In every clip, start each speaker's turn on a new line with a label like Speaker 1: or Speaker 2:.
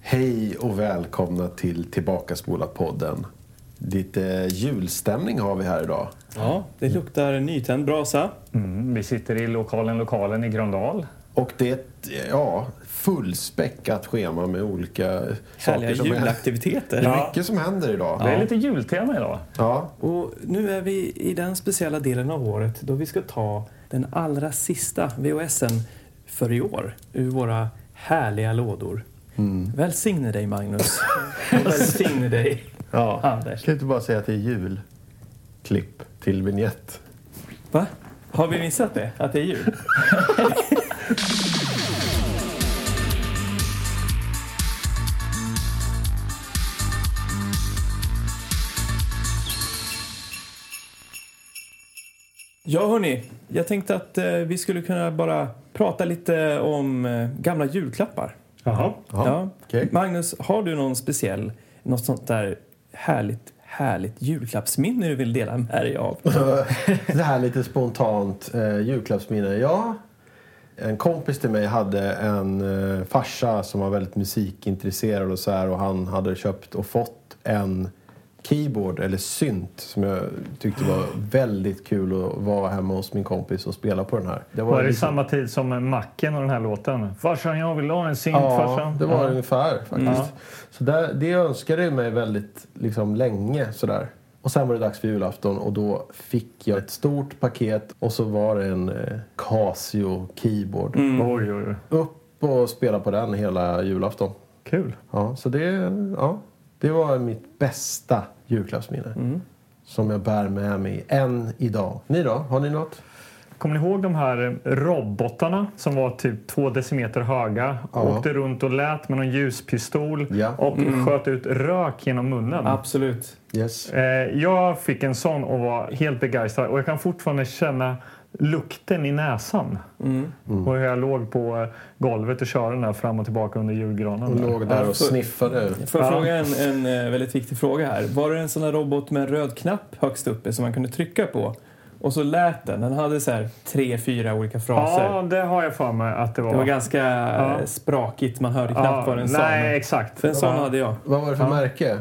Speaker 1: Hej och välkomna till Tillbakaspolat-podden. Lite julstämning har vi här idag.
Speaker 2: Ja, det luktar nytänd brasa.
Speaker 3: Mm, vi sitter i lokalen, lokalen i Gröndal.
Speaker 1: Och det är ett ja, fullspäckat schema med olika
Speaker 2: Härliga
Speaker 1: saker. Som är,
Speaker 2: julaktiviteter.
Speaker 1: det är mycket som händer idag.
Speaker 3: Det är lite jultema idag.
Speaker 1: Ja.
Speaker 2: Och nu är vi i den speciella delen av året då vi ska ta den allra sista VHSen för i år ur våra härliga lådor.
Speaker 1: Mm.
Speaker 2: Välsigne dig Magnus. Välsigne dig
Speaker 1: ja.
Speaker 2: Anders.
Speaker 1: Kan du inte bara säga att det är julklipp till vignett?
Speaker 2: Va? Har vi missat det? Att det är jul? Ja, hörni. Jag tänkte att eh, vi skulle kunna bara prata lite om eh, gamla julklappar.
Speaker 3: Jaha.
Speaker 1: Jaha,
Speaker 2: ja.
Speaker 1: okej.
Speaker 2: Magnus, har du någon speciell, något sånt där härligt, härligt julklappsminne du vill dela med dig av?
Speaker 1: det här lite spontant eh, julklappsminne. Ja, en kompis till mig hade en eh, farsa som var väldigt musikintresserad och så här och han hade köpt och fått en keyboard eller synt som jag tyckte var väldigt kul att vara hemma hos min kompis och spela på den här. Det
Speaker 3: Var det
Speaker 1: liksom-
Speaker 3: samma tid som Macken och den här låten? Farsan, jag vill ha en synt,
Speaker 1: Ja,
Speaker 3: farsan.
Speaker 1: det var det
Speaker 3: ja. Mm.
Speaker 1: ungefär faktiskt. Så där, det önskade jag mig väldigt liksom, länge sådär. Och sen var det dags för julafton och då fick jag ett stort paket och så var det en eh, Casio keyboard.
Speaker 3: Mm. Oj, oj, oj.
Speaker 1: Upp och spela på den hela julafton.
Speaker 3: Kul.
Speaker 1: Ja, så det, ja, det var mitt bästa julklappsminne.
Speaker 3: Mm.
Speaker 1: Som jag bär med mig än idag. Ni då? Har ni något?
Speaker 3: Kommer ni ihåg de här eh, robotarna som var typ två decimeter höga?
Speaker 1: Ja.
Speaker 3: Åkte runt och lät med någon ljuspistol
Speaker 1: Ja.
Speaker 3: och sköt ut rök genom munnen.
Speaker 2: Absolut.
Speaker 1: Yes.
Speaker 3: Eh, Jag fick en sån och var helt begeistrad. Och jag kan fortfarande känna lukten i näsan.
Speaker 2: Mm.
Speaker 1: Mm.
Speaker 3: Och hur jag låg på eh, golvet och körde den där fram och tillbaka under julgranen.
Speaker 1: Och
Speaker 3: där.
Speaker 1: låg där
Speaker 2: Ja,
Speaker 1: och
Speaker 2: för-
Speaker 1: sniffade.
Speaker 2: Får jag
Speaker 3: Ja.
Speaker 2: fråga en, en eh, väldigt viktig fråga här? Var det en sån här robot med en röd knapp högst uppe som man kunde trycka på? Och så lät den. Den hade så här tre, fyra olika fraser.
Speaker 3: Ja, det har jag för mig att det var.
Speaker 2: Det var ganska
Speaker 3: Ja.
Speaker 2: eh, sprakigt. Man hörde
Speaker 3: Ja,
Speaker 2: knappt vad den sa.
Speaker 3: Nej,
Speaker 2: men-
Speaker 3: exakt.
Speaker 2: För en sån
Speaker 3: Ja.
Speaker 2: hade jag.
Speaker 1: Vad var det för märke?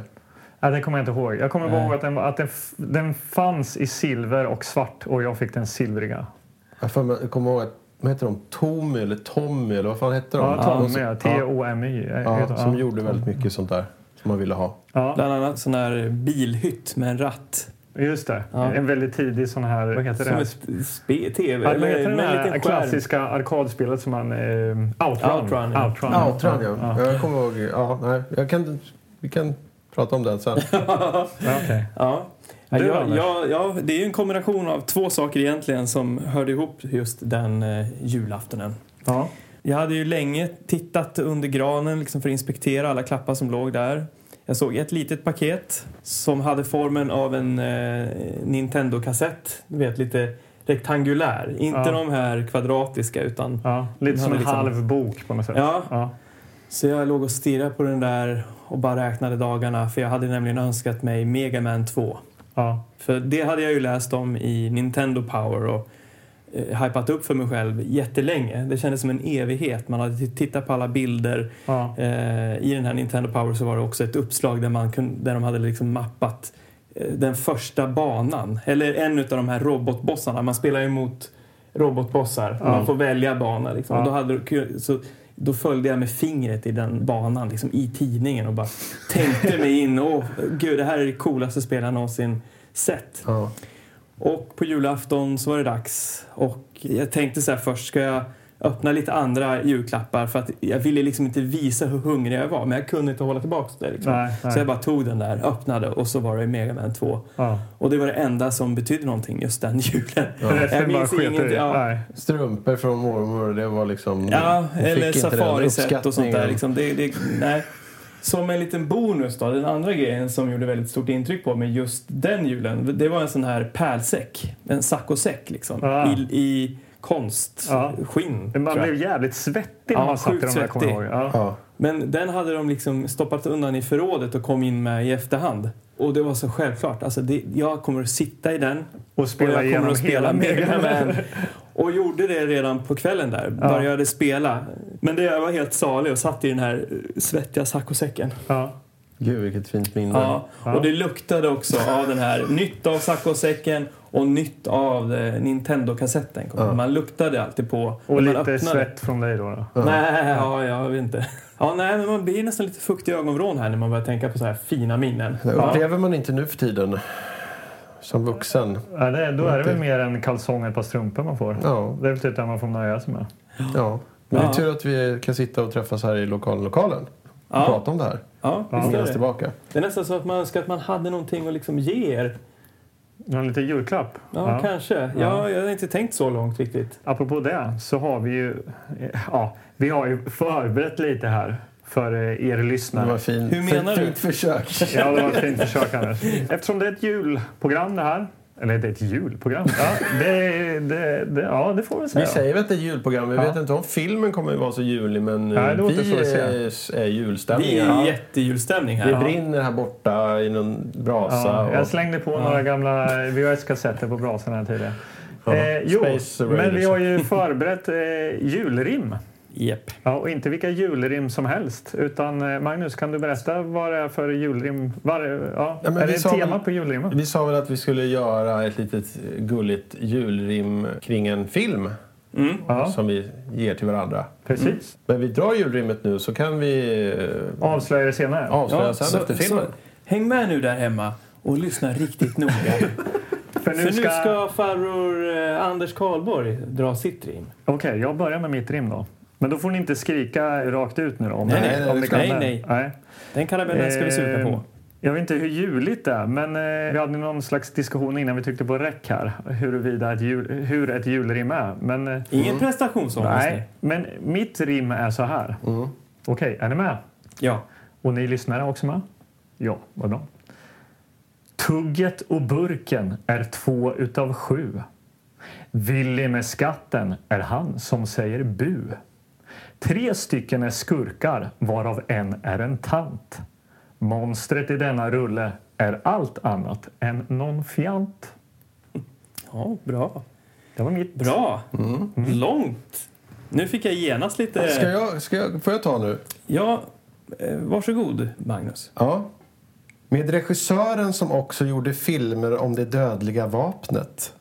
Speaker 3: Ja, det kommer jag inte ihåg. Jag kommer bara
Speaker 2: Nej.
Speaker 3: ihåg att, den, var- att den, f- den fanns i silver och svart och jag fick den silvriga.
Speaker 1: Jag får- Jag kommer ihåg att vad heter de? Tommy eller Tommy eller vad fan hette de?
Speaker 3: Ja, Tommy.
Speaker 1: Ja.
Speaker 3: T-O-M-Y. eh,
Speaker 1: Ja,
Speaker 3: heter-
Speaker 1: som
Speaker 3: ja.
Speaker 1: gjorde väldigt mycket sånt där som man ville ha.
Speaker 3: Ja,
Speaker 2: Bland annat sån här bilhytt med en ratt.
Speaker 3: just det.
Speaker 2: Ja.
Speaker 3: En väldigt tidig sån här... Vad heter
Speaker 2: som
Speaker 3: det?
Speaker 2: ett spe- tv.
Speaker 3: Ja,
Speaker 2: eller
Speaker 3: Vad heter den
Speaker 2: med en
Speaker 3: här
Speaker 2: liten skärm.
Speaker 3: klassiska arkadspelet som man... Eh, Outrun.
Speaker 2: Outrun, ja.
Speaker 3: Outrun.
Speaker 1: Ja, Outran ja. Jag kommer ihåg. Ja, nej, jag kan, vi kan prata om den sen.
Speaker 3: Ja, okej.
Speaker 2: Ja. Ja,
Speaker 3: Du,
Speaker 2: ja,
Speaker 3: Anders?
Speaker 2: ja, ja, det är ju en kombination av två saker egentligen som hörde ihop just den eh, julaftonen.
Speaker 3: ja.
Speaker 2: Jag hade ju länge tittat under granen liksom för att inspektera alla klappar som låg där. Jag såg ett litet paket som hade formen av en eh, Nintendo-kassett. Du vet, lite rektangulär. Inte
Speaker 3: Ja.
Speaker 2: de här kvadratiska utan...
Speaker 3: ja. Lite
Speaker 2: Den
Speaker 3: som en
Speaker 2: hade liksom-
Speaker 3: halv bok på något sätt.
Speaker 2: Ja,
Speaker 3: Ja.
Speaker 2: så jag låg och stirrade på den där och bara räknade dagarna för jag hade nämligen önskat mig Mega Man 2.
Speaker 3: Ja.
Speaker 2: För det hade jag ju läst om i Nintendo Power och eh, hypat upp för mig själv jättelänge. Det kändes som en evighet. Man hade t- tittat på alla bilder.
Speaker 3: Ja.
Speaker 2: Eh, I den här Nintendo Power så var det också ett uppslag där, man kun, där de hade liksom mappat eh, den första banan. Eller en av de här robotbossarna. Man spelar ju mot robotbossar. och
Speaker 3: Ja.
Speaker 2: Man får välja bana. Liksom.
Speaker 3: Ja.
Speaker 2: Och då, hade, du- så, då följde jag med fingret i den banan liksom, i tidningen och bara tänkte mig in. Åh, gud, det här är det coolaste spelet jag någonsin sett.
Speaker 1: Ja.
Speaker 2: Och på julafton så var det dags. Och jag tänkte så här först, ska jag öppna lite andra julklappar? För att jag ville liksom inte visa hur hungrig jag var, men jag kunde inte hålla tillbaka det. Liksom.
Speaker 3: Nej, nej.
Speaker 2: Så jag bara tog den där, öppnade och så var det Mega Man 2.
Speaker 3: Ja.
Speaker 2: Och det var det enda som betydde någonting just den julen.
Speaker 3: Resten bara sket
Speaker 2: ingenting,
Speaker 3: i.
Speaker 2: ja.
Speaker 3: Nej.
Speaker 1: Strumpor från mormor, det var liksom...
Speaker 2: Ja,
Speaker 1: hon fick
Speaker 2: eller
Speaker 1: inte den
Speaker 2: safariset och sånt där.
Speaker 1: uppskattningen.
Speaker 2: Liksom. Det, det, nej. Som en liten bonus då, den andra grejen som gjorde väldigt stort intryck på mig just den julen, det var en sån här pärlsäck, en saccosäck liksom,
Speaker 3: Ah.
Speaker 2: i, i
Speaker 1: Ah.
Speaker 3: Ja.
Speaker 2: konstskinn.
Speaker 3: Men Man
Speaker 2: tror jag.
Speaker 3: blev jävligt svettig
Speaker 2: Ja,
Speaker 3: när man satt i de
Speaker 2: sjukt
Speaker 3: där, kommer jag ihåg.
Speaker 2: svettig.
Speaker 3: Ja.
Speaker 1: Ja.
Speaker 2: Men den hade de liksom stoppat undan i förrådet och kom in med i efterhand. Och det var så självklart. Alltså det, jag kommer att sitta i den
Speaker 3: Och spela
Speaker 2: och jag kommer
Speaker 3: igenom
Speaker 2: att spela
Speaker 3: hela
Speaker 2: Mega
Speaker 3: Man.
Speaker 2: Man. Och gjorde det redan på kvällen där. Började spela. Men det, jag var helt salig och satt i den här eh, svettiga saccosäcken.
Speaker 3: Ja.
Speaker 1: Gud, vilket fint minne.
Speaker 2: Ja. Och det luktade också av den här nytt av saccosäcken och nytt av eh, Nintendo-kassetten. kommer jag ihåg. Man luktade alltid på när
Speaker 3: Och
Speaker 2: man
Speaker 3: lite
Speaker 2: öppnade.
Speaker 3: svett från dig då. då.
Speaker 2: Nej, ja, jag vet inte. Ja, nej, men man blir nästan lite fuktig i ögonvrån här när man börjar tänka på så här fina minnen.
Speaker 1: Det
Speaker 2: Ja.
Speaker 1: upplever man inte nu för tiden. Som vuxen.
Speaker 3: Ja, det, då är det väl mer en kalsong och ett par strumpor man får.
Speaker 1: Ja.
Speaker 3: Det är väl typ det man får nöja sig med.
Speaker 1: ja. Men det
Speaker 2: Ja.
Speaker 1: är tur att vi kan sitta och träffas här i lokalen, lokalen och
Speaker 2: Ja.
Speaker 1: prata om det här.
Speaker 2: Ja,
Speaker 1: Och
Speaker 2: visst
Speaker 1: minnas
Speaker 2: är det.
Speaker 1: tillbaka.
Speaker 2: det är nästan så att man önskar att man hade någonting att liksom ge er.
Speaker 3: En liten julklapp.
Speaker 2: Ja,
Speaker 3: Ja.
Speaker 2: kanske. Ja, Jag har inte tänkt så långt riktigt.
Speaker 3: Apropå det så har vi ju, ja, vi har ju förberett lite här för eh, er lyssnare.
Speaker 1: Det var fin,
Speaker 2: Hur menar
Speaker 1: fint,
Speaker 2: du?
Speaker 1: fint försök.
Speaker 3: Ja, det var ett fint försök, Anders. Eftersom det är ett julprogram det här. Eller det är ett julprogram. Ja, det, det, det, ja, det får vi säga.
Speaker 1: Vi säger väl att det är julprogram. Vi
Speaker 3: Ja.
Speaker 1: vet inte om filmen kommer att vara så julig, men eh,
Speaker 3: Nej, det återstår att
Speaker 1: vi
Speaker 3: se.
Speaker 1: är, är
Speaker 2: Vi är
Speaker 1: julstämningar.
Speaker 2: i jättejulstämning här.
Speaker 1: Det brinner här borta i någon brasa.
Speaker 3: Ja,
Speaker 1: och-
Speaker 3: jag slängde på några gamla VHS-kassetter på brasan här tidigare. Eh, jo,
Speaker 1: Space
Speaker 3: men
Speaker 1: Raiders.
Speaker 3: vi har ju förberett eh, julrim.
Speaker 2: Japp.
Speaker 3: Ja, och inte vilka julrim som helst. Utan eh, Magnus, kan du berätta vad det är för julrim? Var, ja,
Speaker 1: Ja, men
Speaker 3: är
Speaker 1: vi
Speaker 3: det ett
Speaker 1: sa
Speaker 3: tema
Speaker 1: väl-
Speaker 3: på julrimmen?
Speaker 1: Vi sa väl att vi skulle göra ett litet gulligt julrim kring en film
Speaker 3: Ja,
Speaker 1: som vi ger till varandra.
Speaker 3: precis.
Speaker 1: Men vi drar julrimmet nu så kan vi eh,
Speaker 3: Avslöja det senare.
Speaker 1: avslöja sen
Speaker 2: så-
Speaker 1: efter
Speaker 2: så-
Speaker 1: filmen.
Speaker 2: häng med nu där hemma och lyssna riktigt noga.
Speaker 3: För
Speaker 2: För nu ska farbror eh, Anders Karlborg dra sitt rim.
Speaker 3: Okej, jag börjar med mitt rim då. Men då får ni inte skrika rakt ut nu då. Om
Speaker 2: Nej,
Speaker 3: ni-
Speaker 1: nej,
Speaker 3: om
Speaker 1: det
Speaker 3: ni
Speaker 1: ska-
Speaker 3: kan det.
Speaker 2: nej,
Speaker 3: nej.
Speaker 2: Den karamellen ska vi suga
Speaker 3: Eh,
Speaker 2: på.
Speaker 3: Jag vet inte hur juligt det är, men eh, vi hade någon slags diskussion innan vi tryckte på räck här, huruvida ett jul, hur ett julrim är. Men, eh,
Speaker 2: Ingen prestationsångest nu.
Speaker 3: nej, men mitt rim är så här.
Speaker 2: Mm.
Speaker 3: Okej, är ni med?
Speaker 2: Ja.
Speaker 3: Och ni lyssnare också med? Ja, vad bra. Tugget och burken är två utav sju. Willy med skatten är han som säger bu. Tre stycken är skurkar, varav en är en tant. Monstret i denna rulle är allt annat än någon fjant.
Speaker 2: ja, bra.
Speaker 3: Det var mitt.
Speaker 2: Bra. Mm. Långt. Nu fick jag genast lite...
Speaker 1: Ska jag, ska jag, får jag ta nu?
Speaker 2: Ja, eh, varsågod Magnus.
Speaker 1: Ja. Med regissören som också gjorde filmer om det dödliga vapnet.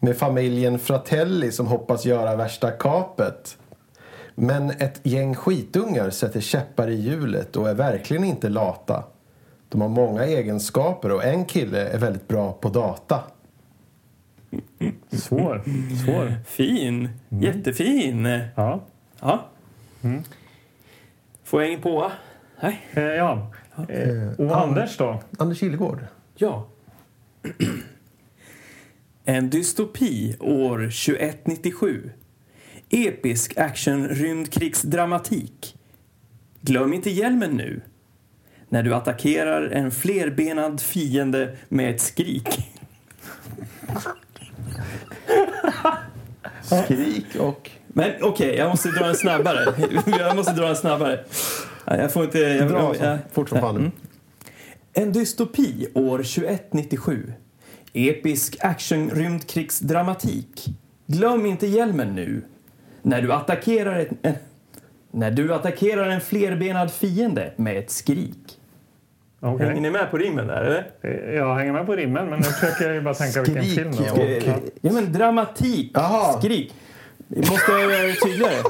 Speaker 1: Med familjen Fratelli som hoppas göra värsta kapet. Men ett gäng skitungar sätter käppar i hjulet och är verkligen inte lata. De har många egenskaper och en kille är väldigt bra på data.
Speaker 3: Svår. Svår.
Speaker 2: Fin. Jättefin.
Speaker 3: Ja.
Speaker 2: Ja. Får jag in på? Nej.
Speaker 3: Eh, ja. Eh, och Anders då?
Speaker 1: Anders Gillegård.
Speaker 2: Ja. En dystopi år 2197. Episk action rymdkrigsdramatik. Glöm inte hjälmen nu. När du attackerar en flerbenad fiende med ett skrik.
Speaker 1: Skrik och...
Speaker 2: Men okej, jag måste dra en snabbare. jag måste dra en snabbare. Nej, Jag får inte... Jag,
Speaker 1: Bra,
Speaker 2: jag, jag,
Speaker 1: fort som fan
Speaker 2: Mm.
Speaker 1: nu.
Speaker 2: En dystopi år 2197. Episk action rymdkrigsdramatik. Glöm inte hjälmen nu. När du attackerar ett... eh, när du attackerar en flerbenad fiende med ett skrik.
Speaker 3: Okej.
Speaker 2: Hänger ni med på rimmen där eller?
Speaker 3: Eh, Jag hänger med på rimmen, men nu försöker jag bara tänka vilken
Speaker 1: Skrik,
Speaker 3: film det
Speaker 1: ja.
Speaker 3: var.
Speaker 2: Eh, Ja men dramatik,
Speaker 1: Jaha.
Speaker 2: skrik. Måste jag göra det tydligare?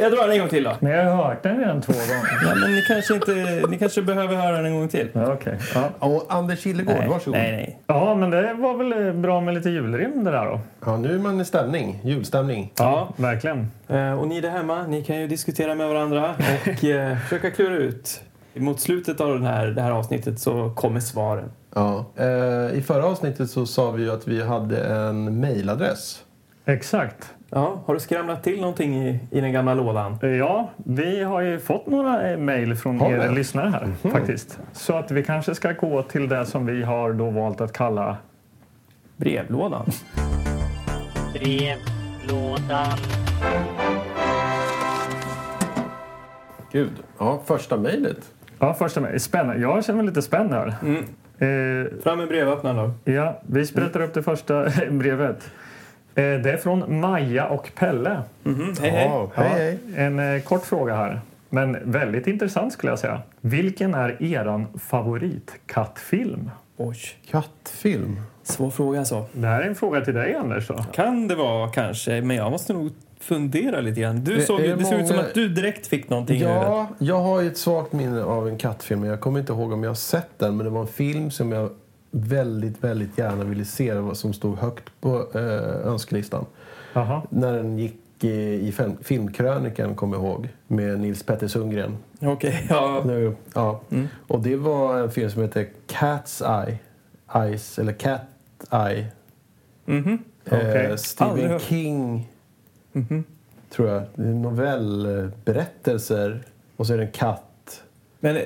Speaker 2: jag drar den en gång till då.
Speaker 3: Men jag har hört den redan två gånger.
Speaker 2: Ja, men ni, kanske inte, ni kanske behöver höra den en gång till.
Speaker 3: Ja, okej. ja.
Speaker 1: Och Anders Gillegård,
Speaker 2: nej,
Speaker 1: varsågod.
Speaker 2: nej, nej.
Speaker 3: ja, men det var väl eh, bra med lite julrim det där då.
Speaker 1: Ja, nu är man i stämning. Julstämning.
Speaker 2: Ja.
Speaker 3: Verkligen.
Speaker 2: Eh, Och ni där hemma, ni kan ju diskutera med varandra och eh, försöka klura ut. Mot slutet av den här, det här avsnittet så kommer svaren.
Speaker 1: Ja. Eh, I förra avsnittet så sa vi ju att vi hade en mejladress.
Speaker 3: Exakt.
Speaker 2: Ja, har du skramlat till någonting i, i den gamla lådan?
Speaker 3: Eh, Ja, vi har ju fått några eh, mejl från
Speaker 1: Har vi? Mhm.
Speaker 3: er lyssnare här faktiskt. Så att vi kanske ska gå till det som vi har då valt att kalla
Speaker 2: Brevlådan.
Speaker 4: brevlådan.
Speaker 1: Gud. Ja, första mejlet.
Speaker 3: Ja, första mejl. Spännande. Jag känner mig lite spänd här. Eh,
Speaker 1: Mm.
Speaker 2: Fram med brevöppnaren då.
Speaker 3: Ja, vi sprättar upp det första brevet. Eh, Det är från Maja och Pelle.
Speaker 2: Mhm, Hej, hej.
Speaker 1: Ja, hej, hej.
Speaker 3: En eh, kort fråga här, men väldigt intressant skulle jag säga. Vilken är eran favoritkattfilm?
Speaker 2: Oj,
Speaker 1: Kattfilm.
Speaker 2: svår fråga alltså.
Speaker 3: Det här är en fråga till dig, Anders. Då.
Speaker 2: Kan det vara kanske, men jag måste nog fundera lite grann. Du
Speaker 1: Det
Speaker 2: såg,
Speaker 1: är
Speaker 2: ju- det såg ut som
Speaker 1: många-
Speaker 2: att du direkt fick någonting i huvudet.
Speaker 1: Ja, jag har ju ett svagt minne av en kattfilm. Jag kommer inte ihåg om jag har sett den, men det var en film som jag väldigt, väldigt gärna ville se. Det var- Som stod högt på eh, önskelistan.
Speaker 3: Jaha.
Speaker 1: När den gick i, i film, filmkrönikan, kommer jag ihåg, med Nils Petter Sundgren.
Speaker 2: Okej, ja.
Speaker 1: Nu, ja.
Speaker 2: Mm.
Speaker 1: Och det var en film som heter Cat's Eye. Eyes, eller Cat Eye.
Speaker 2: Mhm.
Speaker 3: Okej.
Speaker 1: Eh, Stephen
Speaker 2: Aldrig hört.
Speaker 1: King,
Speaker 2: Mhm.
Speaker 1: tror jag. Det är Novellberättelser. Och så är det en katt.
Speaker 2: Men eh,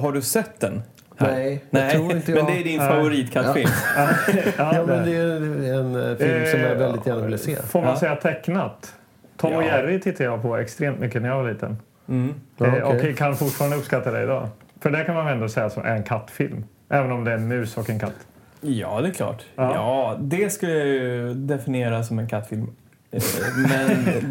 Speaker 2: har du sett den? här?
Speaker 1: Nej, jag
Speaker 2: Nej.
Speaker 1: tror inte jag...
Speaker 2: men det är din
Speaker 3: Nej.
Speaker 2: favoritkattfilm.
Speaker 3: Ja,
Speaker 1: Ja, men
Speaker 3: där.
Speaker 1: det är en eh, film som jag
Speaker 3: Eh,
Speaker 1: väldigt gärna ville se.
Speaker 3: Får man
Speaker 2: Ja.
Speaker 3: säga tecknat? Tom och
Speaker 2: Ja.
Speaker 3: Jerry tittade jag på extremt mycket när jag var liten.
Speaker 2: Mm.
Speaker 1: Ja,
Speaker 3: Eh,
Speaker 1: okej.
Speaker 3: Och kan fortfarande uppskatta det idag. För det kan man väl ändå säga som en kattfilm. Även om det är en mus och en katt.
Speaker 2: Ja, det är klart.
Speaker 3: Ja.
Speaker 2: Ja. det skulle jag ju definiera som en kattfilm. Eh, Men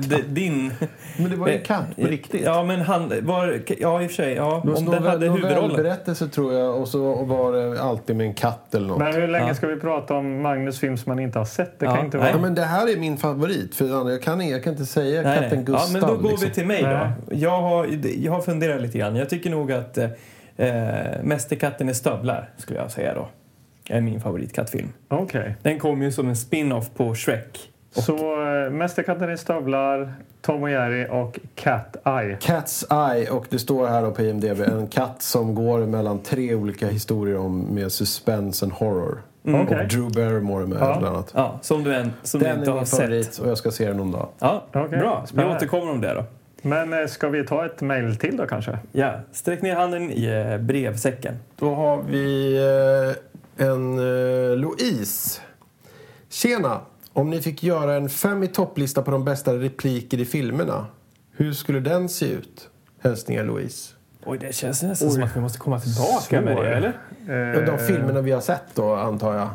Speaker 2: d- din...
Speaker 1: Men det var
Speaker 2: Eh,
Speaker 1: ju en katt på riktigt.
Speaker 2: Ja, men han... Var, ja, i och för sig. Ja,
Speaker 1: Det var
Speaker 2: om
Speaker 1: någon
Speaker 2: den
Speaker 1: väl-
Speaker 2: hade
Speaker 1: någon
Speaker 2: huvudrollen.
Speaker 1: välberättelse, tror jag. Och så var det alltid med en katt eller något.
Speaker 3: Men hur länge
Speaker 2: Ja.
Speaker 3: ska vi prata om Magnus film som man inte har sett? Det
Speaker 2: Ja,
Speaker 3: kan inte
Speaker 2: nej.
Speaker 1: Ja,
Speaker 3: vara...
Speaker 1: men det här är min favorit. För jag kan, jag kan inte säga
Speaker 2: Nej, nej.
Speaker 1: katten Gustav.
Speaker 2: Ja, men då går
Speaker 1: liksom.
Speaker 2: vi till mig
Speaker 3: Nej.
Speaker 2: då. Jag har, jag har funderat lite grann. Jag tycker nog att eh, eh, Mästerkatten i stövlar skulle jag säga då. är min favoritkattfilm.
Speaker 3: Okej.
Speaker 2: Den kom ju som en spin-off på Shrek.
Speaker 3: Så eh, Mästerkatten i stövlar, Tom och Jerry och Cat Eye.
Speaker 1: Cat's Eye och det står här då på IMDB en katt som går mellan tre olika historier om med suspense and horror.
Speaker 3: Okej.
Speaker 1: Och Drew Barrymore är med
Speaker 3: Ja.
Speaker 1: bland annat.
Speaker 2: Ja, som du, än, som du
Speaker 1: Den
Speaker 2: inte
Speaker 1: är
Speaker 2: har
Speaker 1: min
Speaker 2: sett.
Speaker 1: favorit och jag ska se den någon dag.
Speaker 2: Ja,
Speaker 3: Okej,
Speaker 2: Bra, vi
Speaker 3: spännande.
Speaker 2: återkommer om det då.
Speaker 3: Men eh, ska vi ta ett mejl till då kanske?
Speaker 2: Ja, sträck ner handen i eh, brevsäcken.
Speaker 1: Då har vi eh, en eh, Louise. Tjena! Om ni fick göra en fem i topplista på de bästa repliker i filmerna, hur skulle den se ut? Hälsningar Louise.
Speaker 2: Oj, det känns nästan som att vi måste komma tillbaka
Speaker 3: Svår.
Speaker 2: med det, eller?
Speaker 3: Eh,
Speaker 1: De filmerna vi har sett då, antar jag.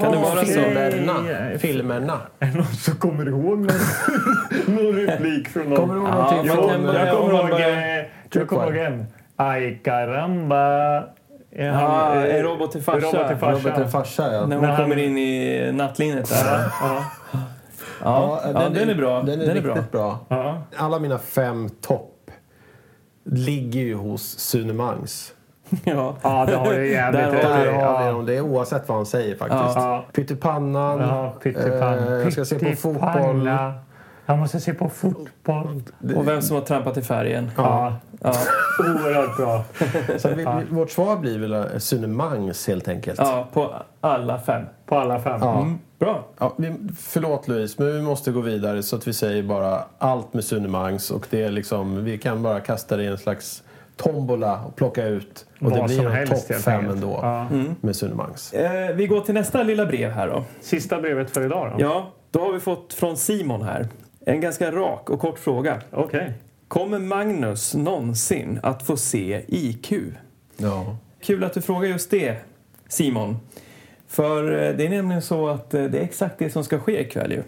Speaker 2: Kan det vara så?
Speaker 1: Filmerna. Filmerna.
Speaker 3: Är det någon som kommer ihåg någon, någon replik från någon?
Speaker 1: Kommer du ihåg någonting
Speaker 2: Ja,
Speaker 3: Jag,
Speaker 2: man
Speaker 1: från...
Speaker 2: kan börja-
Speaker 1: eh,
Speaker 3: jag kommer
Speaker 2: om man
Speaker 3: ihåg,
Speaker 2: börjar-
Speaker 3: eh, jag kommer ihåg en. Ay caramba. Är
Speaker 2: Ah,
Speaker 3: eh,
Speaker 2: en robot till farsa.
Speaker 3: Robot till
Speaker 1: Robert
Speaker 3: farsa.
Speaker 1: en farsa, ja.
Speaker 2: När hon
Speaker 3: När han-
Speaker 2: kommer in i nattlinnet där.
Speaker 3: Ja, ja,
Speaker 2: Ja, ja, den, är bra.
Speaker 1: Den är,
Speaker 2: bra.
Speaker 1: riktigt bra.
Speaker 3: ja.
Speaker 1: Alla mina fem topp ligger ju hos Sune Mangs.
Speaker 2: Ja.
Speaker 3: ja, det har du jävligt
Speaker 2: Där har
Speaker 3: rätt
Speaker 1: Där
Speaker 3: i.
Speaker 1: har vi
Speaker 3: Ja.
Speaker 1: dem. Det är oavsett vad han säger faktiskt.
Speaker 3: Ja.
Speaker 1: Pyttipannan.
Speaker 3: Ja,
Speaker 1: Eh,
Speaker 3: pyttipanna.
Speaker 1: jag ska se på fotboll.
Speaker 3: Pyttipanna. Jag måste se på fotboll.
Speaker 2: Och vem som har trampat i färgen.
Speaker 3: Ja,
Speaker 2: Ja,
Speaker 3: oerhört bra.
Speaker 1: Så vi, vi, vårt svar blir väl eh, Sune Mangs helt enkelt.
Speaker 2: ja på alla fem.
Speaker 3: På alla fem.
Speaker 1: Ja.
Speaker 2: Mm, bra.
Speaker 1: Ja, vi, förlåt Louise, men vi måste gå vidare så att vi säger bara allt med Sune Mangs. Och det är liksom, vi kan bara kasta det i en slags tombola och plocka ut. Och det
Speaker 3: Vad som
Speaker 1: blir en
Speaker 3: helst
Speaker 1: topp
Speaker 3: helt
Speaker 1: fem
Speaker 3: enkelt.
Speaker 1: ändå
Speaker 3: Ja.
Speaker 2: Mm.
Speaker 1: med Sune Mangs.
Speaker 2: Eh, vi går till nästa lilla brev här då.
Speaker 3: Sista brevet för idag då?
Speaker 2: Ja, då har vi fått från Simon här. En ganska rak och kort fråga.
Speaker 3: Okej.
Speaker 2: Kommer Magnus någonsin att få se IQ?
Speaker 1: Ja.
Speaker 2: Kul att du frågar just det, Simon. För eh, det är nämligen så att eh, det är exakt det som ska ske ikväll ju.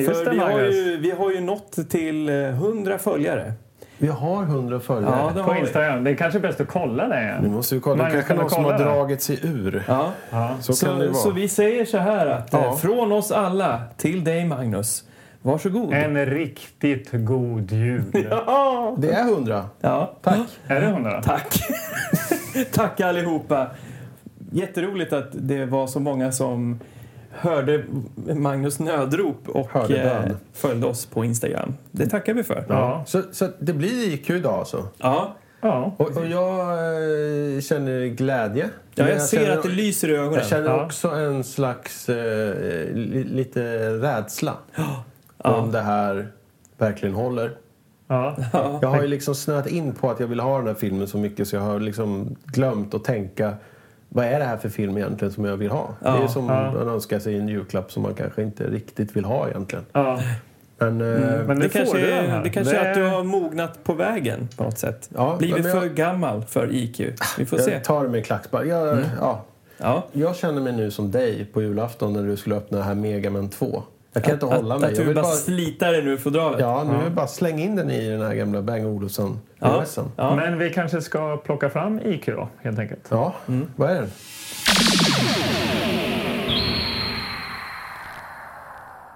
Speaker 3: Just
Speaker 2: För
Speaker 3: det,
Speaker 2: vi, har
Speaker 3: Magnus.
Speaker 2: ju vi har ju nått till eh, 100 följare.
Speaker 1: Vi har hundra följare.
Speaker 2: Ja, det
Speaker 3: På
Speaker 2: har vi.
Speaker 3: Instagram. Det är kanske bäst att kolla
Speaker 1: Nu
Speaker 3: det.
Speaker 1: måste vi kolla.
Speaker 3: Magnus,
Speaker 1: Det kanske
Speaker 3: kan du
Speaker 1: någon som har
Speaker 3: kolla det?
Speaker 1: dragit sig ur.
Speaker 2: Ja.
Speaker 3: Ja.
Speaker 1: Så, kan det
Speaker 2: Så,
Speaker 1: vara.
Speaker 2: så vi säger så här att
Speaker 1: Ja.
Speaker 2: eh, från oss alla till dig Magnus, varsågod.
Speaker 3: En riktigt god jul.
Speaker 2: Ja,
Speaker 1: Det är hundra.
Speaker 2: ja.
Speaker 1: Tack.
Speaker 3: Är det hon då?
Speaker 2: tack. tack allihopa. Jätteroligt att det var så många som hörde Magnus nödrop och
Speaker 1: Hörde bön.
Speaker 2: eh, följde oss på Instagram. Det tackar vi för.
Speaker 3: Ja.
Speaker 1: Så, så att det blir IQ idag alltså.
Speaker 2: Ja,
Speaker 3: ja.
Speaker 1: Och, och jag eh, känner glädje.
Speaker 2: ja
Speaker 1: Men
Speaker 2: jag ser
Speaker 1: känner-
Speaker 2: att det lyser i ögonen.
Speaker 1: Jag känner
Speaker 3: Ja.
Speaker 1: också en slags eh, li, lite rädsla.
Speaker 2: Ja.
Speaker 1: Om det här verkligen håller.
Speaker 3: ja.
Speaker 1: Jag har ju liksom snöat in på att jag vill ha den här filmen så mycket så jag har liksom glömt att tänka vad är det här för film egentligen som jag vill ha?
Speaker 2: Ja.
Speaker 1: det är som
Speaker 3: Ja.
Speaker 1: man önskar sig en julklapp som man kanske inte riktigt vill ha egentligen.
Speaker 3: ja.
Speaker 1: Men, eh,
Speaker 3: Men nu
Speaker 2: Det
Speaker 3: får
Speaker 2: kanske,
Speaker 3: du den
Speaker 2: är,
Speaker 3: här.
Speaker 2: det kanske är att du
Speaker 3: är-
Speaker 2: har mognat på vägen på något sätt.
Speaker 1: Ja,
Speaker 2: Blivit
Speaker 1: men jag-
Speaker 2: för gammal för IQ. Vi får se. Mm.
Speaker 1: Jag tar det med en klackspark. Jag, ja,
Speaker 2: Ja.
Speaker 1: jag känner mig nu som dig på julafton när du skulle öppna det här Mega Man 2. Jag kan inte
Speaker 2: att,
Speaker 1: hålla
Speaker 2: att,
Speaker 1: mig.
Speaker 2: Att
Speaker 1: Jag
Speaker 2: du
Speaker 1: vill
Speaker 2: bara
Speaker 1: bara-
Speaker 2: slitar dig nu för dravet.
Speaker 1: Ja, nu är det bara släng in den i den här gamla Bang Olufsen
Speaker 2: ja.
Speaker 1: VHSen. Ja.
Speaker 2: ja.
Speaker 3: Men vi kanske ska plocka fram IQ då, helt enkelt.
Speaker 1: vad är den?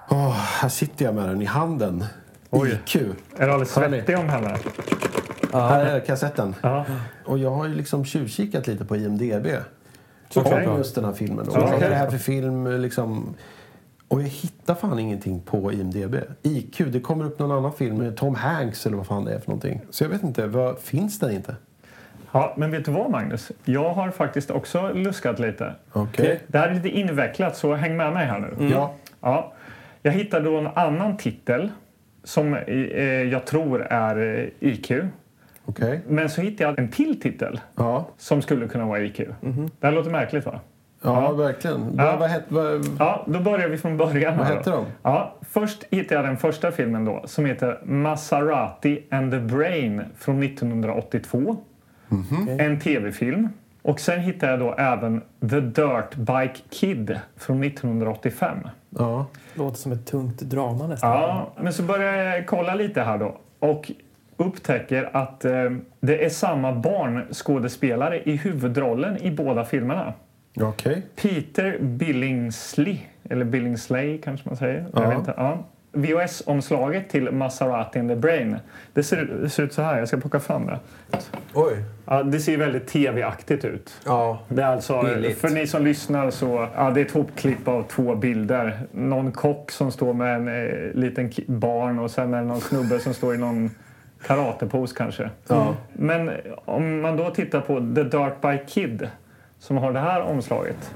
Speaker 1: Åh, här sitter jag med den i handen.
Speaker 3: Oj.
Speaker 1: IQ.
Speaker 3: Är du alldeles
Speaker 1: Hör ni?
Speaker 3: svettig om henne?
Speaker 1: Här är kassetten.
Speaker 3: Ja.
Speaker 1: Och jag har ju liksom tjuvkikat lite på IMDB.
Speaker 3: Okej.
Speaker 1: Om just den här filmen. Då.
Speaker 3: Ja,
Speaker 1: Vad
Speaker 3: okej.
Speaker 1: är det här för film? Liksom? Och jag hittar fan ingenting på IMDB. IQ, det kommer upp någon annan film med Tom Hanks eller vad fan det är för någonting. Så jag vet inte, vad, finns den inte?
Speaker 3: Ja, men vet du vad Magnus? Jag har faktiskt också luskat lite.
Speaker 1: Okej.
Speaker 2: Okej.
Speaker 3: Det här är lite invecklat så häng med mig här nu.
Speaker 1: Ja.
Speaker 3: Ja. Jag hittade då en annan titel som eh, jag tror är eh, IQ.
Speaker 1: Okej.
Speaker 3: Men så hittade jag en till titel
Speaker 1: Ja.
Speaker 3: som skulle kunna vara IQ.
Speaker 1: Mhm.
Speaker 3: Det här låter märkligt va?
Speaker 1: ja, verkligen.
Speaker 3: Ja.
Speaker 1: Vad, vad, het, vad,
Speaker 3: Ja, då börjar vi från början.
Speaker 1: vad
Speaker 3: här
Speaker 1: hette
Speaker 3: då.
Speaker 1: de?
Speaker 3: Ja, först hittade jag den första filmen då som heter Maserati and the Brain från 1982.
Speaker 1: Mhm.
Speaker 3: En tv-film. Och sen hittade jag då även The Dirt Bike Kid från 1985.
Speaker 1: Ja.
Speaker 2: Låter som ett tungt drama nästan.
Speaker 3: Ja, men så börjar jag kolla lite här då och upptäcker att eh, det är samma barnskådespelare i huvudrollen i båda filmerna.
Speaker 1: Okej.
Speaker 3: Peter Billingsley, eller Billingsley kanske man säger. Jag
Speaker 1: Ja.
Speaker 3: vet inte. Ja. VHS-omslaget till Maserati in the Brain. Det ser, det ser ut så här, jag ska plocka fram det.
Speaker 1: Oj.
Speaker 3: Ja, det ser väldigt tv-aktigt ut.
Speaker 1: Ja.
Speaker 3: Det är alltså,
Speaker 1: Billigt.
Speaker 3: för ni som lyssnar så ja, det är ett hopklipp av två bilder. Någon kock som står med en eh, liten ki- barn och sen är det någon snubbe som står i någon karatepose kanske.
Speaker 1: Ja.
Speaker 3: Men om man då tittar på The Dark by Kid som har det här omslaget.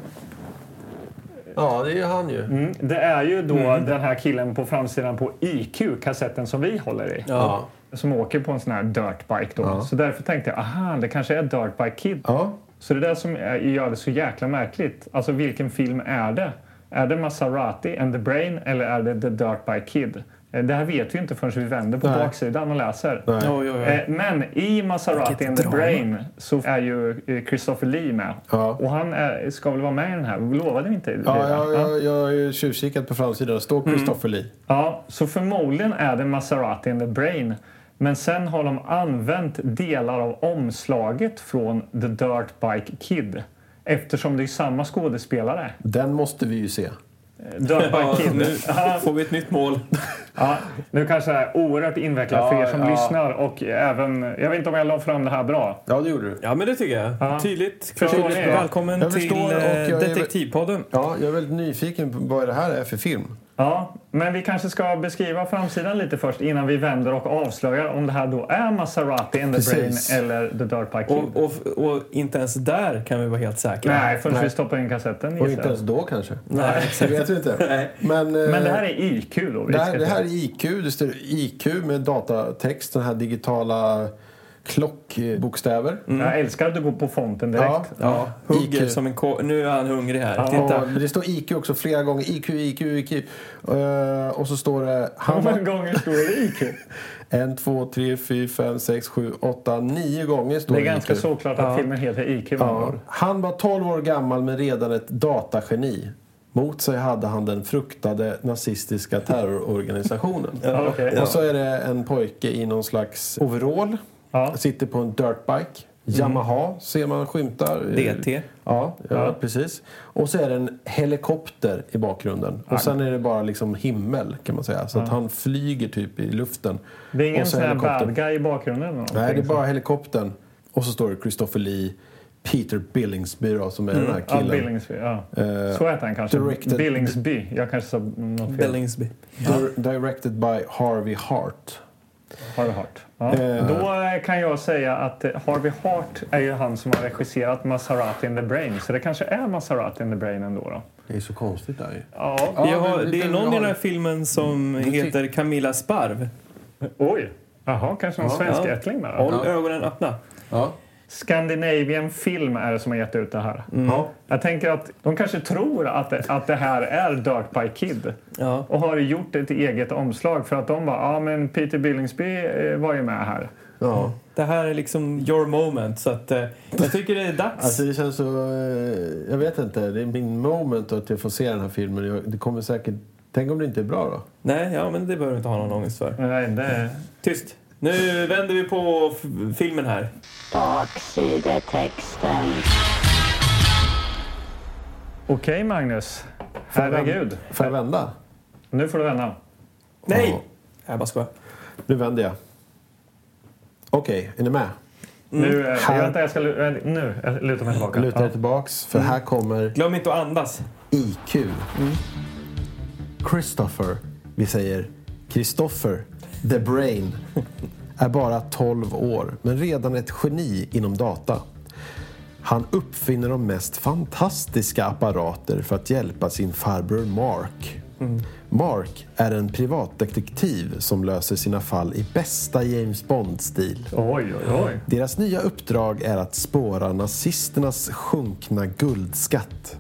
Speaker 1: ja, det är ju han ju.
Speaker 3: Mm, det är ju då
Speaker 1: Mm.
Speaker 3: den här killen på framsidan på IQ, kassetten som vi håller i.
Speaker 1: Ja.
Speaker 3: Som åker på en sån här dirtbike då.
Speaker 1: Ja.
Speaker 3: Så därför tänkte jag, aha, det kanske är Dirtbike Kid.
Speaker 1: Ja.
Speaker 3: Så det är det som är- gör det så jäkla märkligt. Alltså vilken film är det? Är det Maserati and the Brain eller är det The Dirt Bike Kid? Eh, Det här vet vi ju inte förrän vi vänder på
Speaker 1: Nej.
Speaker 3: baksidan och läser.
Speaker 1: Nej.
Speaker 2: Oj, oj, oj.
Speaker 3: Eh, Men i Maserati
Speaker 2: Vilket
Speaker 3: and the
Speaker 2: drama.
Speaker 3: Brain så är ju eh, Christopher Lee med.
Speaker 1: Ja.
Speaker 3: Och han är, ska väl vara med i den här? Lovade vi inte?
Speaker 1: Ja,
Speaker 3: det?
Speaker 1: jag,
Speaker 3: Ja. Mm.
Speaker 1: jag, jag har ju tjuvkikat på framsidan. Det står Christopher Lee.
Speaker 3: Ja, så förmodligen är det Maserati and the Brain. Men sen har de använt delar av omslaget från The Dirt Bike Kid. Eftersom det är samma skådespelare.
Speaker 1: Den måste vi ju se.
Speaker 3: Dirt
Speaker 2: Ja,
Speaker 3: Bike Kid.
Speaker 2: nu får vi ett nytt mål.
Speaker 3: Ja, nu kanske det är oerhört invecklat för er som
Speaker 1: Ja, ja.
Speaker 3: lyssnar. Och även, jag vet inte om jag la fram det här bra.
Speaker 1: Ja, det gjorde du.
Speaker 2: Ja, men det tycker jag.
Speaker 3: Ja.
Speaker 2: Tydligt,
Speaker 3: Förstår
Speaker 2: klart.
Speaker 3: ni?
Speaker 2: Välkommen
Speaker 1: Jag
Speaker 2: till
Speaker 1: förstår, och
Speaker 2: eh,
Speaker 1: jag är-
Speaker 2: Detektivpodden.
Speaker 1: Ja, jag är väldigt nyfiken på vad det här är för film.
Speaker 3: Ja, men vi kanske ska beskriva framsidan lite först innan vi vänder och avslöjar om det här då är Maserati and the
Speaker 1: Precis.
Speaker 3: Brain eller The Dirt Bike Kid.
Speaker 2: Och, och, och inte ens där kan vi vara helt säkra.
Speaker 3: Nej, förrän
Speaker 1: Nej.
Speaker 3: vi stoppar in kassetten.
Speaker 1: Och
Speaker 3: gissar
Speaker 1: inte
Speaker 3: jag.
Speaker 1: ens då kanske.
Speaker 2: Nej,
Speaker 1: Det
Speaker 2: exakt.
Speaker 1: vet vi inte.
Speaker 2: Nej.
Speaker 1: Men, eh,
Speaker 3: Men det här är IQ då? vi
Speaker 1: det
Speaker 3: ska
Speaker 1: här, det
Speaker 3: säga.
Speaker 1: här är IQ. Det står IQ med datatext, den här digitala klockbokstäver.
Speaker 3: Jag älskar att du går på fonten direkt.
Speaker 1: Ja,
Speaker 2: Ja, hugger
Speaker 1: IQ.
Speaker 2: som en ko- Nu är han hungrig här.
Speaker 1: och
Speaker 2: Titta.
Speaker 1: det står IQ också flera gånger. IQ, IQ, IQ. Eh, och så står det...
Speaker 3: Hur
Speaker 1: Han
Speaker 3: många
Speaker 1: var,
Speaker 3: gånger står det IQ?
Speaker 1: en, två, tre, fyra, fem, sex, sju, åtta, nio gånger står
Speaker 3: Det
Speaker 1: det
Speaker 3: är ganska
Speaker 1: IQ.
Speaker 3: såklart att filmen heter IQ. med andra
Speaker 1: Ja.
Speaker 3: ord.
Speaker 1: Han var 12 år gammal men redan ett datageni. Mot sig hade han den fruktade nazistiska terrororganisationen.
Speaker 3: Ja, okej.
Speaker 1: Och så är det en pojke i någon slags overall.
Speaker 3: Ja. Mm.
Speaker 1: Sitter på en dirtbike. Yamaha ser man skymtar.
Speaker 2: DT.
Speaker 1: Ja, ja,
Speaker 3: Ja.
Speaker 1: precis. Och så är det en helikopter i bakgrunden. Och sen är det bara liksom himmel kan man säga. Så att han flyger typ i luften.
Speaker 3: Det är ingen
Speaker 1: Och så
Speaker 3: sån här
Speaker 1: helikoptern.
Speaker 3: bad guy i bakgrunden? eller någonting,
Speaker 1: Nej, det är
Speaker 3: så.
Speaker 1: bara helikoptern. Och så står det Christopher Lee, Peter Billingsby då, som är den här
Speaker 3: Mm. Ja,
Speaker 1: killen. Eh,
Speaker 3: Billingsby. Ja. så heter han kanske.
Speaker 1: directed-
Speaker 3: Billingsby. Jag kanske sa något fel.
Speaker 2: Bellingsby.
Speaker 1: Dir- Directed by Harvey Hart.
Speaker 3: Har du hört? Ja.
Speaker 1: Eh.
Speaker 3: Då eh, kan jag säga att eh, Harvey Hart är ju han som har regisserat Maserati in the Brain. Så det kanske är Maserati in the Brain ändå. Då.
Speaker 1: Det är så konstigt där ju.
Speaker 3: Ja.
Speaker 1: Ja, Mm.
Speaker 2: Vi har,
Speaker 1: men
Speaker 2: det är
Speaker 1: du
Speaker 2: någon i
Speaker 1: har-
Speaker 2: den här filmen som
Speaker 1: ty-
Speaker 2: heter Camilla Sparv.
Speaker 3: Oj! Jaha, kanske någon
Speaker 1: Ja,
Speaker 3: svensk
Speaker 2: ja.
Speaker 3: ättling med.
Speaker 2: Håll
Speaker 3: då.
Speaker 1: Ja.
Speaker 2: ögonen öppna.
Speaker 1: Ja.
Speaker 3: Scandinavian Film är det som har gett ut det här.
Speaker 1: Ja.
Speaker 3: Jag tänker att de kanske tror att det, att det här är Dirt by Kid
Speaker 2: Ja.
Speaker 3: och har gjort ett eget omslag för att de bara ja ah, men Peter Billingsby eh, var ju med här.
Speaker 1: ja.
Speaker 2: Det här är liksom your moment. Så att, eh, jag tycker det är dags.
Speaker 1: Alltså det känns så... eh, Jag vet inte. Det är min moment att jag får se den här filmen. Jag, det kommer säkert Tänk om det inte är bra då?
Speaker 2: Nej, ja, men det behöver du inte ha någon ångest för.
Speaker 3: Nej, det...
Speaker 2: Tyst! Nu vänder vi på f- filmen här.
Speaker 4: Baksidetexten.
Speaker 3: Okej, Magnus. Herregud.
Speaker 1: Får jag vända?
Speaker 3: Nu får du vända.
Speaker 2: Nej!
Speaker 1: Ja.
Speaker 2: Jag bara skojar.
Speaker 1: Nu vänder jag. Okej, är ni med?
Speaker 3: Nu, eh,
Speaker 1: Här-
Speaker 3: vänta, jag ska lu- eh, nu jag lutar mig tillbaka.
Speaker 1: Luta er tillbaks, för här kommer
Speaker 2: Glöm inte att andas.
Speaker 1: IQ. Mm. Christopher, vi säger Christopher, the brain, är bara 12 år men redan ett geni inom data. Han uppfinner de mest fantastiska apparater för att hjälpa sin farbror Mark. Mark är en privatdetektiv som löser sina fall i bästa James Bond-stil.
Speaker 3: Ja. Oj, oj, oj.
Speaker 1: Deras nya uppdrag är att spåra nazisternas sjunkna guldskatt.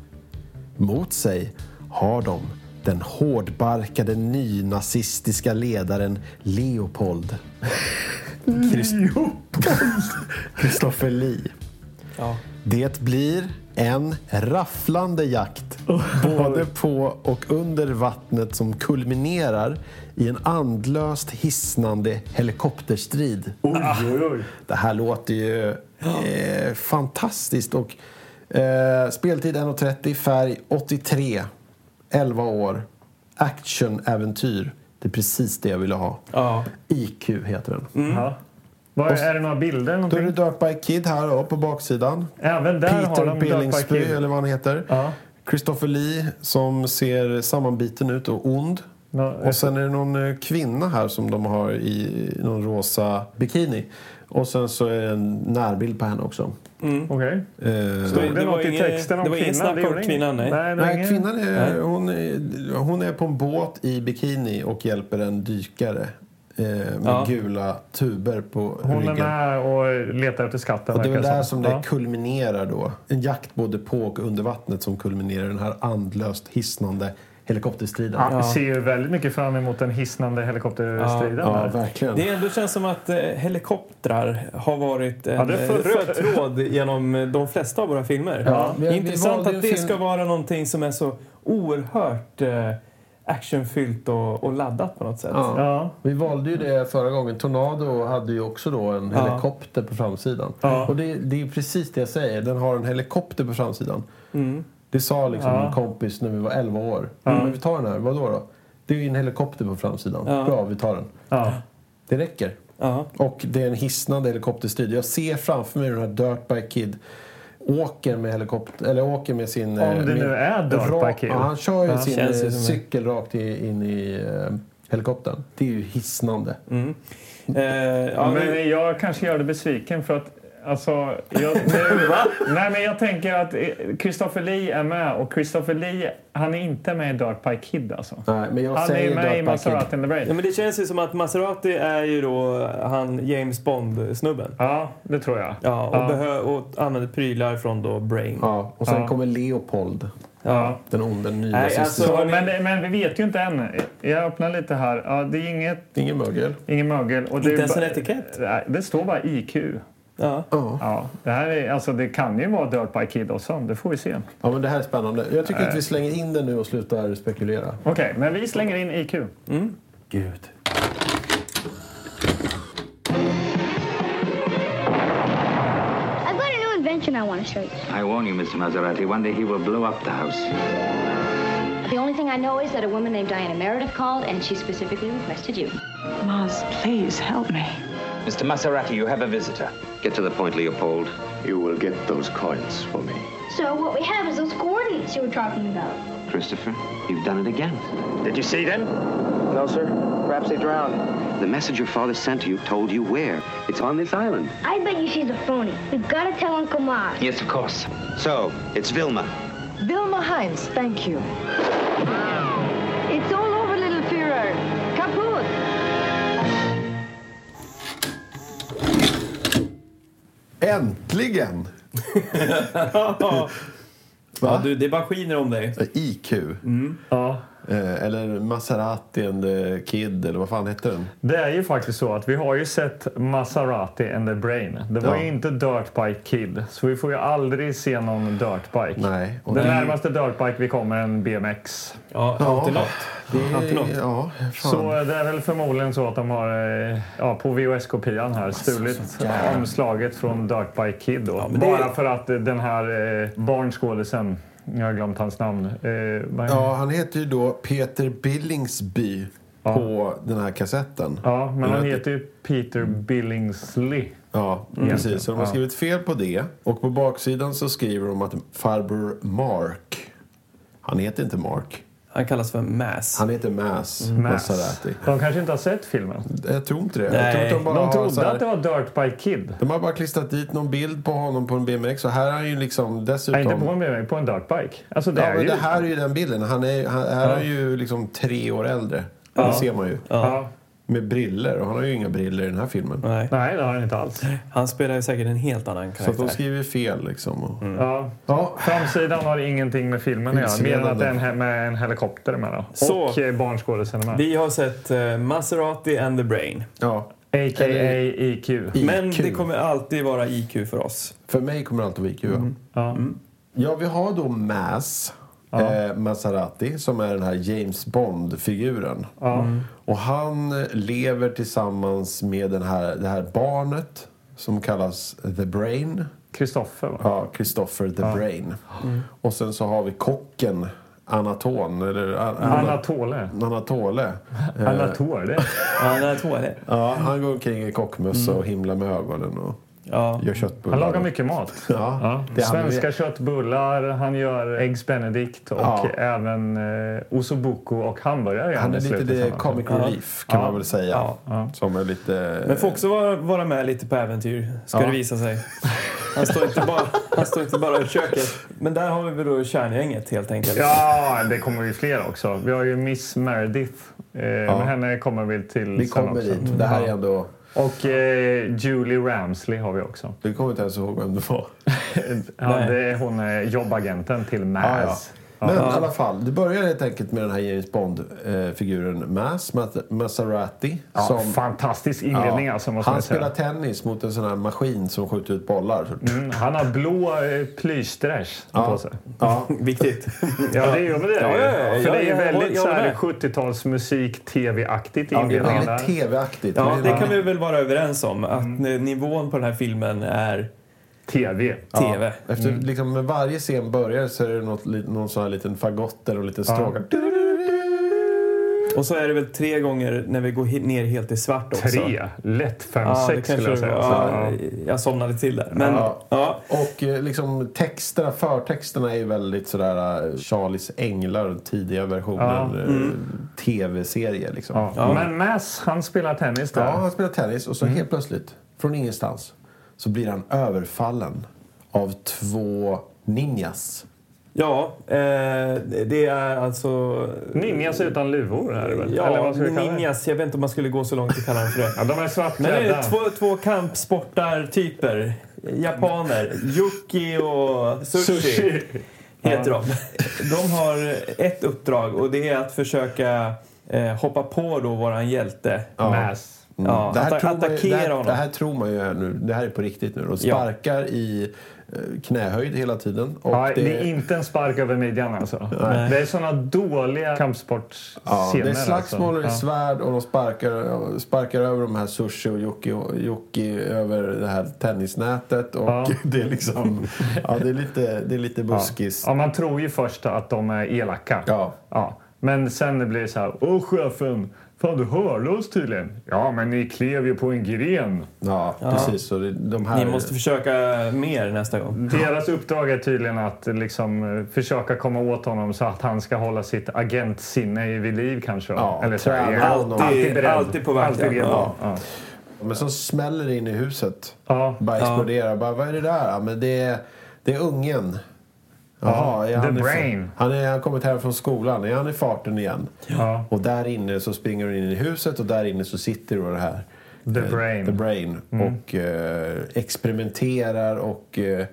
Speaker 1: Mot sig har de den hårdbarkade nynazistiska ledaren Leopold. Leopold! Kristoffer Lee.
Speaker 2: Ja.
Speaker 1: Det blir en rafflande jakt både på och under vattnet som kulminerar i en andlöst hisnande helikopterstrid.
Speaker 3: Oj, oj, oj.
Speaker 1: Det här låter ju eh, fantastiskt. Och, eh, speltid 1.30, färg 83, 11 år, actionäventyr. Det är precis det jag ville ha.
Speaker 2: Ja.
Speaker 1: IQ heter den.
Speaker 3: Ja. Vad, är det några bilder?
Speaker 1: Då är det
Speaker 3: Någonting?
Speaker 1: Dirt Bike Kid här då, på baksidan.
Speaker 3: Även där har
Speaker 1: Peter
Speaker 3: de Dark
Speaker 1: Billingsby,
Speaker 3: Kid.
Speaker 1: eller vad han heter.
Speaker 3: Ja.
Speaker 1: Christopher Lee som ser sammanbiten ut och ond.
Speaker 3: Nå-
Speaker 1: Och sen är det någon eh, kvinna här som de har i någon rosa bikini. Och sen så är det en närbild på henne också.
Speaker 3: Okej.
Speaker 1: Eh,
Speaker 2: Det
Speaker 3: Stod det
Speaker 2: var
Speaker 3: något i
Speaker 2: inget-
Speaker 3: texten om
Speaker 2: det var inget
Speaker 3: kvinnan?
Speaker 2: snack om
Speaker 3: gjorde inget.
Speaker 2: kvinnan, nej.
Speaker 3: nej, det var
Speaker 1: Nej,
Speaker 3: ingen-
Speaker 1: kvinnan är,
Speaker 2: Nej.
Speaker 1: hon, är, hon är på en båt i bikini och hjälper en dykare eh, med
Speaker 2: Ja.
Speaker 1: gula tuber på
Speaker 3: Hon är
Speaker 1: ryggen.
Speaker 3: med och letar efter skatten.
Speaker 1: och det är väl
Speaker 3: verkar
Speaker 1: där som det
Speaker 3: Ja.
Speaker 1: kulminerar då. En jakt både på och under vattnet som kulminerar i den här andlöst hisnande helikopterstriden.
Speaker 3: Ja, vi ser ju väldigt mycket fram emot den hisnande helikopterstriden.
Speaker 1: Ja,
Speaker 3: där.
Speaker 1: verkligen.
Speaker 2: Det ändå känns som att eh, helikoptrar har varit en
Speaker 3: Ja, det är
Speaker 2: eh,
Speaker 3: förröd-
Speaker 2: röd tråd genom eh, de flesta av våra filmer.
Speaker 1: Ja, vi- vi
Speaker 2: Intressant
Speaker 1: valde
Speaker 2: att
Speaker 1: en
Speaker 2: det
Speaker 1: film-
Speaker 2: ska vara någonting som är så oerhört eh, actionfyllt och, och laddat på något sätt.
Speaker 1: Ja.
Speaker 3: Ja.
Speaker 1: Vi valde ju det förra gången. Tornado hade ju också då en
Speaker 2: Ja.
Speaker 1: helikopter på framsidan.
Speaker 3: Ja.
Speaker 1: Och det, det är precis det jag säger. Den har en helikopter på framsidan.
Speaker 2: Mm.
Speaker 1: Det sa liksom
Speaker 3: Ja.
Speaker 1: min kompis när vi var 11 år. Men vi tar den här. Vadå då? Det är ju en helikopter på framsidan.
Speaker 2: Ja.
Speaker 1: Bra, vi tar den.
Speaker 3: Ja.
Speaker 1: Det räcker.
Speaker 2: Ja.
Speaker 1: Och det är en hisnande helikopterstrid. Jag ser framför mig hur den här Dirtbike Kid åker med helikopter eller åker med sin... eh,
Speaker 3: Om det
Speaker 1: med,
Speaker 3: nu är
Speaker 1: Ra-
Speaker 3: Dark Kid.
Speaker 1: ja, han kör ju sin
Speaker 2: Känns ju
Speaker 1: eh,
Speaker 2: som en-
Speaker 1: cykel rakt i, in i eh, helikoptern. Det är ju hisnande.
Speaker 2: Eh, ja, men-
Speaker 3: Men jag kanske gör dig besviken för att Alltså, jag, nu, nej, men jag tänker att eh, Christopher Lee är med och Christopher Lee, han är inte med i Dark Pie Kid alltså.
Speaker 1: Nej, men jag
Speaker 3: Han är
Speaker 1: säger
Speaker 3: ju med i
Speaker 1: Dark Bike Kid.
Speaker 3: Maserati and the
Speaker 2: Ja,
Speaker 3: Brain.
Speaker 2: men det känns ju som att Maserati är ju då han James Bond-snubben.
Speaker 3: Ja, det tror jag.
Speaker 2: Ja, och,
Speaker 3: Ja.
Speaker 2: behö- och använder prylar från då Brain.
Speaker 1: Ja, och sen
Speaker 3: Ja.
Speaker 1: kommer Leopold.
Speaker 3: Ja.
Speaker 1: Den onde
Speaker 2: Nej,
Speaker 1: nynazisten.
Speaker 2: alltså,
Speaker 3: Så,
Speaker 2: har ni-
Speaker 3: men, det- men vi vet ju inte än. Jag öppnar lite här. Ja, det är inget,
Speaker 1: Ingen mögel.
Speaker 3: ingen mögel. Och det är
Speaker 2: Inte ens
Speaker 3: ba-
Speaker 2: en etikett.
Speaker 3: Nej, Det står bara IQ.
Speaker 2: Ja.
Speaker 3: Ja, det, här är, alltså, det kan ju vara Dirt by Kid också. Det får vi se. Okej,
Speaker 1: Ja, men det här är spännande. Jag tycker att vi slänger in den nu och slutar spekulera.
Speaker 3: men vi slänger in IQ.
Speaker 1: Gud.
Speaker 5: I've got a new invention I want to show you.
Speaker 6: I warn you, Mr. Maserati, one day he will blow up the house.
Speaker 5: The only thing I know is that a woman named Diana Meredith called, and she specifically requested you.
Speaker 7: Mars, please help me.
Speaker 6: Mr. Maserati, you have a visitor. Get to the point, Leopold.
Speaker 8: You will get those coins for me.
Speaker 5: So what we have is those coordinates you were talking about.
Speaker 6: Christopher, you've done it again.
Speaker 8: Did you see them? No, sir. Perhaps they drowned.
Speaker 6: The message your father sent to you told you where. It's on this island.
Speaker 5: I bet you she's a phony. We've got to tell Uncle Mars.
Speaker 6: Yes, of course. So, it's Vilma.
Speaker 7: Vilma Heinz, thank you. It's all over, little Führer. Kaput!
Speaker 1: Äntligen!
Speaker 2: Ja, du, Mm. det bara skiner om dig.
Speaker 1: IQ.
Speaker 3: Ja.
Speaker 1: Eh, eller Maserati and the Kid, eller vad fan hette den?
Speaker 3: Det är ju faktiskt så att vi har ju sett Maserati and the Brain. Det var
Speaker 1: Ja.
Speaker 3: ju inte Dirtbike Kid, så vi får ju aldrig se någon Dirtbike.
Speaker 1: Nej. och
Speaker 3: Den
Speaker 1: det-
Speaker 3: närmaste Dirtbike vi kommer är en BMX.
Speaker 2: Ja, antilott. Antilott.
Speaker 1: Ja, fan.
Speaker 3: Så det är väl förmodligen så att de har eh, ja, på VHS-kopian här
Speaker 1: Alltså,
Speaker 3: stulit omslaget från Dirtbike Kid. Då.
Speaker 2: men det-
Speaker 3: Bara för att eh, den här eh, barnskådisen, jag har glömt hans namn. Eh, vad-
Speaker 1: Ja, han heter ju då Peter Billingsby på den här kassetten.
Speaker 3: ja, men han
Speaker 1: vet-
Speaker 3: heter ju Mm. Peter
Speaker 1: Mm.
Speaker 3: Billingsley.
Speaker 1: Ja, precis. Så de har skrivit fel på det. Och på baksidan så skriver de att farbror Mark... Han heter inte Mark.
Speaker 2: Han kallas för Mass.
Speaker 1: Han heter Mass
Speaker 3: Mm. Mass.
Speaker 1: Maserati.
Speaker 3: De kanske inte har sett filmen.
Speaker 1: Jag tror inte det. Jag
Speaker 2: Nej,
Speaker 1: tror att de bara
Speaker 3: De
Speaker 1: har så
Speaker 3: trodde
Speaker 1: här,
Speaker 3: att det var Dirtbike Kid.
Speaker 1: De har bara klistrat dit någon bild på honom på en BMX. Och här är han ju liksom
Speaker 3: Nej,
Speaker 1: dessutom...
Speaker 3: inte på en BMW, på en dirtbike. Alltså det
Speaker 1: ja,
Speaker 3: är
Speaker 1: men
Speaker 3: ju...
Speaker 1: det här är ju den bilden. Han är, han, här är ju liksom tre år äldre. Det ser man ju.
Speaker 3: Ja.
Speaker 1: Med briller. Och han har ju inga briller i den här filmen.
Speaker 2: Nej.
Speaker 3: Nej, det har den inte alls.
Speaker 2: Han spelar ju säkert en helt annan
Speaker 1: Så att de
Speaker 2: karaktär.
Speaker 1: skriver fel liksom. Och...
Speaker 3: Ja.
Speaker 1: Ja,
Speaker 3: Framsidan har ingenting med filmen att göra, mer än att det är en, he- med en helikopter med. Då.
Speaker 2: Så.
Speaker 3: Och eh, barnskådisen är med.
Speaker 2: Vi har sett eh, Maserati and the Brain.
Speaker 1: ja.
Speaker 3: A.k.a. IQ.
Speaker 2: Men
Speaker 1: IQ.
Speaker 2: det kommer alltid vara IQ för oss.
Speaker 1: För mig kommer det alltid vara IQ. ja.
Speaker 3: Ja.
Speaker 1: Ja, vi har då Mass. Eh, Maserati, som är den här James Bond-figuren.
Speaker 3: Mm.
Speaker 1: Och han lever tillsammans med den här, det här barnet som kallas The Brain.
Speaker 3: Kristoffer, va?
Speaker 1: Ja, Christopher The Brain.
Speaker 3: Mm.
Speaker 1: Och sen så har vi kocken Anaton. Eller, An- Ana-
Speaker 3: Anatole.
Speaker 1: Anatole.
Speaker 3: Anatole.
Speaker 2: Ja, den här tvåan är-
Speaker 1: Ja, han går omkring i kockmössa och himlar med ögonen och
Speaker 2: Ja.
Speaker 1: gör köttbullar.
Speaker 3: Mm. Han lagar mycket mat.
Speaker 1: Ja, det är han
Speaker 3: Svenska
Speaker 1: med-
Speaker 3: köttbullar, han gör äggs benedict och
Speaker 1: Ja.
Speaker 3: även eh, osobuco och hamburgare.
Speaker 1: Han är
Speaker 3: i
Speaker 1: lite
Speaker 3: slutet
Speaker 1: det
Speaker 3: sen.
Speaker 1: comic relief kan man väl säga. Som är lite...
Speaker 2: Men får också vara, vara med lite på äventyr, ska
Speaker 1: Ja.
Speaker 2: det visa sig. Han står, inte bara, han står inte bara i köket. Men där har vi väl då kärngänget helt enkelt.
Speaker 3: Ja, det kommer ju fler också. Vi har ju Miss Meredith. Eh, Men henne kommer vi till
Speaker 1: Vi
Speaker 3: sen
Speaker 1: kommer
Speaker 3: också.
Speaker 1: dit. Det här är ändå...
Speaker 3: Och eh, Julie Ramsley har vi också.
Speaker 1: Du kommer inte ens ihåg vem det var.
Speaker 3: Ja,
Speaker 2: Nej.
Speaker 3: det är hon är jobbagenten till
Speaker 1: Ah, ja.
Speaker 3: Maz.
Speaker 1: Men i alla fall, det börjar helt enkelt med den här James Bond-figuren Mas Mas- Maserati.
Speaker 3: Ja, fantastisk inledning alltså, måste
Speaker 1: han
Speaker 3: man
Speaker 1: spelar
Speaker 3: säga.
Speaker 1: tennis mot en sån här maskin som skjuter ut bollar.
Speaker 3: Mm, han har blå eh, plysdräsch på sig.
Speaker 1: Ja,
Speaker 2: Viktigt.
Speaker 3: Ja, det är ju men det. Är,
Speaker 2: Ja,
Speaker 3: det.
Speaker 2: ja, ja,
Speaker 3: För
Speaker 2: ja,
Speaker 3: det är ju
Speaker 2: jag håller-
Speaker 3: väldigt
Speaker 2: jag
Speaker 3: så här
Speaker 2: håller med.
Speaker 3: 70-talsmusik-tv-aktigt
Speaker 2: Ja, det är
Speaker 3: inledningen
Speaker 1: väldigt
Speaker 3: där.
Speaker 1: tv-aktigt.
Speaker 2: Ja,
Speaker 1: Men
Speaker 2: det kan vi väl vara överens om. Att
Speaker 1: Mm.
Speaker 2: eh, nivån på den här filmen är
Speaker 3: Tv.
Speaker 2: tv.
Speaker 1: Efter liksom, med varje scen börjar så är det något, li- någon sån här liten fagott eller en liten stråga.
Speaker 2: Och så är det väl tre gånger när vi går he- ner helt i svart också.
Speaker 3: Tre. Lätt fem,
Speaker 2: Ja, det
Speaker 3: sex
Speaker 2: kanske
Speaker 3: skulle jag säga.
Speaker 2: det
Speaker 3: Så,
Speaker 2: var.
Speaker 3: ja.
Speaker 2: Ja, Jag somnade till där. Men,
Speaker 1: Ja.
Speaker 2: ja.
Speaker 1: Och eh, liksom texterna, förtexterna är ju väldigt sådär eh, Charlies Änglar, den tidiga versionen. eh, Tv-serie liksom.
Speaker 3: Ja. Men Mass, han spelar tennis där.
Speaker 1: Ja, han spelar tennis och så helt plötsligt, från ingenstans, så blir han överfallen av två ninjas.
Speaker 2: Ja, eh, det är alltså...
Speaker 3: Ninjas utan luvor är det väl? Eller
Speaker 2: Ja,
Speaker 3: vad ska vi kalla det?
Speaker 2: ninjas. Jag vet inte om man skulle gå så långt i kalla dem för det.
Speaker 3: Ja, de är
Speaker 2: Men det
Speaker 3: svartklädda.
Speaker 2: är två, två kampsportartyper. Japaner. Yuki och Sushi,
Speaker 3: Sushi.
Speaker 2: heter de. De har ett uppdrag och det är att försöka eh, hoppa på då våran hjälte.
Speaker 3: Mass.
Speaker 2: Ja,
Speaker 1: Mm. Det här,
Speaker 2: att
Speaker 1: tror man ju, det,
Speaker 2: attackera
Speaker 1: här,
Speaker 2: honom.
Speaker 1: det här tror man ju är nu. Det här är på riktigt nu. De sparkar i eh, knähöjd hela tiden. Och
Speaker 3: Ja,
Speaker 1: det,
Speaker 3: det... är inte en spark över midjan alltså. Det är såna dåliga kampsportsscener.
Speaker 1: ja, det är slagsmål och det är
Speaker 3: alltså.
Speaker 1: svärd och de sparkar, sparkar över de här Sushi och Yuki, och Yuki över det här tennisnätet. Och
Speaker 3: Ja.
Speaker 1: det är liksom... Ja, det är lite, det är lite buskis.
Speaker 3: Ja, man tror ju först att de är elaka.
Speaker 1: Ja.
Speaker 3: Men sen det blir så här, åh chefen, fan du hörde oss tydligen. Ja, men ni klev ju på en gren.
Speaker 1: Ja, precis. Så det, de här...
Speaker 2: Ni måste försöka mer nästa gång.
Speaker 3: Deras uppdrag är tydligen att liksom, eh, försöka komma åt honom så att han ska hålla sitt agentsinne vid liv kanske. då.
Speaker 1: Ja,
Speaker 3: Eller så här,
Speaker 1: träna honom.
Speaker 3: alltid, alltid beredd.
Speaker 2: alltid på vakt,
Speaker 3: Alltid
Speaker 2: ja.
Speaker 3: redo.
Speaker 2: Ja.
Speaker 3: Ja.
Speaker 1: Men så smäller det in i huset.
Speaker 3: Ja.
Speaker 1: Bara exploderar. Bara, vad är det där? Ja, men det är, det är ungen. Jaha,
Speaker 3: Ja,
Speaker 1: är han
Speaker 3: the
Speaker 1: i fa-
Speaker 3: brain.
Speaker 1: Han är- han har kommit hem från skolan. Är han i farten igen?
Speaker 3: Ja.
Speaker 1: Och där inne så springer hon in i huset och där inne så sitter då det här.
Speaker 3: The
Speaker 1: eh,
Speaker 3: brain. Mm.
Speaker 1: The brain. Och eh, experimenterar och eh,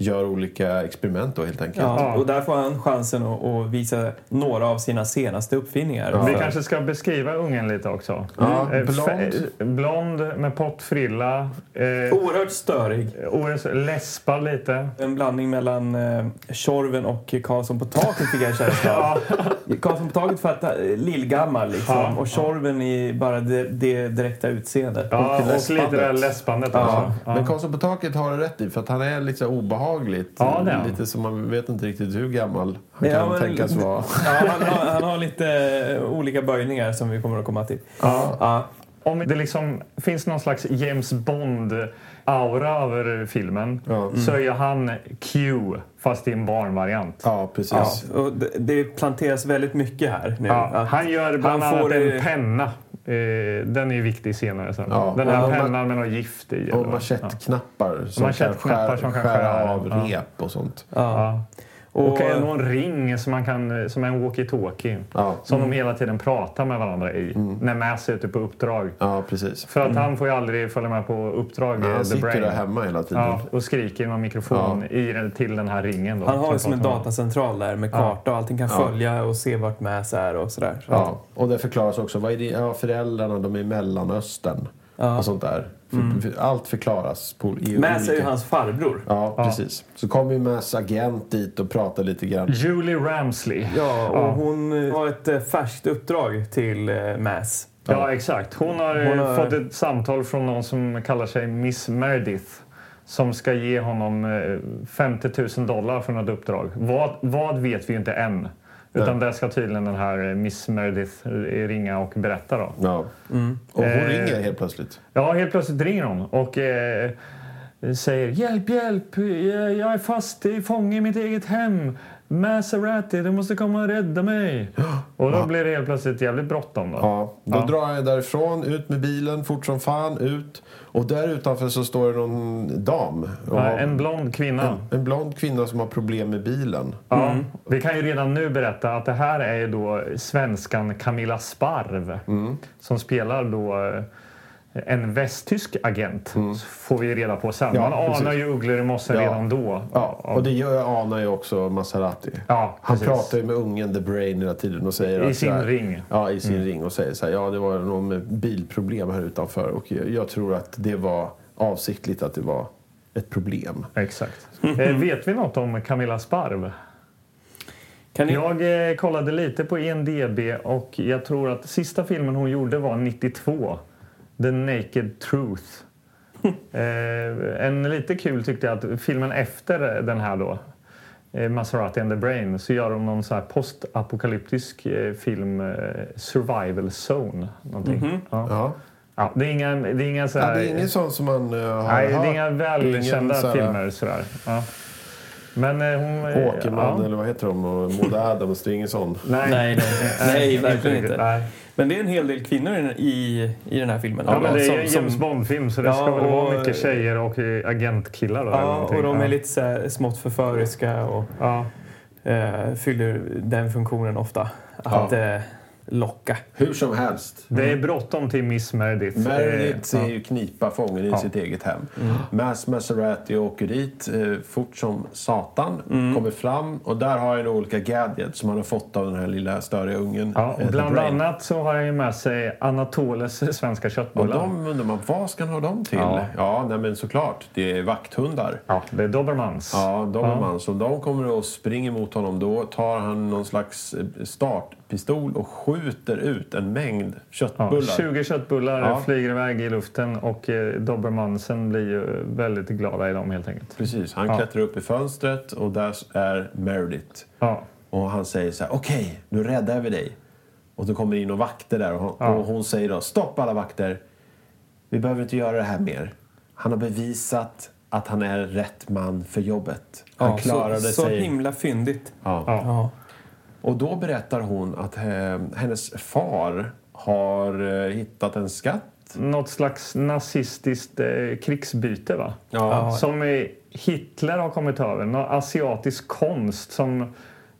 Speaker 1: gör olika experiment då helt enkelt.
Speaker 2: Ja, och där får han chansen att, att visa några av sina senaste uppfinningar.
Speaker 3: Vi
Speaker 2: För-
Speaker 3: kanske ska beskriva ungen lite också.
Speaker 1: Ja,
Speaker 3: Eh,
Speaker 1: blond. Oh.
Speaker 3: fe- eh, blond med pottfrilla. Eh,
Speaker 2: Oerhört störig.
Speaker 3: OS läspar lite.
Speaker 2: En blandning mellan eh, Tjorven och Karlsson på taket fick jag en känsla av. Karlsson på taket för att eh, lillgammal liksom.
Speaker 3: Ja.
Speaker 2: och Tjorven i bara det, det direkta utseendet.
Speaker 3: Ja, och, lite
Speaker 1: läspandet.
Speaker 3: det där läspandet
Speaker 1: Ja,
Speaker 3: också. Ja.
Speaker 1: Men Karlsson på taket har det rätt i för att han är lite så här obehagligt.
Speaker 3: Ja, det är han.
Speaker 1: lite som man vet inte riktigt hur gammal han
Speaker 2: Ja,
Speaker 1: kan
Speaker 2: men-
Speaker 1: tänkas vara.
Speaker 2: Ja, han, har, han har lite eh, olika böjningar som vi kommer att komma till. Ja.
Speaker 3: Om det liksom finns någon slags James Bond-aura över filmen
Speaker 1: Ja. Mm.
Speaker 3: så är ju han Q, fast i en barnvariant.
Speaker 1: Ja, precis.
Speaker 2: Ja, och det, det planteras väldigt mycket här nu.
Speaker 3: Ja,
Speaker 2: Att-
Speaker 3: han gör bland
Speaker 2: han får
Speaker 3: annat en
Speaker 2: det-
Speaker 3: penna. Eh, den är ju viktig senare. Sen.
Speaker 1: Ja.
Speaker 3: Den här
Speaker 1: Och-
Speaker 3: pennan med något gift i.
Speaker 1: Och
Speaker 3: eller-
Speaker 1: machetknappar som,
Speaker 3: Machetknappar
Speaker 1: kan skär,
Speaker 3: som kan
Speaker 1: skära,
Speaker 3: skära
Speaker 1: av
Speaker 3: av. Ja.
Speaker 1: rep och sånt.
Speaker 3: Ja.
Speaker 2: och,
Speaker 3: Och eh, någon ring som, man kan, eh, som är en walkie-talkie.
Speaker 1: Ja. Mm.
Speaker 3: Som de hela tiden pratar med varandra i. När Mass är ute på uppdrag.
Speaker 1: Ja, precis.
Speaker 3: För att han får ju aldrig följa med på uppdrag. eh,
Speaker 1: Han
Speaker 3: The
Speaker 1: Mm. sitter
Speaker 3: Brain.
Speaker 1: där hemma hela tiden.
Speaker 3: Ja, och skriker i någon mikrofon i den, till den här ringen. Då,
Speaker 2: han har ju som
Speaker 3: som
Speaker 2: en
Speaker 3: pratar med.
Speaker 2: datacentral där med karta och allting kan följa och se vart Mäs är och sådär. Så
Speaker 1: Ja, och det förklaras också. Vad är det? Ja, föräldrarna, de är i Mellanöstern och sånt där. För,
Speaker 3: Mm.
Speaker 1: för, allt förklaras. På, i
Speaker 2: Mäs är ju
Speaker 1: olika-
Speaker 2: hans farbror.
Speaker 1: Ja, precis. Så kommer ju Mass agent dit och pratar lite grann.
Speaker 3: Julie Ramsley. Ja.
Speaker 2: Ja, och hon eh, har ett eh, färskt uppdrag till eh, Mäs.
Speaker 3: exakt. Hon har, eh,
Speaker 2: Hon har-
Speaker 3: fått ett samtal från någon som kallar sig Miss Meredith som ska ge honom eh, 50 000 dollar för något uppdrag. Vad, vad vet vi ju inte än. Utan det ska tydligen den här eh, Miss Meredith eh, ringa och berätta. Då.
Speaker 1: Ja. Och hon
Speaker 3: Eh.
Speaker 1: ringer helt plötsligt.
Speaker 3: Ja, helt plötsligt ringer hon och eh, säger hjälp, hjälp, eh, jag är fast i fånge i mitt eget hem. Maserati, du måste komma och rädda mig. Och då blir det helt plötsligt jävligt bråttom. Då.
Speaker 1: Ja, då drar jag därifrån, ut med bilen, fort som fan, ut. Och där utanför så står det någon dam. Och
Speaker 3: Ja, En blond kvinna.
Speaker 1: en blond kvinna som har problem med bilen.
Speaker 3: Ja. Mm. Vi kan ju redan nu berätta att det här är ju då svenskan Camilla Sparv
Speaker 1: Mm.
Speaker 3: som spelar då eh, en västtysk agent. Så får vi reda på sen.
Speaker 1: Mm. Ja,
Speaker 3: Man
Speaker 1: precis.
Speaker 3: anar ju ugglor i mossen
Speaker 1: Ja.
Speaker 3: redan då.
Speaker 1: Ja, och det gör, anar ju också Maserati.
Speaker 3: Ja,
Speaker 1: Han
Speaker 3: precis.
Speaker 1: pratar ju med ungen The Brain hela tiden och säger
Speaker 3: I
Speaker 1: att så
Speaker 3: sin
Speaker 1: här-
Speaker 3: ring. Mm.
Speaker 1: Ja, i sin ring och säger så här, ja det var någon med bilproblem här utanför och jag, jag tror att det var avsiktligt att det var ett problem.
Speaker 3: Exakt.
Speaker 2: Mm-hmm.
Speaker 3: Eh, vet vi något om Camilla Sparv?
Speaker 2: Kan ni...
Speaker 3: Jag eh, kollade lite på IMDB och jag tror att sista filmen hon gjorde var 92. The Naked Truth. eh, en lite kul tyckte jag att filmen efter den här då, eh, Maserati and the Brain, så gör de någon så här postapokalyptisk eh, film, eh, Survival Zone. Någonting.
Speaker 2: Mm-hmm.
Speaker 3: Ja.
Speaker 1: Ja.
Speaker 3: Ja, det är inga, det är inga så
Speaker 1: Ja,
Speaker 3: här,
Speaker 1: det är ingen sån som man eh, har
Speaker 3: Nej, det
Speaker 1: hört.
Speaker 3: är inga välkända
Speaker 1: Ingen så här
Speaker 3: filmer sådär. Ja. Men eh, hon... eh,
Speaker 1: Åkerman
Speaker 3: ja.
Speaker 1: eller vad heter de? Och Mode Adams, det är ingen sån.
Speaker 3: Nej,
Speaker 2: Nej, nej, nej, verkligen
Speaker 3: riktigt.
Speaker 2: inte.
Speaker 3: Nej.
Speaker 2: Men det är en hel del kvinnor i, i, i den här filmen.
Speaker 3: Ja, men det är
Speaker 2: Som-
Speaker 3: ju en
Speaker 2: som-
Speaker 3: James Bond-film så det
Speaker 2: Ja,
Speaker 3: ska väl vara
Speaker 2: och-
Speaker 3: mycket tjejer och eh, agentkillar. Då, eller
Speaker 2: Ja,
Speaker 3: någonting.
Speaker 2: och de är
Speaker 3: Ja.
Speaker 2: lite så här, smått förföriska och
Speaker 3: Ja.
Speaker 2: eh, fyller den funktionen ofta. Att eh, locka.
Speaker 1: Hur som helst.
Speaker 3: Det är bråttom till Miss Meredith.
Speaker 1: Mm. Meredith
Speaker 3: Eh, Mm.
Speaker 1: ser ju knipa fången i sitt eget hem. Mass Maserati åker dit eh, fort som satan,
Speaker 3: Mm.
Speaker 1: kommer fram och där har han olika gadgets som han har fått av den här lilla störiga ungen.
Speaker 3: Ja,
Speaker 1: eh,
Speaker 3: och bland
Speaker 1: The Brain.
Speaker 3: annat så har han ju med sig Anatoles svenska
Speaker 1: Och
Speaker 3: köttbullar.
Speaker 1: de undrar man, vad ska han ha dem till?
Speaker 3: Ja.
Speaker 1: Ja, nej, men såklart, det är vakthundar.
Speaker 3: Ja, det är Dobermans.
Speaker 1: Ja, de är man. Så om de kommer och springer mot honom då tar han någon slags eh, startpistol och skjuter ut en mängd
Speaker 3: Ja,
Speaker 1: köttbullar.
Speaker 3: 20 köttbullar
Speaker 1: Ja.
Speaker 3: flyger iväg i luften och eh, Dobermansen blir ju väldigt glada i dem helt enkelt.
Speaker 1: Precis, han
Speaker 3: Ja.
Speaker 1: klättrar upp i fönstret och där är Meredith.
Speaker 3: Ja.
Speaker 1: Och han säger så här, okej, nu räddar vi dig. Och då kommer det in och vakter där och hon, och hon säger då, stopp alla vakter. Vi behöver inte göra det här mer. Han har bevisat att han är rätt man för jobbet. Han
Speaker 2: Ja,
Speaker 1: klarade
Speaker 2: så, så
Speaker 1: sig.
Speaker 2: himla fyndigt.
Speaker 1: Ja.
Speaker 2: Ja.
Speaker 1: Och då berättar hon att eh, hennes far har eh, hittat en skatt.
Speaker 3: något slags nazistiskt eh, krigsbyte va?
Speaker 1: Ja.
Speaker 3: Som eh, Hitler har kommit över. Någon asiatisk konst som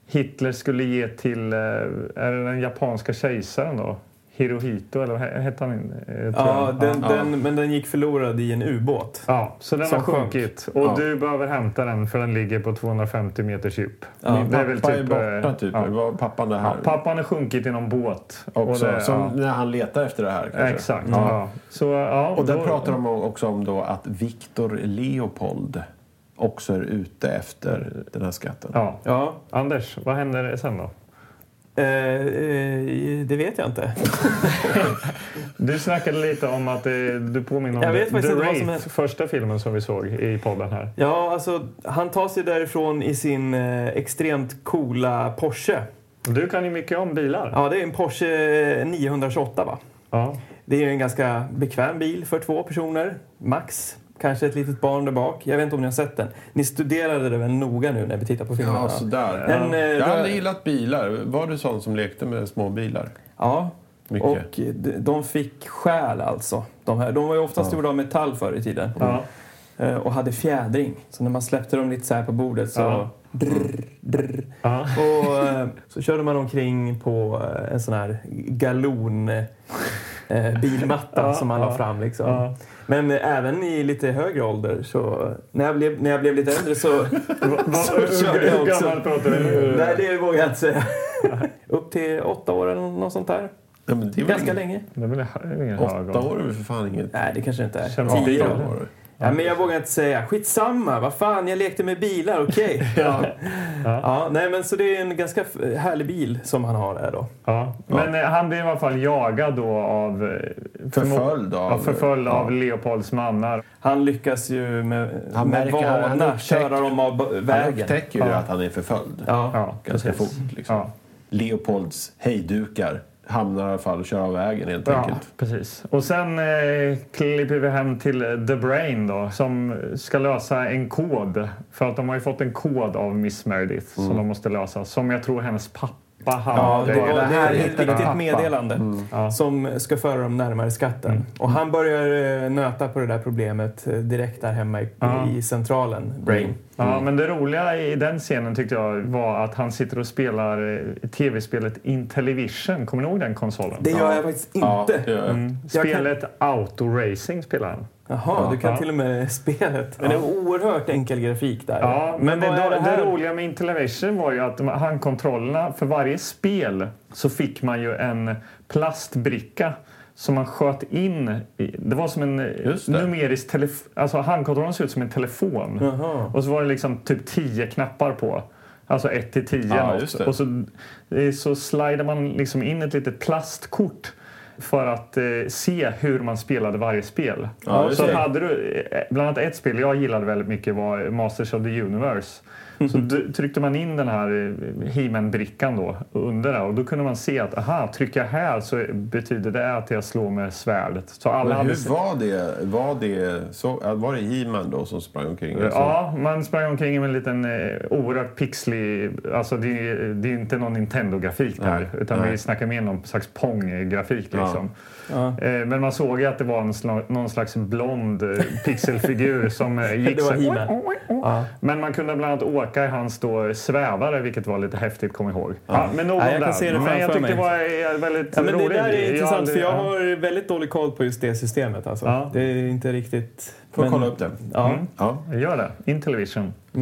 Speaker 3: Hitler skulle ge till eh, är det den japanska kejsaren då? Hirohito, eller vad he- hette han? eh, tror
Speaker 2: Ja,
Speaker 3: jag.
Speaker 2: den, den, men den gick förlorad i en ubåt.
Speaker 3: Ja, så den
Speaker 2: Som
Speaker 3: har sjunkit. Och
Speaker 2: Ja.
Speaker 3: du behöver hämta den för den ligger på 250 meters djup.
Speaker 1: Min
Speaker 3: det
Speaker 1: pappa
Speaker 3: är väl
Speaker 1: är
Speaker 3: typ,
Speaker 1: borta
Speaker 3: eh,
Speaker 1: typ.
Speaker 3: ja.
Speaker 1: Det var pappan det
Speaker 3: Ja,
Speaker 1: här
Speaker 3: pappan har sjunkit i någon båt. Och
Speaker 1: också.
Speaker 3: det-
Speaker 1: som när han letar efter det här
Speaker 3: ja,
Speaker 1: kanske.
Speaker 3: exakt.
Speaker 1: Ja.
Speaker 3: Ja. Så, ja,
Speaker 1: Och där
Speaker 3: då-
Speaker 1: pratar de också om då att Viktor Leopold också är ute efter den här skatten.
Speaker 3: Ja.
Speaker 2: Ja,
Speaker 3: Anders, vad händer sen då?
Speaker 2: eh, eh, det vet jag inte.
Speaker 3: Du snackade lite om att eh, du påminner om
Speaker 2: Jag vet
Speaker 3: The-
Speaker 2: faktiskt
Speaker 3: The
Speaker 2: inte vad som
Speaker 3: Wraith,
Speaker 2: hände.
Speaker 3: första filmen som vi såg i podden här.
Speaker 2: Ja, alltså han tar sig därifrån i sin eh, extremt coola Porsche.
Speaker 3: Du kan ju mycket om bilar.
Speaker 2: Ja, det är en Porsche 928 va?
Speaker 3: Ja.
Speaker 2: Det är en ganska bekväm bil för två personer, max. Kanske ett litet barn där bak. Jag vet inte om ni har sett den. Ni studerade den väl noga nu när vi tittar på filmerna?
Speaker 1: Ja, sådär.
Speaker 2: Men, eh,
Speaker 1: jag
Speaker 2: då-
Speaker 1: hade gillat bilar. Var du sån som lekte med små bilar?
Speaker 2: Ja,
Speaker 1: Mycket.
Speaker 2: och d- de fick själ alltså. De, här. de var ju oftast gjorda av metall förr i tiden
Speaker 3: Ja.
Speaker 2: Eh, och hade fjädring. Så när man släppte dem lite så här på bordet så...
Speaker 3: Ja.
Speaker 2: Drr, drr.
Speaker 3: Ja.
Speaker 2: Och eh, så körde man omkring på eh, en sån här galon eh, bilmatta
Speaker 3: Ja,
Speaker 2: som man la
Speaker 3: ja,
Speaker 2: fram liksom.
Speaker 3: ja.
Speaker 2: Men eh, även i lite högre ålder så... När jag blev, när jag blev lite äldre så...
Speaker 3: Vad-
Speaker 2: Så körde jag
Speaker 3: Hur
Speaker 2: också. Mm.
Speaker 3: gammal pratar du nu?
Speaker 2: Nej, det vågar jag inte säga. Upp till åtta år eller något sånt där.
Speaker 1: Ja, men det är väl
Speaker 2: Ganska
Speaker 1: ingen-
Speaker 2: länge.
Speaker 3: Det är väl hö- ingen hög
Speaker 1: Åtta
Speaker 3: ålder.
Speaker 1: år är väl för fan inget.
Speaker 2: Nej, det kanske inte
Speaker 3: Känner
Speaker 2: är.
Speaker 3: man
Speaker 2: Tio
Speaker 3: till
Speaker 2: år.
Speaker 3: det?
Speaker 1: år.
Speaker 2: Ja, men jag vågar inte säga. Skitsamma, vad fan, jag lekte med bilar, okej. ja. Ja, nej, men så det är en ganska f- härlig bil som han har där då.
Speaker 3: Ja. Men eh, han blir i alla fall jagad då av... eh, förmo-
Speaker 1: Förföljd av-
Speaker 3: Ja, förföljd
Speaker 1: ja.
Speaker 3: av Leopolds mannar.
Speaker 2: Han lyckas ju med,
Speaker 1: Han
Speaker 2: med
Speaker 1: märker- han- han
Speaker 2: vana
Speaker 1: upptäcker-
Speaker 2: köra dem av b-
Speaker 1: Han
Speaker 2: vägen.
Speaker 1: upptäcker ju att han är förföljd.
Speaker 2: Ja.
Speaker 3: Ja,
Speaker 1: Ganska
Speaker 3: precis.
Speaker 1: fort. Liksom.
Speaker 3: Ja.
Speaker 1: Leopolds hejdukar hamnar i alla fall och kör av vägen helt
Speaker 3: Ja,
Speaker 1: enkelt.
Speaker 3: precis. Och sen eh, klipper vi hem till eh, The Brain då, som ska lösa en kod. För att de har ju fått en kod av Miss Meredith som de måste lösa, som jag tror hennes pappa
Speaker 2: Mm. Ja,
Speaker 3: hade.
Speaker 2: det, var, det här är
Speaker 1: det
Speaker 2: ett
Speaker 1: hittade
Speaker 2: viktigt
Speaker 1: pappa.
Speaker 2: meddelande som ska föra dem närmare skatten. Och han börjar eh, nöta på det där problemet eh, direkt där hemma i, i centralen, Brain. Mm.
Speaker 3: Ja, men det roliga i den scenen tyckte jag var att han sitter och spelar eh, tv-spelet Intellivision. Kommer ni ihåg den konsolen?
Speaker 2: Det gör jag faktiskt
Speaker 1: Ja,
Speaker 2: inte.
Speaker 1: det gör jag.
Speaker 2: Jag kan-
Speaker 3: Spelet Autoracing spelar han.
Speaker 2: Jaha, du kan
Speaker 3: Ja.
Speaker 2: till och med spelet. Men det är oerhört enkel grafik där.
Speaker 3: Ja, men,
Speaker 2: vad
Speaker 3: det,
Speaker 2: är
Speaker 3: det,
Speaker 2: här?
Speaker 3: roliga med Intellivision var ju att de- handkontrollerna, för varje spel så fick man ju en plastbricka som man sköt in i. Det var som en eh,
Speaker 1: Just det.
Speaker 3: numerisk telefon. Alltså handkontrollen såg ut som en telefon.
Speaker 2: Jaha.
Speaker 3: Och så var det liksom typ tio knappar på. Alltså ett till tio.
Speaker 1: Ja,
Speaker 3: något.
Speaker 1: just det.
Speaker 3: Och så, eh, så slidar man liksom in ett litet plastkort för att eh, se hur man spelade varje spel.
Speaker 1: Ja, just
Speaker 3: så
Speaker 1: det.
Speaker 3: hade du eh, bland annat ett spel jag gillade väldigt mycket var Masters of the Universe. Så d- tryckte man in den här eh, He-Man-brickan då under det och då kunde man se att aha, trycker jag här så betyder det att jag slår med svärdet. Så alla
Speaker 1: Men
Speaker 3: hade
Speaker 1: hur var det? Var det, så, var det He-Man då som sprang omkring? Alltså,
Speaker 3: Ja, man sprang omkring med en liten eh, oerhört pixlig... Alltså det, är ju- det är ju inte någon Nintendo-grafik där. Utan
Speaker 1: Nej.
Speaker 3: vi snackar mer om någon slags Pong-grafik liksom. Eh, men man såg ju att det var en sla, någon slags blond eh, pixelfigur som eh, gick
Speaker 2: Det var
Speaker 3: så här-
Speaker 2: He-Man.
Speaker 3: Men man kunde bland annat åka i hans då svävare, vilket var lite häftigt, kom jag ihåg. Ja, men nog om
Speaker 2: Ja, jag kan
Speaker 3: det.
Speaker 2: se det
Speaker 3: men jag
Speaker 2: framför
Speaker 3: tyckte det
Speaker 2: mig.
Speaker 3: var eh, väldigt
Speaker 2: Ja, men det
Speaker 3: roligt.
Speaker 2: där är intressant
Speaker 3: det-
Speaker 2: för jag har väldigt dålig koll på just det systemet. Alltså.
Speaker 3: Ja.
Speaker 2: Det är inte riktigt...
Speaker 1: Får
Speaker 2: men-
Speaker 1: kolla upp det.
Speaker 2: Ja.
Speaker 1: Ja.
Speaker 3: Gör det. Intellivision.
Speaker 1: Eh,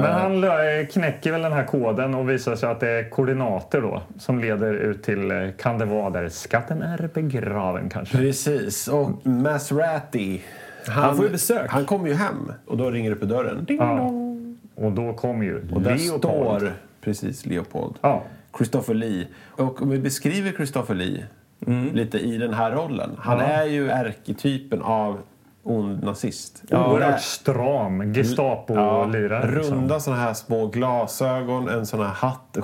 Speaker 3: Men han lö- knäcker väl den här koden och visar sig att det är koordinater då som leder ut till, eh, kan det vara där skatten är begraven kanske?
Speaker 1: Precis. Och Maserati. Han,
Speaker 2: får ju besök.
Speaker 1: Han kommer ju hem och då ringer det på dörren. Ding
Speaker 3: Ja.
Speaker 1: dong.
Speaker 3: Och då kommer ju
Speaker 1: Och där
Speaker 3: Leopold.
Speaker 1: står precis Leopold.
Speaker 3: Ja.
Speaker 1: Christopher Lee. Och om vi beskriver Christopher Lee lite i den här rollen. Han är ju ärketypen av ond nazist.
Speaker 3: Oerhört
Speaker 1: Där-
Speaker 3: stram
Speaker 1: Ja,
Speaker 3: Gestapo-lirare. liksom.
Speaker 1: runda såna här små glasögon, en sån här hatt,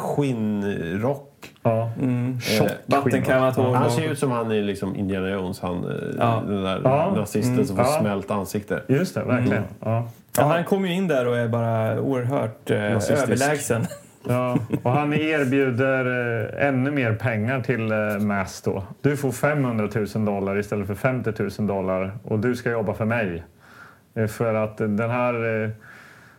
Speaker 1: skinnrock. Eh,
Speaker 3: Ja.
Speaker 1: Mm.
Speaker 3: Tjock kvinna.
Speaker 2: Vattenkammat hår.
Speaker 1: Han ser ut som han är liksom Indiana Jones, han, eh, den där
Speaker 3: Ja. Mm.
Speaker 1: nazisten som får
Speaker 3: Ja.
Speaker 1: smält ansikte.
Speaker 3: Just det, verkligen.
Speaker 1: Mm.
Speaker 3: Ja.
Speaker 2: Ja, han kommer ju in där och är bara oerhört eh,
Speaker 1: Nazistisk.
Speaker 2: överlägsen.
Speaker 3: Ja. Och han erbjuder eh, ännu mer pengar till eh, Mass då. Du får 500 000 dollar istället för 50 000 dollar och du ska jobba för mig. Eh, För att eh, den här eh,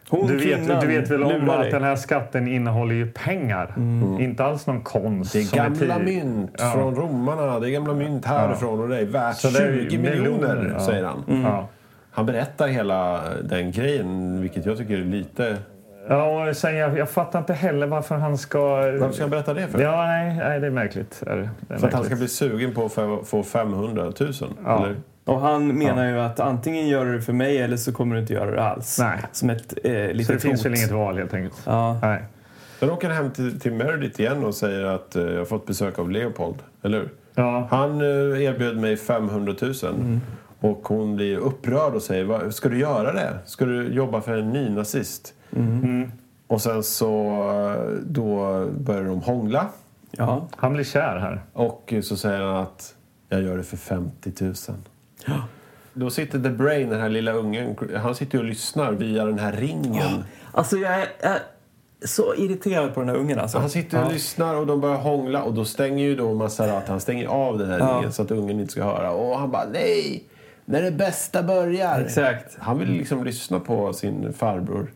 Speaker 2: Hon
Speaker 3: Du vet,
Speaker 2: kvinnan
Speaker 3: du vet väl om
Speaker 2: lurar
Speaker 3: att
Speaker 2: dig.
Speaker 3: den här skatten innehåller ju pengar?
Speaker 1: Mm.
Speaker 3: Inte alls någon konst.
Speaker 1: Det är
Speaker 3: som typ-
Speaker 1: gamla
Speaker 3: tid.
Speaker 1: mynt
Speaker 3: Ja.
Speaker 1: från romarna. Det är gamla mynt härifrån och det är värt
Speaker 3: Så det är
Speaker 1: 20
Speaker 3: miljoner,
Speaker 1: miljoner,
Speaker 3: ja.
Speaker 1: säger han.
Speaker 3: Ja.
Speaker 1: Han berättar hela eh, den grejen, vilket jag tycker är lite...
Speaker 3: Ja, och sen jag, jag fattar inte heller varför han ska...
Speaker 1: Varför ska han berätta det för?
Speaker 3: Ja, nej, nej, det är märkligt. Är det. Det är
Speaker 1: För att han ska
Speaker 3: märkligt.
Speaker 1: bli sugen på att få- få 500 000?
Speaker 3: Ja.
Speaker 1: Eller?
Speaker 2: Och han menar ju att antingen gör du det för mig eller så kommer du inte göra det alls.
Speaker 3: Nej.
Speaker 2: Som ett eh, litet
Speaker 3: Så det finns
Speaker 2: hot.
Speaker 3: väl inget val helt enkelt?
Speaker 2: Ja.
Speaker 3: Nej.
Speaker 1: Sen åker han hem till, till Meredith igen och säger att eh, jag har fått besök av Leopold. Eller hur?
Speaker 3: Ja.
Speaker 1: Han eh, erbjöd mig 500 000. Och hon blir upprörd och säger, "Va, ska du göra det? Ska du jobba för en ny nazist? Och sen så eh, då börjar de hångla.
Speaker 2: Ja.
Speaker 3: Han blir kär här.
Speaker 1: Och så säger han att jag gör det för 50 000. Då sitter The Brain, den här lilla ungen, han sitter och lyssnar via den här ringen.
Speaker 2: Alltså jag är, är så irriterad på den här ungen alltså.
Speaker 1: Han sitter och lyssnar och de börjar hångla och då stänger ju då Maserati, han stänger av den här
Speaker 2: Ja.
Speaker 1: ringen så att ungen inte ska höra. Och han bara nej, när det bästa börjar.
Speaker 2: Exakt.
Speaker 1: Han vill liksom lyssna på sin farbror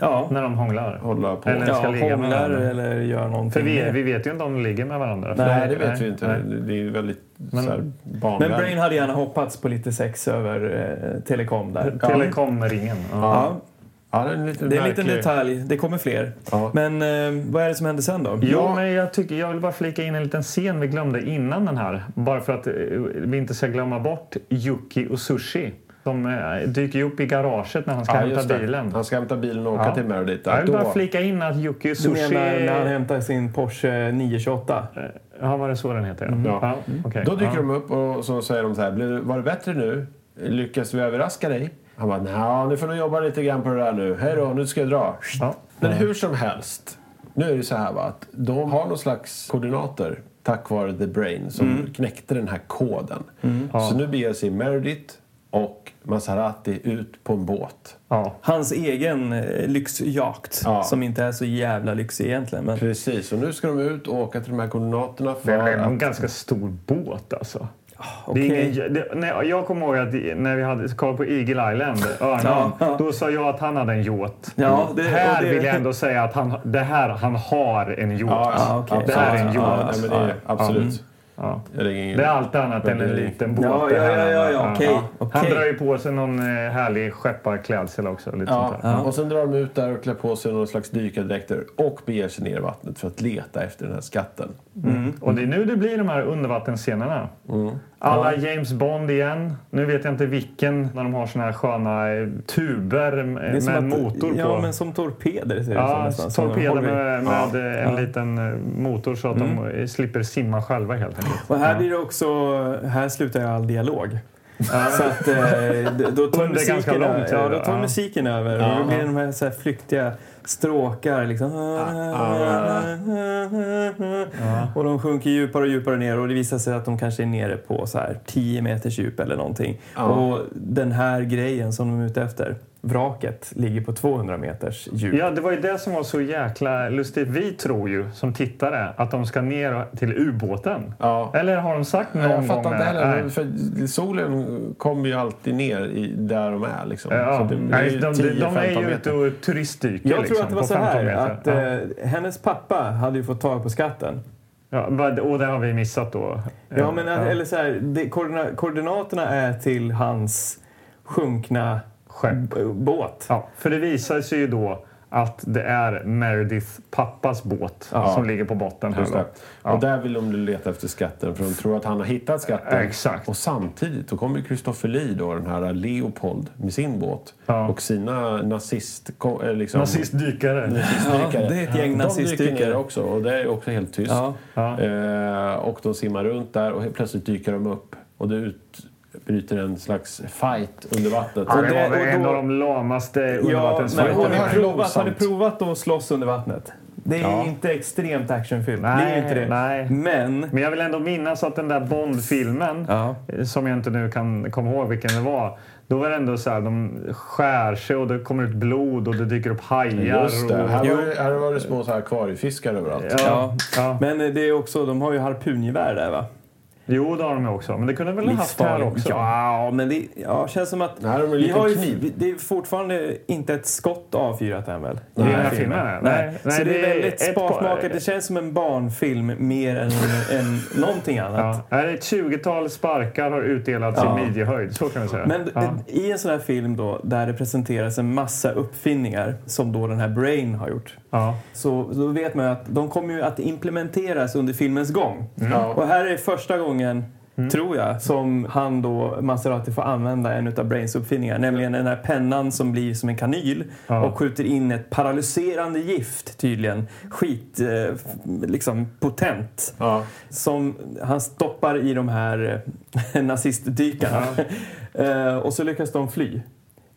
Speaker 2: Ja.
Speaker 3: När de hånglar.
Speaker 1: hålla på.
Speaker 3: Eller-
Speaker 1: Ja.
Speaker 3: de ska
Speaker 2: ja
Speaker 3: ligga med
Speaker 2: hånglar
Speaker 3: varandra.
Speaker 2: eller gör någonting.
Speaker 3: För vi, vi vet ju inte om de ligger med varandra.
Speaker 1: Mm. Nej, det vet vi inte.
Speaker 3: nej.
Speaker 1: Det är ju väldigt
Speaker 3: Men-
Speaker 1: så här,
Speaker 2: Men
Speaker 1: barnvänligt.
Speaker 2: Brain hade gärna hoppats på lite sex över eh, telekom där. Ja.
Speaker 3: Telekomringen. Ja.
Speaker 1: Ja, det är en liten,
Speaker 2: Det är en liten
Speaker 1: märklig-
Speaker 2: detalj. Det kommer fler.
Speaker 1: Ja.
Speaker 2: Men eh, vad är det som händer sen då?
Speaker 3: Jo, men jag, tycker, jag vill bara flika in en liten scen vi glömde innan den här. Bara för att eh, vi inte ska glömma bort Yuki och Sushi. De eh, dyker ju upp i garaget när han ska
Speaker 1: Ja, just
Speaker 3: hämta
Speaker 1: det.
Speaker 3: bilen.
Speaker 1: Han ska hämta bilen och åka
Speaker 3: Ja.
Speaker 1: till Meredith.
Speaker 3: Jag vill
Speaker 1: Då-
Speaker 3: bara flika in att Yuki och
Speaker 2: Du
Speaker 3: Sushi... eh,
Speaker 2: menar när han hämtar sin Porsche 928?
Speaker 3: Ja, var det så den heter? Ja.
Speaker 1: Ja.
Speaker 3: okej.
Speaker 1: Då dyker
Speaker 3: ja.
Speaker 1: de upp och så säger de så här. "Blev du- Var det bättre nu? Lyckas vi överraska dig? Han bara, nja, nu får du jobba lite grann på det där nu. Hej då, nu ska jag dra.
Speaker 3: Ja.
Speaker 1: Men hur som helst. Nu är det så här va, att de har någon slags koordinater tack vare The Brain som
Speaker 3: Mm.
Speaker 1: knäckte den här koden. Så nu beger sig Meredith och Maserati ut på en båt.
Speaker 3: Ja.
Speaker 2: Hans egen eh, lyxjakt
Speaker 1: Ja.
Speaker 2: som inte är så jävla lyxig egentligen. Men
Speaker 1: Precis, och nu ska de ut och åka till de här koordinaterna för
Speaker 3: Det är
Speaker 1: att...
Speaker 3: en ganska stor båt alltså.
Speaker 2: okej.
Speaker 3: Det är ingen, det, nej, jag kommer ihåg att det- när vi hade koll på Eagle Island, Örnan,
Speaker 2: Ja.
Speaker 3: då sa jag att han hade en yacht.
Speaker 2: Ja, det-
Speaker 3: här
Speaker 2: och det-
Speaker 3: vill jag ändå säga att han, det här, han har en yacht.
Speaker 1: Ja,
Speaker 2: Ah, okej.
Speaker 1: absolut.
Speaker 3: Det här är en
Speaker 1: Ja,
Speaker 3: yacht.
Speaker 1: nej, men det är, absolut.
Speaker 3: Ja.
Speaker 1: Det är ingen-
Speaker 3: Det är allt annat än en liten båt.
Speaker 2: Ja,
Speaker 3: det här.
Speaker 2: ja, ja, ja, ja, okej,
Speaker 3: Han
Speaker 2: okej.
Speaker 3: drar ju på sig någon eh, härlig skepparklädsel också. Lite
Speaker 1: Ja,
Speaker 3: sånt där.
Speaker 1: Och sen drar de ut där och klär på sig någon slags dykardräkter och beger sig ner i vattnet för att leta efter den här skatten.
Speaker 3: Och det är nu det blir de här undervattensscenerna.
Speaker 2: Mm.
Speaker 3: Alla James Bond igen. Nu vet jag inte vilken, när de har såna här sköna eh, tuber eh,
Speaker 2: det är
Speaker 3: med
Speaker 2: som att-
Speaker 3: motor
Speaker 2: ja,
Speaker 3: på.
Speaker 2: Men som torpeder ser det ut som
Speaker 3: Ja,
Speaker 2: nästan. Som
Speaker 3: torpeder
Speaker 2: håller i.
Speaker 3: med, med eh, en liten eh, motor så att
Speaker 2: Mm.
Speaker 3: de eh, slipper simma själva helt enkelt.
Speaker 2: Och här blir det också, här slutar jag all dialog. Så att eh, d- då tar,
Speaker 3: Under ganska
Speaker 2: musiken,
Speaker 3: lång
Speaker 2: över-
Speaker 3: tid,
Speaker 2: ja, då tar
Speaker 3: ja.
Speaker 2: musiken över och då blir det de här, så här flyktiga stråkar liksom. Och de sjunker djupare och djupare ner och det visar sig att de kanske är nere på så här 10 meters djup eller någonting. Och den här grejen som de är ute efter, vraket, ligger på 200 meters djup.
Speaker 3: Ja, det var ju det som var så jäkla lustigt. Vi tror ju som tittare att de ska ner till ubåten.
Speaker 1: Ja.
Speaker 3: Eller har de sagt någon
Speaker 1: jag fattar
Speaker 3: gång?
Speaker 1: inte heller,
Speaker 3: Nej.
Speaker 1: för solen kommer ju alltid ner i, där de är. Liksom.
Speaker 3: Ja.
Speaker 1: Så det, det är
Speaker 3: Nej,
Speaker 1: ju
Speaker 3: de,
Speaker 1: 10,
Speaker 3: de, de är
Speaker 1: 15
Speaker 3: ju ute
Speaker 1: meter.
Speaker 3: och turistdyker.
Speaker 2: Jag
Speaker 3: liksom,
Speaker 2: tror att det var
Speaker 3: på
Speaker 2: så
Speaker 3: 15
Speaker 2: här
Speaker 3: meter.
Speaker 2: att
Speaker 3: Ja.
Speaker 2: eh, hennes pappa hade ju fått tag på skatten.
Speaker 3: Ja, vad- och det har vi missat då.
Speaker 2: Ja, men att- eller så här, det, koordina, koordinaterna är till hans sjunkna
Speaker 3: Skepp.
Speaker 2: b- båt.
Speaker 3: Ja, för det visar sig ju då att det är Merediths pappas båt som ligger på botten. Här
Speaker 1: Just
Speaker 3: då.
Speaker 1: det. Och där vill de leta efter skatten för de tror att han har hittat skatten.
Speaker 3: Exakt.
Speaker 1: Och samtidigt då kommer Christopher Lee, då, den här Leopold, med sin båt
Speaker 3: Ja.
Speaker 1: och sina nazist... ko- eh, Liksom,
Speaker 3: Nazistdykare.
Speaker 1: nazistdykare.
Speaker 2: Ja, det är ett gäng
Speaker 1: De dyker
Speaker 2: nazistdykare.
Speaker 1: ner också och det är också helt tyst.
Speaker 2: Ja.
Speaker 3: Ja.
Speaker 1: Eh, och de simmar runt där och helt plötsligt dyker de upp och det utbryter en slags fight under vattnet.
Speaker 3: Ja,
Speaker 1: Och
Speaker 3: det
Speaker 1: det-
Speaker 3: var väl
Speaker 2: och då-
Speaker 3: en av de lamaste
Speaker 2: Ja, men har, du
Speaker 1: det är
Speaker 3: undervattensfajterna.
Speaker 2: provat, har du
Speaker 1: långsamt.
Speaker 2: provat att slåss under vattnet? Det är ju inte extremt actionfyllt. det är ju
Speaker 3: Nej,
Speaker 2: inte det.
Speaker 3: nej.
Speaker 2: Men...
Speaker 3: Men jag vill ändå minnas att den där Bond-filmen,
Speaker 2: Ja.
Speaker 3: eh, som jag inte nu kan komma ihåg vilken det var, då var det ändå så här, de skär sig och det kommer ut blod och det dyker upp hajar.
Speaker 1: Just det.
Speaker 3: Och,
Speaker 1: Här var, det- här var det små så här akvariefiskar överallt.
Speaker 3: ja,
Speaker 2: Ja.
Speaker 3: ja.
Speaker 2: Men det är också, de har ju harpungevär där va?
Speaker 3: Jo, det har de ju också. Men det kunde väl ha haft här
Speaker 1: Livsfarlig.
Speaker 3: också?
Speaker 2: Ja, men vi, ja, känns som att...
Speaker 1: Nej, de är
Speaker 2: vi
Speaker 1: lite
Speaker 2: har ju,
Speaker 1: kniv.
Speaker 2: det är fortfarande inte ett skott avfyrat än väl?
Speaker 3: I den här
Speaker 1: Nej,
Speaker 3: filmen?
Speaker 2: Nej.
Speaker 3: Nej. Nej,
Speaker 2: så det, är väldigt
Speaker 3: ett par-
Speaker 2: sparsmakat. Det känns som en barnfilm mer än, än någonting annat.
Speaker 3: Ja. Här är Ett 20-tal sparkar har utdelats
Speaker 2: Ja.
Speaker 3: i midjehöjd. Så kan vi säga.
Speaker 2: Men d-
Speaker 3: ja.
Speaker 2: i en sån här film då, där det presenteras en massa uppfinningar som då den här Brain har gjort.
Speaker 3: Ja.
Speaker 2: Så då vet man ju att de kommer ju att implementeras under filmens gång. Och här är första gången, tror jag, som han då, Maserati, får använda en av Brains uppfinningar. Nämligen den här pennan som blir som en kanyl
Speaker 3: Ja.
Speaker 2: och skjuter in ett paralyserande gift tydligen. Skit, eh, f- liksom potent.
Speaker 3: Ja.
Speaker 2: Som han stoppar i de här eh, nazistdykarna. Eh, och så lyckas de fly.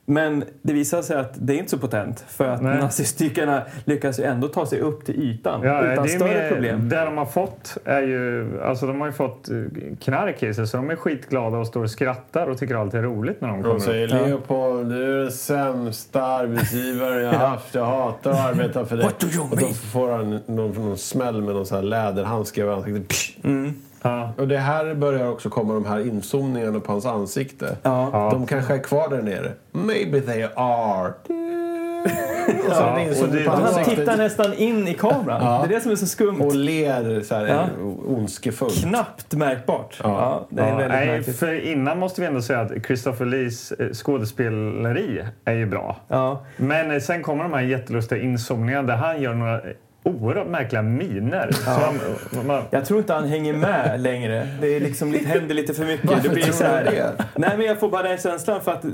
Speaker 2: Men det visar sig att det är inte så potent för att
Speaker 3: Nej.
Speaker 2: nazistdykarna lyckas ju ändå ta sig upp till ytan
Speaker 3: Ja,
Speaker 2: utan
Speaker 3: det är
Speaker 2: större
Speaker 3: mer- Mm.
Speaker 2: problem.
Speaker 3: Det de har fått är ju... Alltså de har ju fått eh, knark i sig så de är skitglada och står och skrattar och tycker allt är roligt när de
Speaker 1: De
Speaker 3: kommer ut.
Speaker 1: säger Leopold, du är den sämsta arbetsgivare jag har haft. Jag hatar att arbeta för dig.
Speaker 2: What do you
Speaker 1: och
Speaker 2: mean?
Speaker 1: då får han någon, någon smäll med någon sån här läderhandske över ansiktet. Psh!
Speaker 2: Mm.
Speaker 3: Ja.
Speaker 1: Och det här börjar också komma de här inzoomningarna på hans ansikte.
Speaker 2: Ja.
Speaker 1: De kanske är kvar där nere. Maybe they are. Och så
Speaker 3: Ja,
Speaker 1: en
Speaker 3: och det-
Speaker 1: inzoomning på
Speaker 3: han
Speaker 2: Han
Speaker 3: Ansiktet.
Speaker 2: tittar
Speaker 1: ansiktet.
Speaker 2: nästan in i kameran. Det är det som är så skumt.
Speaker 1: Och ler så här
Speaker 2: Ja.
Speaker 1: ondskefullt.
Speaker 2: Knappt märkbart. Ja. det är
Speaker 3: Ja,
Speaker 2: väldigt
Speaker 3: nej,
Speaker 2: märkligt.
Speaker 3: för innan måste vi ändå säga att Christopher Lees eh, skådespeleri är ju bra.
Speaker 2: Ja.
Speaker 3: Men eh, sen kommer de här jättelustiga insomningarna där han gör några eh, oerhört märkliga miner. Så han, man,
Speaker 2: Jag tror inte han hänger med längre. Det är liksom, lite- händer lite för mycket.
Speaker 1: Varför
Speaker 2: det blir
Speaker 1: tror
Speaker 2: så här,
Speaker 1: du det?
Speaker 2: Nej, men jag får bara den känslan för att eh,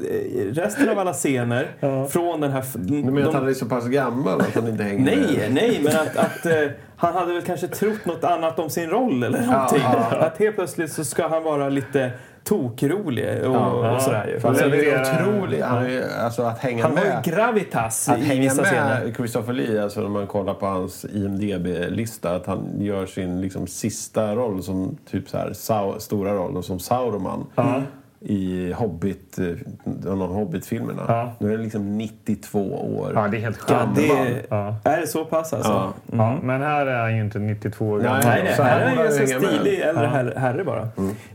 Speaker 2: resten av alla scener från den här... f-
Speaker 1: Du menar
Speaker 2: de-
Speaker 1: att han är så pass gammal att han inte hänger
Speaker 2: Nej,
Speaker 1: med?
Speaker 2: nej, men att, att eh, han hade väl kanske trott något annat om sin roll eller någonting. Att helt plötsligt så ska han vara lite tokrolig och, och sådär ju.
Speaker 1: Fast han är ju
Speaker 3: Leverera-
Speaker 1: otrolig. Han är, ju- alltså, att hänga
Speaker 2: Alltså, Han har
Speaker 1: med.
Speaker 2: ju gravitas
Speaker 1: Att
Speaker 2: i
Speaker 1: hänga
Speaker 2: vissa
Speaker 1: med
Speaker 2: scener.
Speaker 1: Christopher Lee, alltså när man kollar på hans IMDB-lista, att han gör sin liksom, sista roll som typ så här, Sau- stora roll som Sauroman i Hobbit, eh, någon av Hobbit-filmerna.
Speaker 3: Ja.
Speaker 1: Nu är han liksom 92 år.
Speaker 3: ja, det är helt sjukt.
Speaker 2: Ja, det är,
Speaker 3: Ja.
Speaker 2: är det så pass alltså?
Speaker 1: Ja.
Speaker 3: Ja, men här är han ju inte 92 år
Speaker 1: Nej.
Speaker 2: Nej, nej,
Speaker 1: Så här
Speaker 2: här är
Speaker 1: borde
Speaker 2: en ganska
Speaker 1: han hänga med.
Speaker 2: stilig äldre herre, herre bara.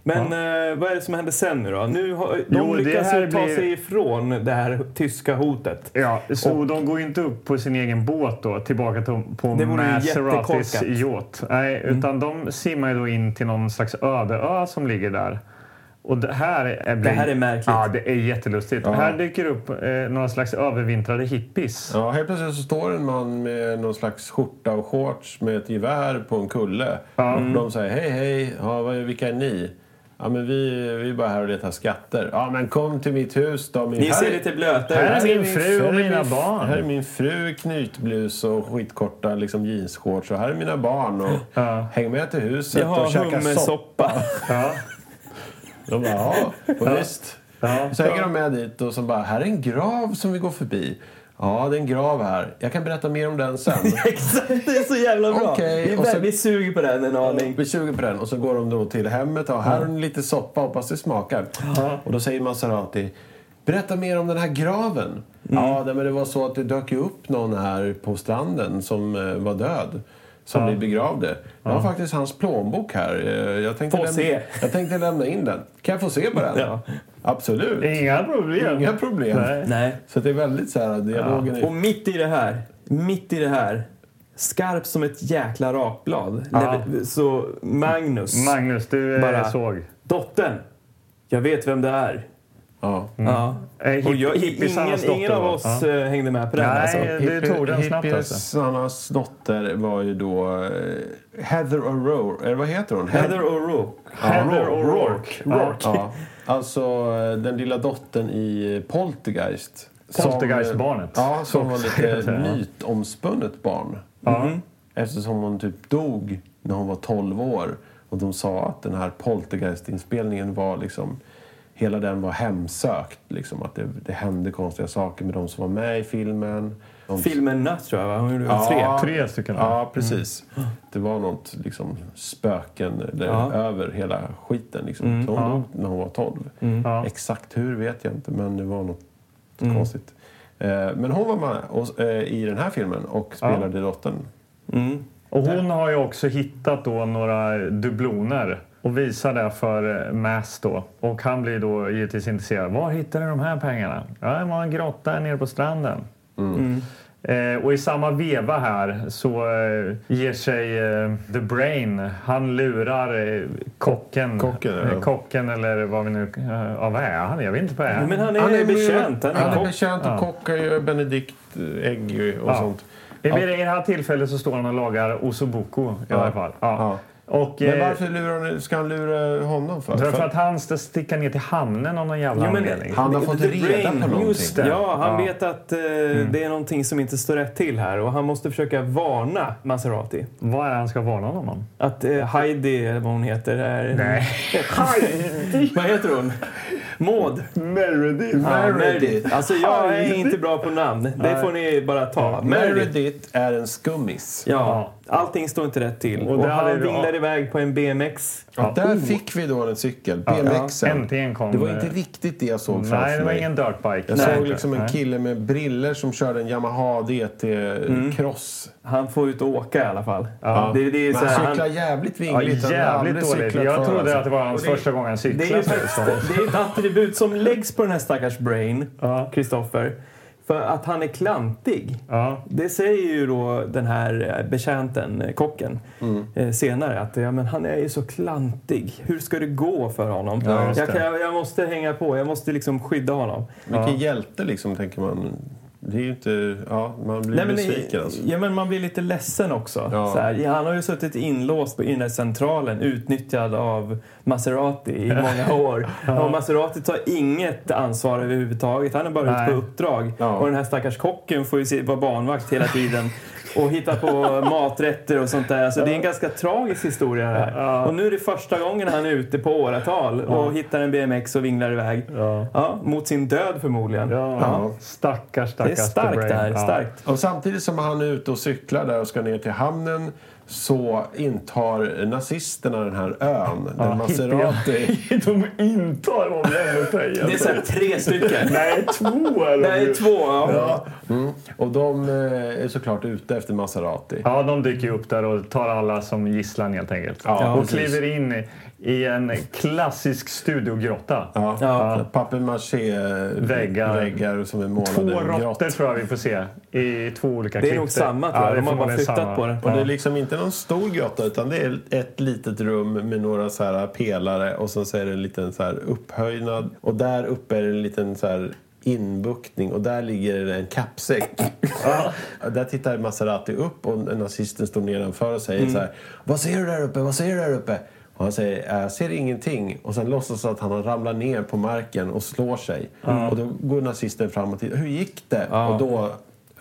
Speaker 2: Men eh, vad är det som händer sen nu då? Nu har, de
Speaker 3: Jo, det
Speaker 2: lyckas
Speaker 3: här
Speaker 2: ju ta
Speaker 3: blir-
Speaker 2: sig ifrån det här tyska hotet.
Speaker 3: Ja, så de går ju inte upp på sin egen båt då, tillbaka till,
Speaker 2: Det
Speaker 3: på
Speaker 2: vore ju Mm.
Speaker 3: Maseratis
Speaker 2: jättekorkat.
Speaker 3: yacht. Nej, utan de simmar ju då in till någon slags ödeö som ligger där. Och det här är,
Speaker 2: Det här är märkligt.
Speaker 3: Ja, det är jättelustigt. Här dyker upp eh, några slags övervintrade hippies.
Speaker 1: Ja, helt plötsligt så står en man med någon slags skjorta och shorts med ett gevär på en kulle.
Speaker 3: Mm.
Speaker 1: Och de säger hej, hej, ja, vad- vilka är ni? Ja, men vi, vi är bara här och letar skatter. Ja, men kom till mitt hus då. Min
Speaker 2: Ni
Speaker 1: här
Speaker 2: ser typ
Speaker 1: är-
Speaker 2: lite blöta
Speaker 3: här
Speaker 2: ut.
Speaker 3: är min fru och
Speaker 1: här är
Speaker 3: mina
Speaker 1: min-
Speaker 3: barn.
Speaker 1: Här är min fru, knytblus och skitkorta liksom, jeansshorts. Och här är mina barn. Och Häng med till huset
Speaker 2: Jag har
Speaker 1: och käka sopp.
Speaker 2: hummersoppa.
Speaker 3: Ja.
Speaker 1: De bara, ja, och visst. Så hänger de med dit och så bara, här är en grav som vi går förbi. Ja, det är en grav här. Jag kan berätta mer om den sen.
Speaker 2: Exakt, det är så jävla bra.
Speaker 1: Okej,
Speaker 2: vi,
Speaker 1: och så-
Speaker 2: vi suger på den en aning.
Speaker 1: Vi suger på den och så går de då till hemmet. Och här har ni lite soppa, hoppas det smakar. Och då säger Maserati, berätta mer om den här graven.
Speaker 2: Mm.
Speaker 1: Ja, nej, men det var så att det dök ju upp någon här på stranden som eh, var död. Som vi begravde. Jag har faktiskt hans plånbok här. Eh, Jag tänkte,
Speaker 2: Få se.
Speaker 1: jag tänkte lämna in den. Kan jag få se på den?
Speaker 2: Ja.
Speaker 1: Absolut.
Speaker 3: Inga problem.
Speaker 1: Inga problem.
Speaker 3: Nej.
Speaker 2: Nej.
Speaker 1: Så det är väldigt så här, dialogen är...
Speaker 2: Och mitt i det här, mitt i det här, skarp som ett jäkla rakblad, lever- så Magnus,
Speaker 3: Magnus, du eh,
Speaker 2: Bara-
Speaker 3: såg.
Speaker 2: dottern, jag vet vem det är.
Speaker 1: Ja.
Speaker 2: Ja.
Speaker 3: Eh,
Speaker 2: Och jag, i-
Speaker 3: hippisarnas
Speaker 2: ingen, ingen
Speaker 3: dotter,
Speaker 2: av
Speaker 3: va?
Speaker 2: oss
Speaker 3: Ja.
Speaker 2: eh, hängde med på den.
Speaker 3: Nej,
Speaker 2: alltså.
Speaker 3: det tog den snabbt alltså.
Speaker 1: Hippiesarnas dotter var ju då eh, Heather O'Rourke. Eller vad heter hon?
Speaker 2: Heather O'Rourke.
Speaker 3: Heather
Speaker 2: O'Rourke.
Speaker 3: O'Rourke. Ja.
Speaker 1: Ja. Alltså eh, den lilla dottern i Poltergeist. som-
Speaker 3: Poltergeist-barnet.
Speaker 1: Ja, som var
Speaker 3: jag
Speaker 1: lite
Speaker 3: säga, ja.
Speaker 1: mytomspunnet barn.
Speaker 3: Ja.
Speaker 1: Eftersom hon typ dog när hon var 12 år. Och de sa att den här Poltergeist-inspelningen var liksom... Hela den var hemsökt. Liksom, att det, det hände konstiga saker med de som var med i filmen. De
Speaker 2: Filmen Nut tror jag va? Hon gjorde väl
Speaker 1: Ja.
Speaker 2: tre?
Speaker 3: Tre stycken.
Speaker 1: Ja, precis. Det var något liksom, spöken eller,
Speaker 2: Ja.
Speaker 1: över hela skiten. Liksom. Så hon dog när hon var 12.
Speaker 3: Ja.
Speaker 1: Exakt hur vet jag inte, men det var något konstigt. Eh, Men hon var med och, eh, i den här filmen och spelade dottern.
Speaker 3: Och hon har ju också hittat då några dubloner och visar det för eh, Mass då. Och han blir då givetvis intresserad. Var hittar du de här pengarna? Ja, det var en grotta nere på stranden.
Speaker 1: Mm.
Speaker 3: Eh, och i samma veva här så eh, ger sig eh, The Brain. Han lurar eh, kocken.
Speaker 1: Kocken, ja.
Speaker 3: eh, kocken eller vad vi nu... Eh, ja, vad är han? Jag vet inte vad är han?
Speaker 2: Men han är, han
Speaker 1: mer-
Speaker 2: betjänt. Han är
Speaker 1: Han är
Speaker 2: kock.
Speaker 1: betjänt och kockar ju Benedikt eh, ägg ju och
Speaker 3: Ja.
Speaker 1: sånt.
Speaker 3: I vid det här tillfället så står han och lagar osobuco i alla fall. Ja. Och,
Speaker 1: Men
Speaker 3: eh,
Speaker 1: varför lurar han, ska han lura honom för?
Speaker 3: Därför att han ska sticka ner till hamnen av någon jävla
Speaker 2: Jo, men-
Speaker 3: anledning.
Speaker 1: han har
Speaker 2: The
Speaker 1: fått reda på någonting.
Speaker 2: Just det. Ja, han
Speaker 3: Ja.
Speaker 2: vet att eh, det är någonting som inte står rätt till här och han måste försöka varna Maserati.
Speaker 3: Vad är det han ska varna honom om?
Speaker 2: Att eh, Heidi, eller vad hon heter, är...
Speaker 3: Nej.
Speaker 2: Heidi! vad heter hon? Maud.
Speaker 1: Meredith.
Speaker 2: Ja, Meredith. Alltså jag är inte bra på namn. Det får ni bara ta. Meredith.
Speaker 1: är en skummis.
Speaker 2: Ja, allting står inte rätt till.
Speaker 3: Och
Speaker 2: Och,
Speaker 3: där hade
Speaker 2: han
Speaker 3: vi-
Speaker 2: vinglar iväg på en BMX.
Speaker 1: Där fick vi då en cykel, BMXen.
Speaker 3: Oh. Äntligen kom
Speaker 1: det var inte riktigt det jag såg framför
Speaker 3: Nej, det var
Speaker 1: mig.
Speaker 3: ingen dirtbike.
Speaker 1: Jag
Speaker 3: Nej.
Speaker 1: såg liksom en
Speaker 3: Nej.
Speaker 1: kille med briller som körde en Yamaha DT-cross.
Speaker 2: Han får ut och åka i alla fall. Det, Mm. det är så
Speaker 1: Men
Speaker 2: här,
Speaker 1: han
Speaker 2: han,
Speaker 1: cyklar jävligt
Speaker 3: Ja,
Speaker 1: vingligt. Han har aldrig
Speaker 3: jävligt dåligt.
Speaker 1: cyklat
Speaker 3: Jag
Speaker 1: förr,
Speaker 3: trodde
Speaker 1: alltså.
Speaker 3: att det var hans
Speaker 1: Och det-
Speaker 3: första gång han
Speaker 2: Det är, ju
Speaker 3: cyklade.
Speaker 2: faktiskt, det är ett attribut som läggs på den här stackars Brain,
Speaker 3: Ja.
Speaker 2: Kristoffer, för att han är klantig.
Speaker 3: Ja.
Speaker 2: Det säger ju då den här eh, betjänten, eh, kocken, eh, senare att ja, men han är ju så klantig. Hur ska det gå för honom?
Speaker 1: Ja, just
Speaker 2: jag, kan,
Speaker 1: det.
Speaker 2: jag, jag måste hänga på, jag måste liksom skydda honom.
Speaker 1: Vilken hjälte liksom, tänker man. Det är ju inte... Ja, man blir
Speaker 2: men,
Speaker 1: besviken alltså.
Speaker 2: ja, men man blir lite ledsen också.
Speaker 1: Ja.
Speaker 2: Så här, ja, han har ju suttit inlåst på innercentralen utnyttjad av Maserati i många år. Och Maserati tar inget ansvar överhuvudtaget. Han är bara ute
Speaker 3: Nej.
Speaker 2: på uppdrag.
Speaker 1: Ja.
Speaker 2: Och den här stackars kocken får ju se- vara barnvakt hela tiden och hitta på maträtter och sånt där. Alltså, Det är en ganska tragisk historia det här. Och nu är det första gången han är ute på åratal och hittar en BMX och vinglar iväg.
Speaker 3: Ja.
Speaker 2: Ja, mot sin död förmodligen.
Speaker 3: Ja. Stackars,
Speaker 2: Det är
Speaker 3: stackars
Speaker 2: starkt det här.
Speaker 3: Ja.
Speaker 2: Starkt.
Speaker 1: Och samtidigt som han är ute och cyklar där och ska ner till hamnen så intar nazisterna den här ön, den Maserati.
Speaker 3: De intar vad vi ändå säger.
Speaker 2: Det är så här tre stycken.
Speaker 3: Nej, två är de
Speaker 2: Nej,
Speaker 3: ju.
Speaker 2: två. Ja.
Speaker 1: Mm. Och de eh, är såklart ute efter Maserati.
Speaker 3: Ja, de dyker ju upp där och tar alla som gisslan helt enkelt.
Speaker 1: Ja,
Speaker 3: och
Speaker 1: precis.
Speaker 3: kliver in i en klassisk studiogrotta.
Speaker 1: Ja.
Speaker 2: Ja.
Speaker 1: Papier-maché
Speaker 3: Väggar.
Speaker 1: väggar som är målade.
Speaker 3: Två
Speaker 1: i en grott.
Speaker 3: råttor tror jag vi får se i två olika
Speaker 2: Det är
Speaker 3: klipp.
Speaker 2: nog samma, tror jag.
Speaker 3: det är
Speaker 2: De har bara
Speaker 3: förmodligen
Speaker 2: flyttat på det.
Speaker 1: Och
Speaker 3: Ja.
Speaker 1: det är liksom inte någon stor grotta utan det är ett litet rum med några så här pelare och sen så är det en liten så här upphöjnad och där uppe är det en liten så här inbuktning och där ligger det en kappsäck. Där tittar Maserati upp och nazisten står nedanför och säger så här Vad ser du där uppe? Vad ser du där uppe? Och han säger jag ser ingenting och sen låtsas att han ramlar ner på marken och slår sig. Och då går nazisten fram och tittar. Hur gick det? Och då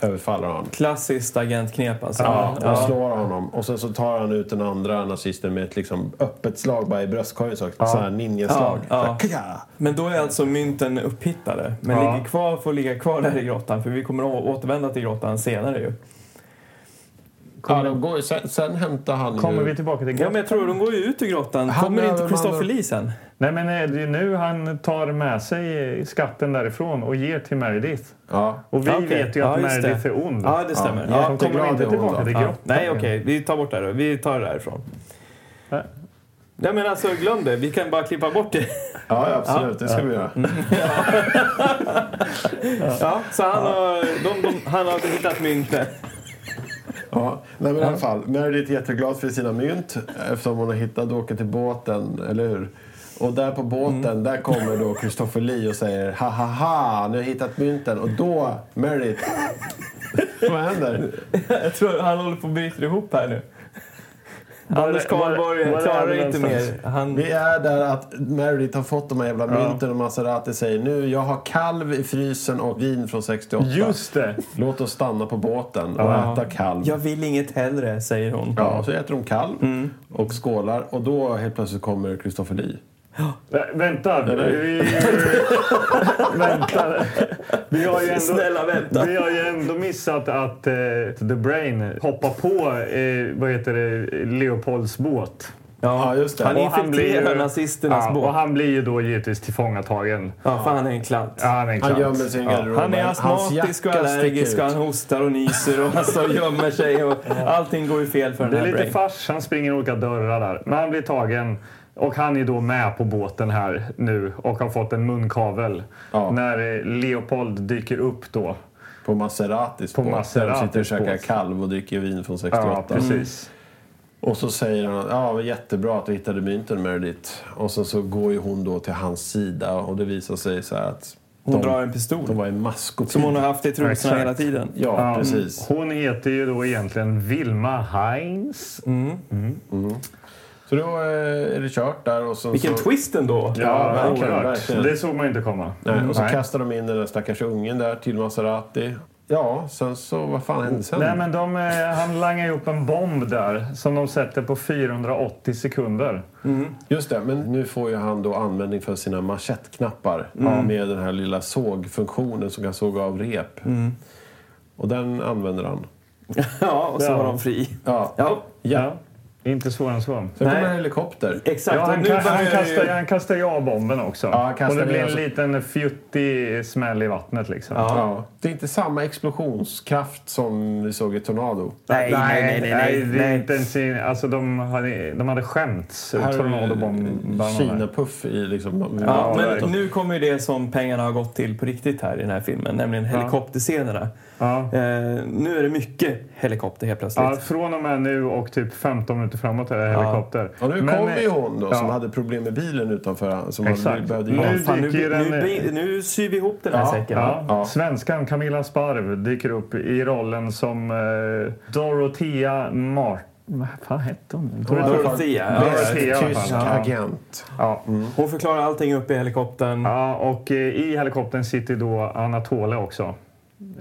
Speaker 1: överfaller han.
Speaker 2: Klassiskt agentknep alltså.
Speaker 1: Ja, och slår honom. Och sen så tar han ut den andra nazisten med ett liksom öppet slag bara i bröstkorgen. Så, så här ninjaslag.
Speaker 2: Ja,
Speaker 1: Så här, "Kja!"
Speaker 2: Men då är alltså mynten upphittade. Men
Speaker 3: Ja.
Speaker 2: ligger kvar, får ligga kvar där i grottan för vi kommer att återvända till grottan senare ju.
Speaker 1: Ja, de går, ju- sen, sen hämtar han
Speaker 3: Kommer
Speaker 1: ju...
Speaker 3: vi tillbaka till
Speaker 2: Ja, men
Speaker 3: grottan?
Speaker 2: jag tror de går ju ut ur grottan.
Speaker 1: Han
Speaker 2: Kommer
Speaker 1: är
Speaker 2: inte
Speaker 1: övermannad.
Speaker 2: Kristoffer Lee sen?
Speaker 3: Nej, men är det ju nu han tar med sig skatten därifrån och ger till Meredith.
Speaker 1: Ja.
Speaker 3: Och vi
Speaker 2: Okej.
Speaker 3: vet ju
Speaker 2: Ja,
Speaker 3: att
Speaker 2: just
Speaker 3: Meredith
Speaker 2: det.
Speaker 3: är ond.
Speaker 2: Ja, det stämmer.
Speaker 1: Ja,
Speaker 2: Ja,
Speaker 3: De kommer
Speaker 1: jätteglad är
Speaker 3: inte
Speaker 1: hon
Speaker 3: tillbaka
Speaker 1: då.
Speaker 3: till
Speaker 2: ja.
Speaker 3: grottan.
Speaker 2: Nej, okej. Vi tar bort det här då. Vi tar det därifrån.
Speaker 3: Ja.
Speaker 2: Nej, men alltså glöm det. Vi kan bara klippa bort det.
Speaker 1: ja, ja, Mm. absolut. Det ska vi göra.
Speaker 2: Ja, så han, Har, de, de, han har hittat mynten.
Speaker 1: Ja. Nej, men i alla fall. Meredith är jätteglad för sina mynt eftersom hon har hittat och åker till båten, eller hur? Och där på båten, där kommer då Christopher Lee och säger ha ha ha, ni har hittat mynten. Och då, Meredith... Vad händer?
Speaker 2: Jag tror han håller på att bryta ihop här nu. Anders
Speaker 3: var-
Speaker 2: Carlborg
Speaker 3: var är
Speaker 2: klarar
Speaker 3: vi
Speaker 2: inte
Speaker 3: någonstans?
Speaker 2: mer. Han,
Speaker 1: Vi är där att Meredith har fått de här jävla mynten och Maserati säger nu jag har kalv i frysen och vin från 68.
Speaker 3: Just det!
Speaker 1: Låt oss stanna på båten och äta kalv.
Speaker 2: jag vill inget hellre, säger hon.
Speaker 1: Ja, så äter de kalv
Speaker 3: Mm.
Speaker 1: och skålar och då helt plötsligt kommer Christopher Lee.
Speaker 3: Vä- Vänta! Vi... vänta. Vi har ju ändå...
Speaker 2: Snälla, vänta.
Speaker 3: Vi har ju ändå missat att eh, The Brain hoppar på eh, vad heter det, Leopolds båt.
Speaker 1: Ja, just det.
Speaker 2: Han
Speaker 1: Och
Speaker 3: han blir ju-
Speaker 2: infiltrerar nazisternas
Speaker 3: Ja,
Speaker 2: båt.
Speaker 3: Och han blir ju då givetvis tillfångatagen.
Speaker 2: Ja, fan, han är en klant.
Speaker 3: Ja, han är en
Speaker 1: Han
Speaker 3: klant.
Speaker 1: gömmer sig i garderoben.
Speaker 2: Han är
Speaker 1: Hans
Speaker 2: astmatisk och
Speaker 1: jacka
Speaker 2: allergisk
Speaker 1: sticker
Speaker 2: och
Speaker 1: ut.
Speaker 2: han hostar och nyser och han står och gömmer sig och allting går ju fel för
Speaker 3: Det
Speaker 2: den
Speaker 3: är
Speaker 2: här
Speaker 3: lite
Speaker 2: Brain.
Speaker 3: fars, han springer i olika dörrar där. Men han blir tagen Och han är då med på båten här nu och har fått en munkavel.
Speaker 1: Ja.
Speaker 3: När eh, Leopold dyker upp då.
Speaker 1: På Maseratis båt.
Speaker 3: Maseratis
Speaker 1: Där de sitter och käkar
Speaker 3: båt.
Speaker 1: kalv och dricker vin från
Speaker 3: Ja,
Speaker 1: 68.
Speaker 3: precis.
Speaker 1: Och så säger han ja men jättebra att du hittade mynten Meredith. Och sen så går ju hon då till hans sida och det visar sig så här att
Speaker 2: Hon
Speaker 1: de,
Speaker 2: drar en pistol.
Speaker 1: de var i maskopi.
Speaker 2: Som hon har haft i trosorna
Speaker 3: Exakt.
Speaker 2: hela tiden.
Speaker 1: Ja, Mm.
Speaker 3: Ja,
Speaker 1: precis.
Speaker 3: Hon heter ju då egentligen Vilma Heinz.
Speaker 1: Mm. Så då eh, är det kört där och sen
Speaker 2: Vilken
Speaker 1: så...
Speaker 2: twist ändå!
Speaker 1: Ja,
Speaker 3: Ja,
Speaker 1: verkligen,
Speaker 3: oerhört.
Speaker 1: verkligen.
Speaker 3: Det såg man inte komma.
Speaker 1: Nej, och så
Speaker 3: Nej.
Speaker 1: kastar de in den där stackars ungen där till Maserati. Ja, sen så vad fan hände sen?
Speaker 2: Mm.
Speaker 3: Nej, men de, eh, han langar ihop en bomb där som de sätter på 480 sekunder.
Speaker 1: Just det, men nu får ju han då användning för sina manschettknappar med den här lilla sågfunktionen som kan såga av rep. Och den använder han.
Speaker 2: Ja, och så
Speaker 3: Ja.
Speaker 2: var de fri.
Speaker 1: Ja.
Speaker 2: Ja,
Speaker 3: Ja. Inte svårare än så.
Speaker 1: Sen kommer
Speaker 2: Nej.
Speaker 1: en helikopter.
Speaker 2: exakt.
Speaker 3: Ja,
Speaker 2: Och
Speaker 3: han,
Speaker 2: nu
Speaker 3: ka- han,
Speaker 2: börjar det
Speaker 3: kastar,
Speaker 2: ju-
Speaker 3: han kastar ju av bomben också.
Speaker 1: han
Speaker 3: och
Speaker 1: kastar
Speaker 3: det blir
Speaker 1: ner
Speaker 3: en
Speaker 1: så-
Speaker 3: liten fjuttig smäll i vattnet liksom.
Speaker 2: Ja.
Speaker 1: Ja. Det är inte samma explosionskraft som vi såg i Tornado.
Speaker 2: Nej, nej, nej, nej,
Speaker 3: det är
Speaker 2: nej.
Speaker 3: Inte ens, i- alltså, de, hade, de hade skämts,
Speaker 1: Här är
Speaker 3: tornadobombarna.
Speaker 1: Kina-puff i liksom...
Speaker 2: Ja,
Speaker 3: verkligen.
Speaker 2: men nu kommer ju det som pengarna har gått till på riktigt här i den här filmen, nämligen helikopterscenerna.
Speaker 3: Ja.
Speaker 2: Eh, nu är det mycket helikopter helt plötsligt.
Speaker 3: Ja, från och med nu och typ 15 minuter framåt är det helikopter.
Speaker 1: Och nu
Speaker 3: Men,
Speaker 1: kommer ju
Speaker 3: eh,
Speaker 1: hon då,
Speaker 3: ja.
Speaker 1: som hade problem med bilen utanför han- som han
Speaker 3: Exakt.
Speaker 1: behövde
Speaker 3: Nu
Speaker 1: hjälp.
Speaker 2: Fan, nu,
Speaker 3: dyker den-
Speaker 2: nu, blir- nu syr vi ihop den här
Speaker 1: Ja,
Speaker 2: säcken.
Speaker 3: Ja.
Speaker 1: Ja.
Speaker 3: Svenskan Camilla Sparv dyker upp i rollen som eh, Dorothea Mart... Vad fan hette hon?
Speaker 2: Dorothea. Ja,
Speaker 3: Dorothea. i alla
Speaker 1: Tysk
Speaker 3: fall. Ja.
Speaker 1: agent.
Speaker 3: Ja.
Speaker 1: Mm.
Speaker 2: Hon förklarar allting uppe i helikoptern.
Speaker 3: ja, och eh, i helikoptern sitter då Anatole också.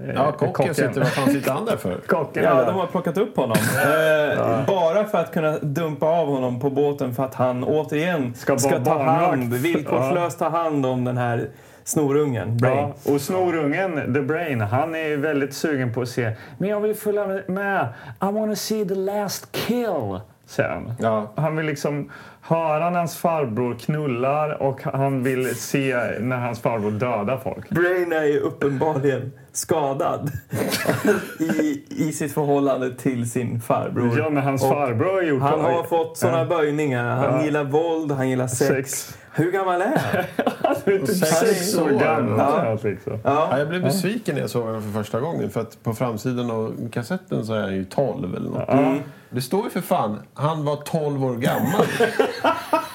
Speaker 3: Eh,
Speaker 1: Ja, kocken, sitter... Vad fan sitter han där för?
Speaker 3: Kocken
Speaker 2: Ja,
Speaker 3: är
Speaker 2: de
Speaker 3: där.
Speaker 2: har plockat upp honom. Eh, Bara för att kunna dumpa av honom på båten för att han återigen
Speaker 3: Ska
Speaker 2: ska,
Speaker 3: vara
Speaker 2: ta
Speaker 3: barnvakt.
Speaker 2: hand, villkorslöst ta hand om den här snorungen.
Speaker 3: Ja, och snorungen, The Brain, han är väldigt sugen på att se. Men jag vill följa med. I wanna see the last kill, säger han.
Speaker 1: Ja.
Speaker 3: Han vill liksom höra när hans farbror knullar och han vill se när hans farbror dödar folk.
Speaker 2: Brain är ju uppenbarligen skadad i, i sitt förhållande till sin farbror.
Speaker 3: Ja, men hans
Speaker 2: Och
Speaker 3: farbror har gjort
Speaker 2: Han
Speaker 3: det.
Speaker 2: har fått sådana böjningar. Han
Speaker 3: Ja.
Speaker 2: gillar våld, han gillar sex.
Speaker 3: Sex.
Speaker 2: Hur gammal är han?
Speaker 3: Han är typ sex år gammal.
Speaker 2: Ja.
Speaker 3: Liksom.
Speaker 1: Ja, jag blev besviken när jag såg den för första gången. För att på framsidan av kassetten så är han ju 12 eller något. Det står ju för fan, han var 12 år gammal.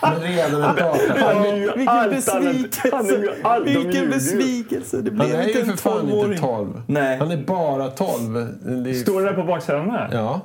Speaker 1: Men redan en data.
Speaker 2: Vilken
Speaker 3: Allt annat- han är ju
Speaker 2: besvikelse!
Speaker 3: allt- de ljuger
Speaker 2: Vilken
Speaker 3: ju.
Speaker 2: besvikelse! Det
Speaker 1: Han
Speaker 2: blev
Speaker 1: är
Speaker 2: inte
Speaker 1: ju
Speaker 2: en
Speaker 1: för fan inte
Speaker 2: 12-åring.
Speaker 1: 12.
Speaker 2: Nej.
Speaker 1: Han är bara 12. Det är...
Speaker 3: Står det där på baksidan här?
Speaker 1: Ja.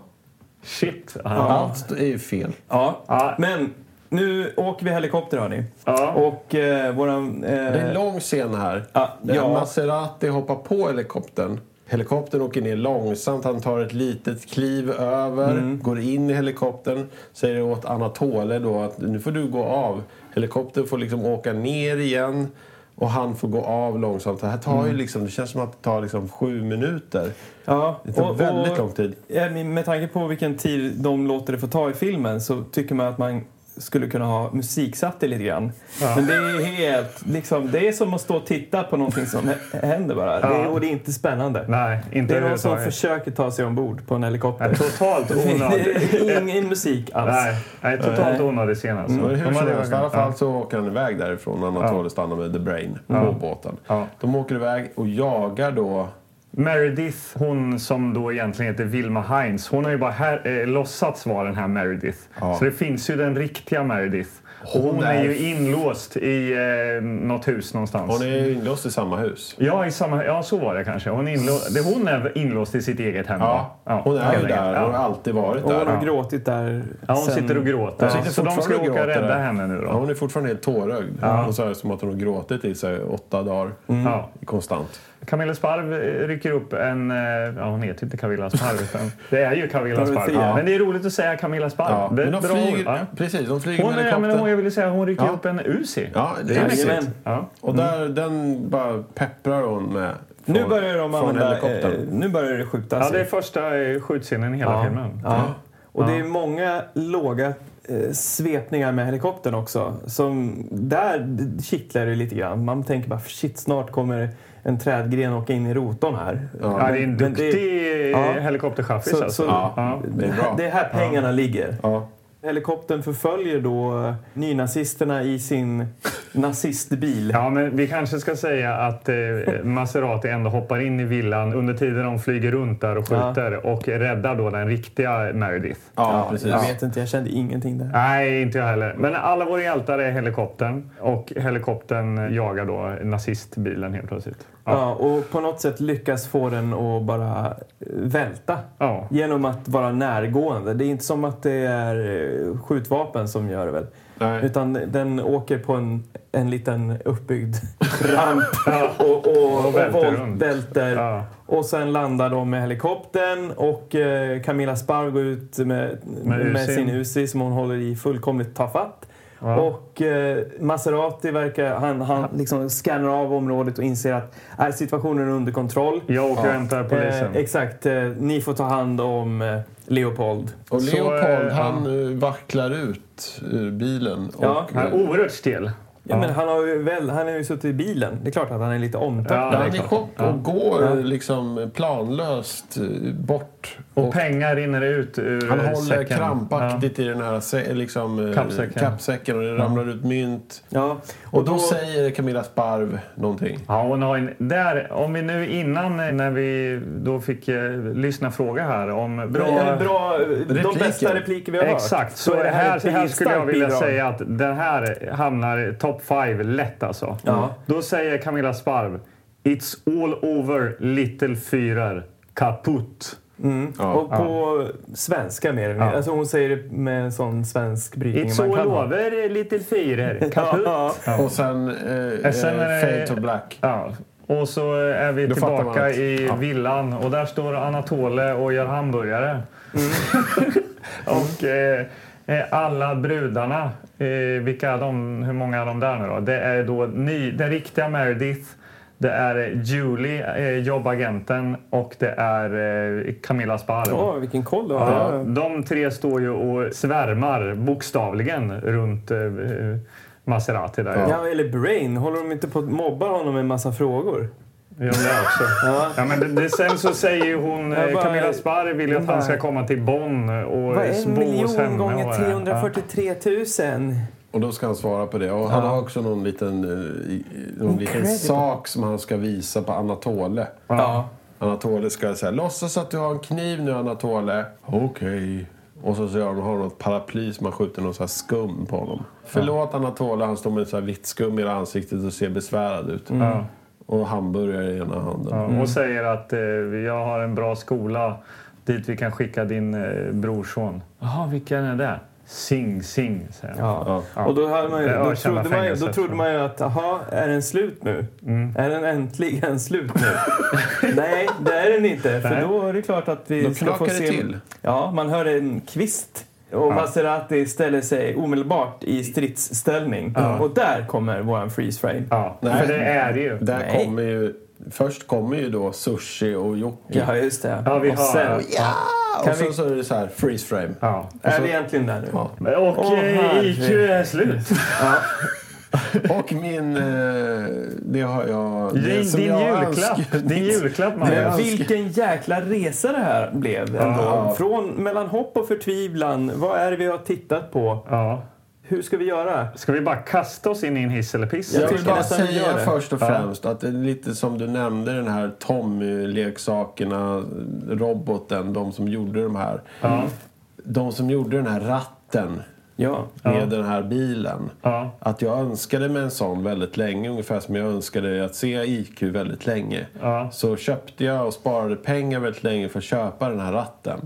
Speaker 3: Shit.
Speaker 1: Allt är ju fel.
Speaker 2: Ja.
Speaker 3: Ja.
Speaker 2: Men nu åker vi helikopter hörni.
Speaker 3: Ja.
Speaker 2: Och eh, våran... Eh,
Speaker 1: Det är en lång scen här.
Speaker 2: Ja,
Speaker 1: Där
Speaker 2: ja.
Speaker 1: Maserati hoppar på helikoptern. Helikoptern åker ner långsamt. Han tar ett litet kliv över, går in i helikoptern. Säger åt Anatole då att nu får du gå av. Helikoptern får liksom åka ner igen. Och han får gå av långsamt. Det här tar ju liksom, det känns som att det tar liksom sju minuter.
Speaker 2: ja.
Speaker 1: Det tar väldigt lång tid.
Speaker 2: Ja, men Med tanke på vilken tid de låter det få ta i filmen så tycker man att man skulle kunna ha musiksatt det lite grann. Men det är helt... Liksom, det är som att stå och titta på någonting som hä- händer bara. Det är, och det är inte spännande.
Speaker 3: Nej, inte
Speaker 2: Det är någon som
Speaker 3: överhuvudtaget.
Speaker 2: försöker ta sig ombord på en helikopter.
Speaker 3: Totalt
Speaker 2: Det
Speaker 3: onödig.
Speaker 2: är Ingen musik alls.
Speaker 3: Nej, nej, totalt onödig scen alltså.
Speaker 2: Mm.
Speaker 1: Men hur
Speaker 3: De
Speaker 1: som
Speaker 3: hade-
Speaker 1: helst, i alla fall så åker han iväg därifrån. Anatole stannar med The Brain på båten.
Speaker 3: Ja.
Speaker 1: De åker iväg och jagar då
Speaker 3: Meredith, hon som då egentligen heter Vilma Heinz, hon har ju bara här, eh, låtsats vara den här Meredith.
Speaker 1: Ja.
Speaker 3: Så det finns ju den riktiga Meredith. Hon,
Speaker 1: Hon
Speaker 3: är...
Speaker 1: är-
Speaker 3: ju inlåst i eh, något hus någonstans.
Speaker 1: Hon är ju inlåst i samma hus.
Speaker 3: Ja, i samma... ja, så var det kanske. Hon, är inlå- det- hon är inlåst i sitt eget hem. va? Ja,
Speaker 1: Hon är ju
Speaker 3: helt
Speaker 1: där
Speaker 3: enkelt.
Speaker 1: och har
Speaker 3: Ja.
Speaker 1: alltid varit
Speaker 2: Och hon
Speaker 1: där.
Speaker 2: har gråtit där
Speaker 3: Ja, hon
Speaker 2: sen-
Speaker 3: sitter och gråter.
Speaker 1: Hon sitter
Speaker 3: så de ska
Speaker 1: fortfarande och
Speaker 3: åka och
Speaker 1: gråter
Speaker 3: rädda
Speaker 1: där.
Speaker 3: henne nu då.
Speaker 1: Ja, hon är fortfarande helt tårögd. Hon säger som att hon har gråtit i sig åtta dagar
Speaker 3: Mm. Ja.
Speaker 1: konstant.
Speaker 3: Camilla Sparv eh, rycker upp en... eh, Ja, hon heter inte Camilla Sparv. Utan det är ju Camilla
Speaker 2: Dorothea.
Speaker 3: Sparv.
Speaker 2: Ja.
Speaker 3: Men det är roligt att säga Camilla Sparv.
Speaker 1: Ja.
Speaker 3: Det är
Speaker 1: Men de
Speaker 3: bra ord,
Speaker 1: flyger,
Speaker 3: va?
Speaker 1: precis, de flyger
Speaker 3: Hon,
Speaker 1: med
Speaker 3: är, men hon, jag
Speaker 1: helikoptern.
Speaker 3: ville säga, hon rycker
Speaker 1: Ja.
Speaker 3: upp en Uzi.
Speaker 1: Ja, det är
Speaker 2: Jajamän.
Speaker 1: mäktigt.
Speaker 3: Ja.
Speaker 1: Och där, den bara pepprar hon med. Från,
Speaker 2: Nu börjar de
Speaker 1: från
Speaker 2: använda... Eh,
Speaker 1: helikoptern.
Speaker 2: nu börjar det skjutas.
Speaker 3: ja, det är första eh, skjutscenen i hela
Speaker 2: Ja.
Speaker 3: filmen.
Speaker 2: Ja. Och det är många låga eh, svepningar med helikoptern också. Som, där d- kittlar det lite grann. Man tänker bara shit, snart kommer en trädgren åka in i rotorn här.
Speaker 3: Ja, det är en
Speaker 2: Men
Speaker 3: duktig
Speaker 2: Ja.
Speaker 3: eh, helikopterchaffis
Speaker 2: Så-
Speaker 3: alltså.
Speaker 2: så-
Speaker 3: ja.
Speaker 1: Det är bra.
Speaker 2: Det är här pengarna ligger.
Speaker 1: Ja.
Speaker 2: Helikoptern förföljer då eh, nynazisterna i sin nazistbil.
Speaker 3: Ja, men vi kanske ska säga att eh, Maserati ändå hoppar in i villan under tiden de flyger runt där och skjuter och räddar då den riktiga Meredith.
Speaker 9: Ja,
Speaker 2: Jag vet inte, jag kände ingenting där.
Speaker 3: Nej, inte jag heller. Men alla våra hjältar är helikoptern och helikoptern jagar då nazistbilen helt plötsligt. Ja.
Speaker 2: Ja, och på något sätt lyckas få den att bara eh, välta
Speaker 3: Ja.
Speaker 2: genom att vara närgående. Det är inte som att det är eh, skjutvapen som gör det väl?
Speaker 9: Nej.
Speaker 2: Utan den åker på en, en liten uppbyggd ramp och, och, och
Speaker 3: välter runt.
Speaker 2: voltbälter.
Speaker 3: Ja.
Speaker 2: Och sen landar de med helikoptern och eh, Camilla Sparr går ut med, med,
Speaker 3: Usin.
Speaker 2: sin Uzi som hon håller i fullkomligt tafatt. Och eh, Maserati verkar, han, han liksom scannar av området och inser att är situationen är under kontroll.
Speaker 3: Jag åker och hämtar polisen.
Speaker 2: Eh, exakt, eh, ni får ta hand om eh, Leopold.
Speaker 1: Och
Speaker 3: Så,
Speaker 1: Leopold,
Speaker 3: eh,
Speaker 1: han eh, vacklar ut ur bilen. Och,
Speaker 2: Ja.
Speaker 3: Han är oerhört stel.
Speaker 2: Ja, men han har ju, väl, han har ju suttit i bilen. Det är klart att han är lite omtöcknad.
Speaker 3: Ja,
Speaker 1: Han
Speaker 3: det är
Speaker 1: är i
Speaker 3: klart.
Speaker 1: chock och går liksom planlöst eh, bort.
Speaker 3: Och pengar rinner ut ur
Speaker 1: Han
Speaker 3: eh,
Speaker 1: håller
Speaker 3: säcken.
Speaker 1: krampaktigt i den här sä- liksom, eh,
Speaker 3: Kappsäcken.
Speaker 1: kappsäcken och det ramlar ut mynt.
Speaker 2: Ja,
Speaker 1: Och, då, säger Camilla Sparv någonting.
Speaker 3: Ja, hon har en, där, om vi nu innan eh, när vi då fick eh, lyssna fråga här om bra...
Speaker 2: bra, bra, eh, de bästa repliker vi har hört.
Speaker 3: Exakt, så, det här,
Speaker 2: ett
Speaker 3: det här skulle jag
Speaker 2: starkt
Speaker 3: vilja
Speaker 2: bidrag.
Speaker 3: säga att den här hamnar top five lätt alltså.
Speaker 2: Ja.
Speaker 3: Då säger Camilla Sparv It's all over little fyrer kaputt.
Speaker 2: Och på svenska mer eller mindre.
Speaker 3: Ja.
Speaker 2: Alltså hon säger det med en sån svensk brytning
Speaker 3: It's
Speaker 2: man
Speaker 3: all
Speaker 2: kan ha.
Speaker 3: over little fyrer kaputt.
Speaker 2: Ja,
Speaker 1: Och sen, eh,
Speaker 3: Och sen
Speaker 1: eh,
Speaker 3: är det-
Speaker 1: Fade to Black.
Speaker 3: Ja. Och så eh, är vi
Speaker 1: Då fattar man
Speaker 3: tillbaka
Speaker 1: allt.
Speaker 3: i
Speaker 1: Ja.
Speaker 3: villan och där står Anatole och gör hamburgare. och eh, eh, alla brudarna, eh, vilka är de, hur många är de där nu då? Det är då ny, den riktiga Meredith, det är Julie, eh, jobbagenten och det är eh, Camilla Sparrow.
Speaker 2: Åh, vilken koll du har.
Speaker 3: Ja,
Speaker 2: Ja.
Speaker 3: de tre står ju och svärmar bokstavligen runt eh, eh, Maserati där.
Speaker 2: Ja, eller Brain. Håller de inte på att mobba honom med en massa frågor?
Speaker 3: Ja, det också. Ja, men det, det, sen så säger ju hon,
Speaker 2: Jag
Speaker 3: eh,
Speaker 2: bara-
Speaker 3: Camilla Sparr vill ju att han ska komma till Bonn och
Speaker 2: Vad
Speaker 3: eh,
Speaker 2: är en
Speaker 3: bo hos henne.
Speaker 2: miljon
Speaker 3: och,
Speaker 2: gånger
Speaker 3: eh,
Speaker 2: 343 000?
Speaker 1: Och då ska han svara på det. Och han har också någon liten, eh, i- i- någon liten
Speaker 2: Incredible.
Speaker 1: sak som han ska visa på Anatole.
Speaker 2: Ja.
Speaker 1: Anatole ska säga låtsas att du har en kniv nu Anatole. Okej. Och så gör han, har han något paraply som han skjuter någon så här skum på honom. Förlåt Anatole, han står med så här vitt skum i hela ansiktet och ser besvärad ut.
Speaker 3: Mm. Ja.
Speaker 1: Och hamburgare i ena handen.
Speaker 3: Ja, Och säger att eh, jag har en bra skola dit vi kan skicka din eh, brorson. Jaha, vilken är det? Sing Sing, säger han.
Speaker 2: Ja.
Speaker 3: Ja.
Speaker 2: Och då, hade man ju,
Speaker 3: Det är
Speaker 2: då,
Speaker 3: ökända
Speaker 2: trodde man ju, då
Speaker 3: fängelset,
Speaker 2: trodde
Speaker 3: så.
Speaker 2: man ju att, aha, är den slut nu?
Speaker 3: Mm.
Speaker 2: Är den äntligen slut nu? Nej, det är den inte. För
Speaker 3: Nej.
Speaker 2: då är det klart att vi
Speaker 1: Då
Speaker 2: ska få
Speaker 1: knakar det
Speaker 2: se...
Speaker 1: till.
Speaker 2: Ja, man hör en kvist. Och Maserati ställer sig omedelbart i stridsställning. Och där kommer våran freeze frame.
Speaker 3: Ja, för det är det ju.
Speaker 1: Där
Speaker 2: Nej.
Speaker 1: kommer ju... Först kommer ju då sushi och Jocke.
Speaker 2: Ja, just det.
Speaker 3: Ja, vi
Speaker 2: och
Speaker 3: har-
Speaker 2: sen,
Speaker 1: Ja! Och
Speaker 2: Kan
Speaker 1: så,
Speaker 2: vi-
Speaker 1: så är det så här, freeze frame.
Speaker 3: Ja.
Speaker 2: Är vi egentligen där nu?
Speaker 1: Ja.
Speaker 3: Och
Speaker 2: Åh,
Speaker 3: eh, IQ är
Speaker 2: herregud.
Speaker 3: slut.
Speaker 1: Och min... eh, Det har jag...
Speaker 3: Din,
Speaker 1: det som
Speaker 3: din,
Speaker 1: jag
Speaker 3: julklapp.
Speaker 1: önskar-
Speaker 3: din julklapp,
Speaker 2: Men
Speaker 3: Maja.
Speaker 2: vilken jäkla resa det här blev ändå.
Speaker 1: Ja.
Speaker 2: Från mellan hopp och förtvivlan, vad är det vi har tittat på?
Speaker 3: Ja.
Speaker 2: Hur ska vi göra?
Speaker 3: Ska vi bara kasta oss in i en hiss eller piss?
Speaker 1: Jag vill
Speaker 2: tycker
Speaker 1: bara
Speaker 2: nästan vi
Speaker 1: säga
Speaker 2: gör det.
Speaker 1: först och främst att det är lite som du nämnde den här Tommy-leksakerna, roboten, de som gjorde de här. De som gjorde den här ratten
Speaker 2: Ja.
Speaker 1: med den här bilen.
Speaker 3: Ja.
Speaker 1: Att jag önskade mig en sån väldigt länge, ungefär som jag önskade att se IQ väldigt länge.
Speaker 3: Ja.
Speaker 1: Så köpte jag och sparade pengar väldigt länge för att köpa den här ratten.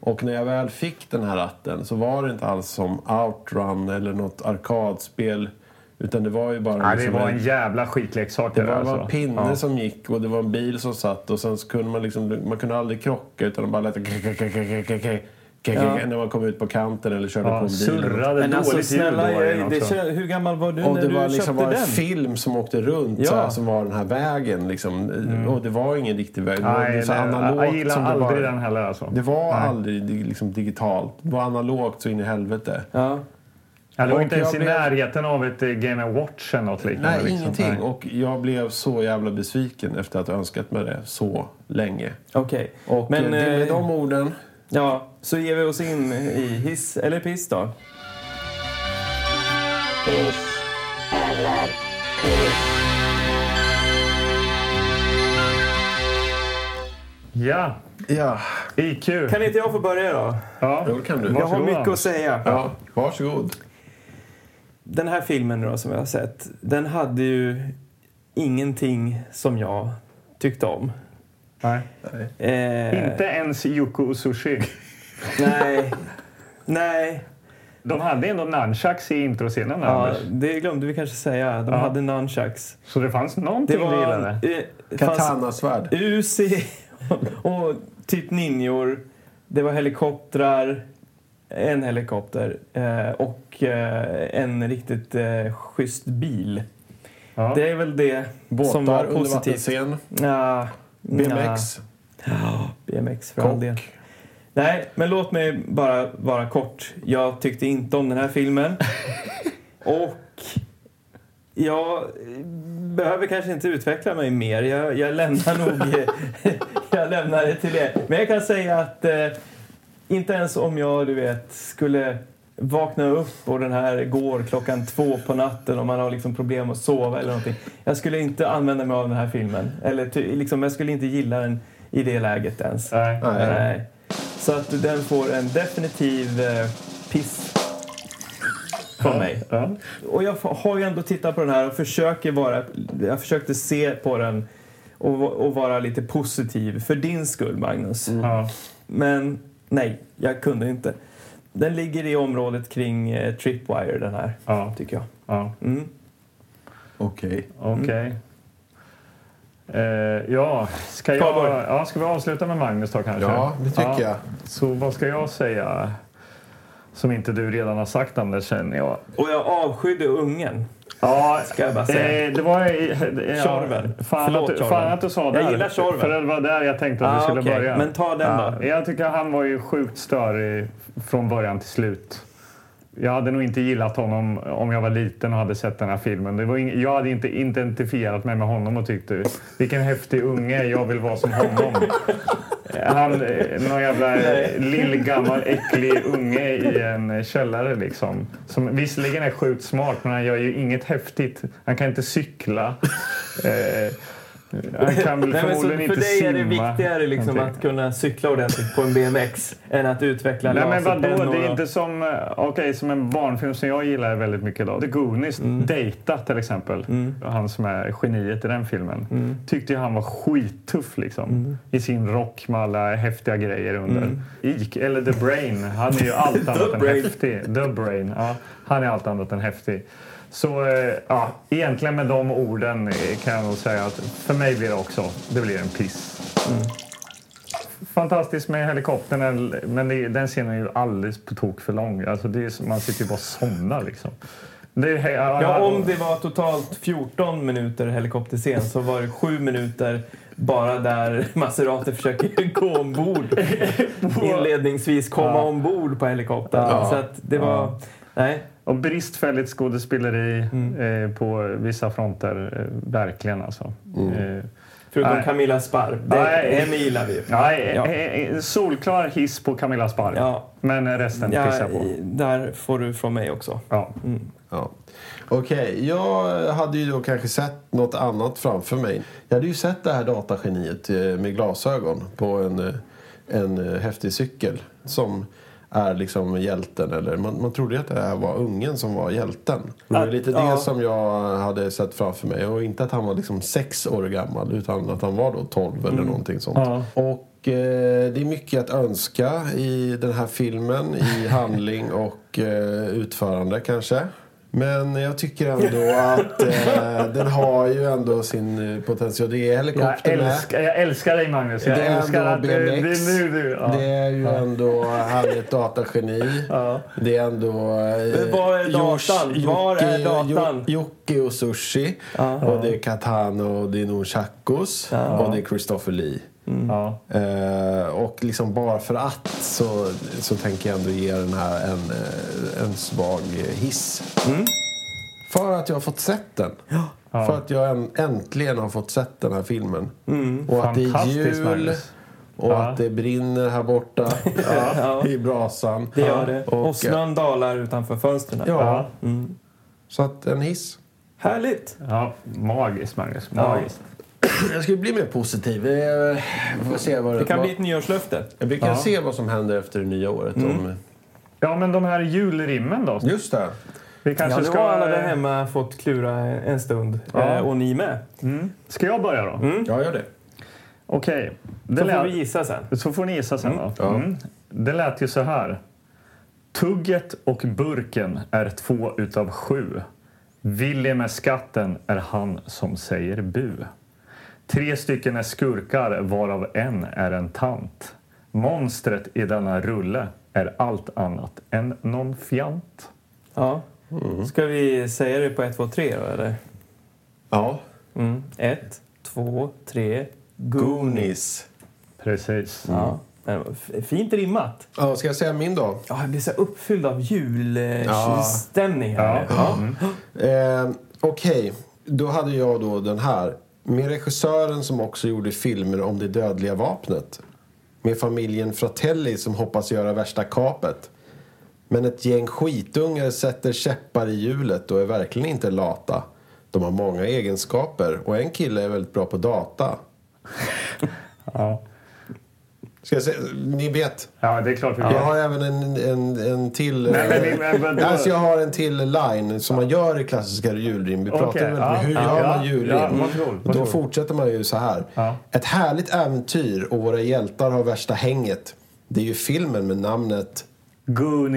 Speaker 1: Och när jag väl fick den här ratten så var det inte alls som Outrun eller något arkadspel. Utan det var ju bara...
Speaker 3: Ja, det
Speaker 1: liksom
Speaker 3: var en jävla skitleksak.
Speaker 1: det
Speaker 3: där,
Speaker 1: var
Speaker 3: alltså.
Speaker 1: en pinne
Speaker 3: Ja.
Speaker 1: som gick och det var en bil som satt och sen så kunde man liksom, man kunde aldrig krocka utan de bara lät när man kom ut på kanten eller körde på
Speaker 3: ja,
Speaker 1: en bil.
Speaker 3: surrade
Speaker 2: Men alltså
Speaker 3: dåligt
Speaker 2: snälla,
Speaker 3: ljud var det
Speaker 2: jag,
Speaker 3: också.
Speaker 2: det kän- hur gammal var du
Speaker 1: Och
Speaker 2: när
Speaker 1: det
Speaker 2: du
Speaker 1: var liksom
Speaker 2: köpte
Speaker 1: var en
Speaker 2: den?
Speaker 1: film som åkte runt
Speaker 2: Ja.
Speaker 1: så här, som var den här vägen. Liksom. Och det var ingen riktig väg. Det var
Speaker 3: Nej,
Speaker 1: så
Speaker 3: det,
Speaker 1: här analogt
Speaker 3: jag gillar
Speaker 1: som det
Speaker 3: aldrig
Speaker 1: var.
Speaker 3: den heller alltså.
Speaker 1: Det var aldrig di- liksom, digitalt. Det var analogt så in i helvete.
Speaker 2: Ja.
Speaker 3: ja, det var
Speaker 1: Och
Speaker 3: inte ens i
Speaker 1: jag blev-
Speaker 3: närheten av ett eh, Game Watch eller något liknande.
Speaker 1: Nej,
Speaker 3: liksom.
Speaker 1: ingenting.
Speaker 3: Nej.
Speaker 1: Och jag blev så jävla besviken efter att ha önskat mig det så länge.
Speaker 2: Okej.
Speaker 1: Och
Speaker 2: Men
Speaker 1: eh, det, med
Speaker 2: eh,
Speaker 1: de orden
Speaker 2: Ja, så ger vi oss in i hiss eller piss då.
Speaker 3: Ja,
Speaker 1: Ja,
Speaker 3: IQ.
Speaker 2: Kan inte jag få börja då?
Speaker 3: Ja.
Speaker 1: då kan du.
Speaker 2: Jag har mycket att säga.
Speaker 1: Ja, varsågod.
Speaker 2: Den här filmen då som jag har sett, den hade ju ingenting som jag tyckte om.
Speaker 3: Nej.
Speaker 2: Eh,
Speaker 3: Inte ens Yoko och Sushi.
Speaker 2: Nej. Nej,
Speaker 3: De hade ändå nunchucks i introscenen,
Speaker 2: ja,
Speaker 3: Anders.
Speaker 2: det glömde vi kanske säga. De hade nunchucks.
Speaker 3: Så det fanns
Speaker 2: Det
Speaker 3: någonting
Speaker 2: var...
Speaker 3: du gillade.
Speaker 2: eh, det fanns
Speaker 1: Katanasvärd.
Speaker 2: Uzi och typ ninjor. Det var helikoptrar. En helikopter eh, och eh, en riktigt eh, schysst bil.
Speaker 3: Ja.
Speaker 2: Det är väl det som var
Speaker 1: Båtar,
Speaker 2: positivt.
Speaker 1: undervattensscen,
Speaker 2: Nja,
Speaker 1: BMX.
Speaker 2: nja, BMX för all del. Nej, men låt mig bara vara kort. Jag tyckte inte om den här filmen. Och jag behöver kanske inte utveckla mig mer. Jag, jag lämnar nog jag lämnar det till er. Men jag kan säga att eh, inte ens om jag, du vet, skulle vakna upp och den här går klockan två på natten och man har liksom problem att sova eller någonting. Jag skulle inte använda mig av den här filmen. Eller ty, liksom, jag skulle inte gilla den i det läget ens.
Speaker 3: Nej.
Speaker 1: Nej.
Speaker 2: Nej. Så att den får en definitiv eh, piss från mig.
Speaker 3: Ja.
Speaker 2: Och jag har ju ändå tittat på den här och försöker vara, jag försökte se på den och, och vara lite positiv för din skull Magnus.
Speaker 3: Ja.
Speaker 2: Men nej, jag kunde inte. Den ligger i området kring eh, Tripwire den här,
Speaker 3: Ja.
Speaker 2: tycker jag.
Speaker 3: Ja.
Speaker 2: Mm.
Speaker 1: Okej.
Speaker 3: Okej. Eh, ja, ska, jag,
Speaker 2: Karlborg.
Speaker 3: ja, ska vi avsluta med Magnus då kanske?
Speaker 1: Ja, det tycker jag.
Speaker 3: Så vad ska jag säga som inte du redan har sagt Anders? känner Jag.
Speaker 2: Och jag avskydde ungen,
Speaker 3: Ja,
Speaker 2: ska jag bara säga.
Speaker 3: eh, det var... eh, Ja,
Speaker 2: Tjorven.
Speaker 3: Fan,
Speaker 2: Förlåt,
Speaker 3: att, du-
Speaker 2: Tjorven.
Speaker 3: fan att du sa det.
Speaker 2: Jag gillar Tjorven. Ah,
Speaker 3: För det var där jag tänkte att du skulle
Speaker 2: okej.
Speaker 3: börja.
Speaker 2: Men ta den då.
Speaker 3: Jag tycker han var ju sjukt störig från början till slut. Jag hade nog inte gillat honom om jag var liten och hade sett den här filmen. Det var ing- jag hade inte identifierat mig med honom och tyckte vilken häftig unge, jag vill vara som honom. Han, eh, någon jävla eh, lillgammal äcklig unge i en eh, källare liksom. Som visserligen är sjukt smart men han gör ju inget häftigt. Han kan inte cykla. Eh, han kan väl
Speaker 2: Nej, men så
Speaker 3: förmodligen
Speaker 2: för
Speaker 3: inte
Speaker 2: dig
Speaker 3: simma.
Speaker 2: är det viktigare liksom
Speaker 3: någonting.
Speaker 2: att kunna cykla ordentligt på en BMX än att utveckla
Speaker 3: Nej men vadå,
Speaker 2: laserpennor
Speaker 3: det är
Speaker 2: och-
Speaker 3: inte som, eh, okej, som en barnfilm som jag gillar väldigt mycket då. The Goonies,
Speaker 2: Mm.
Speaker 3: Data till exempel. Han som är geniet i den filmen.
Speaker 2: Mm.
Speaker 3: Tyckte ju han var skittuff liksom. I sin rock med alla häftiga grejer under. Ike, eller The Brain, han är ju allt annat än
Speaker 2: Mm. Brain.
Speaker 3: häftig. The Brain, ja. Han är allt annat än häftig. Så eh, ja, egentligen med de orden eh, kan jag nog säga att för mig blir det också, det blir en piss fantastiskt med helikoptern, men det, den scenen är ju alldeles på tok för lång. Alltså det är, som- man sitter ju bara och somnar liksom. Det är, he-
Speaker 2: Ja, om det var totalt 14 minuter helikopterscen så var det 7 minuter bara där Maserati försöker gå ombord. Inledningsvis komma ombord på helikoptern. Så att det var... Nej.
Speaker 3: och bristfälligt skådespeleri
Speaker 2: Mm.
Speaker 3: eh, på vissa fronter, eh, verkligen alltså.
Speaker 2: Mm.
Speaker 3: Eh,
Speaker 2: Förutom
Speaker 3: Nej.
Speaker 2: Camilla Sparv. Det,
Speaker 3: Nej.
Speaker 2: henne gillar vi ju.
Speaker 3: nej,
Speaker 2: Ja.
Speaker 3: eh, eh, solklar hiss på Camilla Spark.
Speaker 2: Ja.
Speaker 3: Men resten
Speaker 2: Ja,
Speaker 3: pissar jag på.
Speaker 2: där får du från mig också.
Speaker 3: Ja.
Speaker 2: Mm.
Speaker 1: Ja. Okej, jag hade ju då kanske sett något annat framför mig. Jag hade ju sett det här datageniet eh, med glasögon på en, eh, en eh, häftig cykel som är liksom hjälten. Eller man, man trodde ju att det här var ungen som var hjälten. Det var ju lite
Speaker 2: ja.
Speaker 1: det som jag hade sett framför mig. Och inte att han var liksom sex år gammal utan att han var då tolv eller någonting sånt.
Speaker 3: Ja.
Speaker 1: Och eh, det är mycket att önska i den här filmen, i handling och eh, utförande kanske. Men jag tycker ändå att eh, den har ju ändå sin eh, potential. Det är
Speaker 3: Jag,
Speaker 1: helikopter med.
Speaker 3: älskar, jag älskar dig Magnus. Jag
Speaker 1: Det är
Speaker 3: älskar
Speaker 1: ändå
Speaker 3: att eh, det
Speaker 1: BMX.
Speaker 3: är nu du. Ja.
Speaker 1: Det är ju ändå, han är ett datageni. Det är ändå... eh,
Speaker 2: Men var är datan? Var är datan?
Speaker 1: Jocke och Sushi. Och det är Katano och det är Nunchakos. Och det är Christopher Lee.
Speaker 3: Ja.
Speaker 1: Eh, och liksom bara för att så, så tänker jag ändå ge den här en, eh, en svag eh, hiss. För att jag har fått sett den. För att jag än, äntligen har fått sett den här filmen. Och att det är
Speaker 3: Fantastiskt,
Speaker 1: jul.
Speaker 3: Magnus.
Speaker 1: Och att det brinner här borta
Speaker 2: Ja.
Speaker 1: i brasan.
Speaker 2: Det gör det.
Speaker 1: Och,
Speaker 2: Och snön dalar utanför fönstren.
Speaker 1: Ja,
Speaker 2: Mm.
Speaker 1: så att en hiss.
Speaker 2: Härligt!
Speaker 3: Ja, magiskt, Magnus.
Speaker 2: Ja.
Speaker 3: Magiskt.
Speaker 1: Jag skulle bli mer positiv. Eh, Vi får se vad
Speaker 2: Det kan bli ett nyårslöfte.
Speaker 1: Vi kan se vad som händer efter det nya året. Om...
Speaker 3: Ja, men de här julrimmen då?
Speaker 1: Just det.
Speaker 3: Vi
Speaker 2: Ja,
Speaker 3: kanske
Speaker 2: nu
Speaker 3: ska...
Speaker 2: har alla där hemma fått klura en stund. Eh, och ni med.
Speaker 3: Ska jag börja då?
Speaker 1: Ja, gör det.
Speaker 3: Okej. Det
Speaker 2: Mm. Så
Speaker 3: lät-
Speaker 2: får vi gissa sen.
Speaker 3: Så får ni gissa sen då.
Speaker 1: Ja.
Speaker 3: Mm. Det lät ju så här. Tugget och burken är två utav sju. Willy med skatten är han som säger bu. Tre stycken är skurkar varav en är en tant. Monstret i denna rulle är allt annat än någon fjant.
Speaker 2: Ja.
Speaker 3: Mm.
Speaker 2: Ska vi säga det på ett, två, tre då eller?
Speaker 1: Ja.
Speaker 2: Mm. Ett, två, tre.
Speaker 1: Goonies.
Speaker 3: Precis.
Speaker 2: Ja. Nej, det var f- Fint rimmat.
Speaker 1: Ja, ska jag säga min då?
Speaker 2: Ja, jag blir så uppfylld
Speaker 1: Ja.
Speaker 2: av julstämning. här.
Speaker 3: Ja. Mm.
Speaker 1: Eh, Okej, då hade jag då den här. Med regissören som också gjorde filmer om det dödliga vapnet. Med familjen Fratelli som hoppas göra värsta kapet. Men ett gäng skitungar sätter käppar i hjulet och är verkligen inte lata. De har många egenskaper och en kille är väldigt bra på data.
Speaker 3: Ja.
Speaker 1: Ska jag säga, ni vet.
Speaker 3: ja, det är klart vi
Speaker 1: Jag
Speaker 3: vet.
Speaker 1: har även en, en, en till... eh,
Speaker 3: Nej, men vi- men- men-
Speaker 1: alltså jag har en till line som man gör i klassiska julrim. Vi pratar
Speaker 3: Okej,
Speaker 1: väldigt
Speaker 3: ja,
Speaker 1: mycket hur
Speaker 3: ja,
Speaker 1: gör
Speaker 3: ja,
Speaker 1: man julrim?
Speaker 3: ja, vad roligt, vad
Speaker 1: Då
Speaker 3: roligt.
Speaker 1: fortsätter man ju så här.
Speaker 3: Ja.
Speaker 1: Ett härligt äventyr och våra hjältar har värsta hänget. Det är ju filmen med namnet...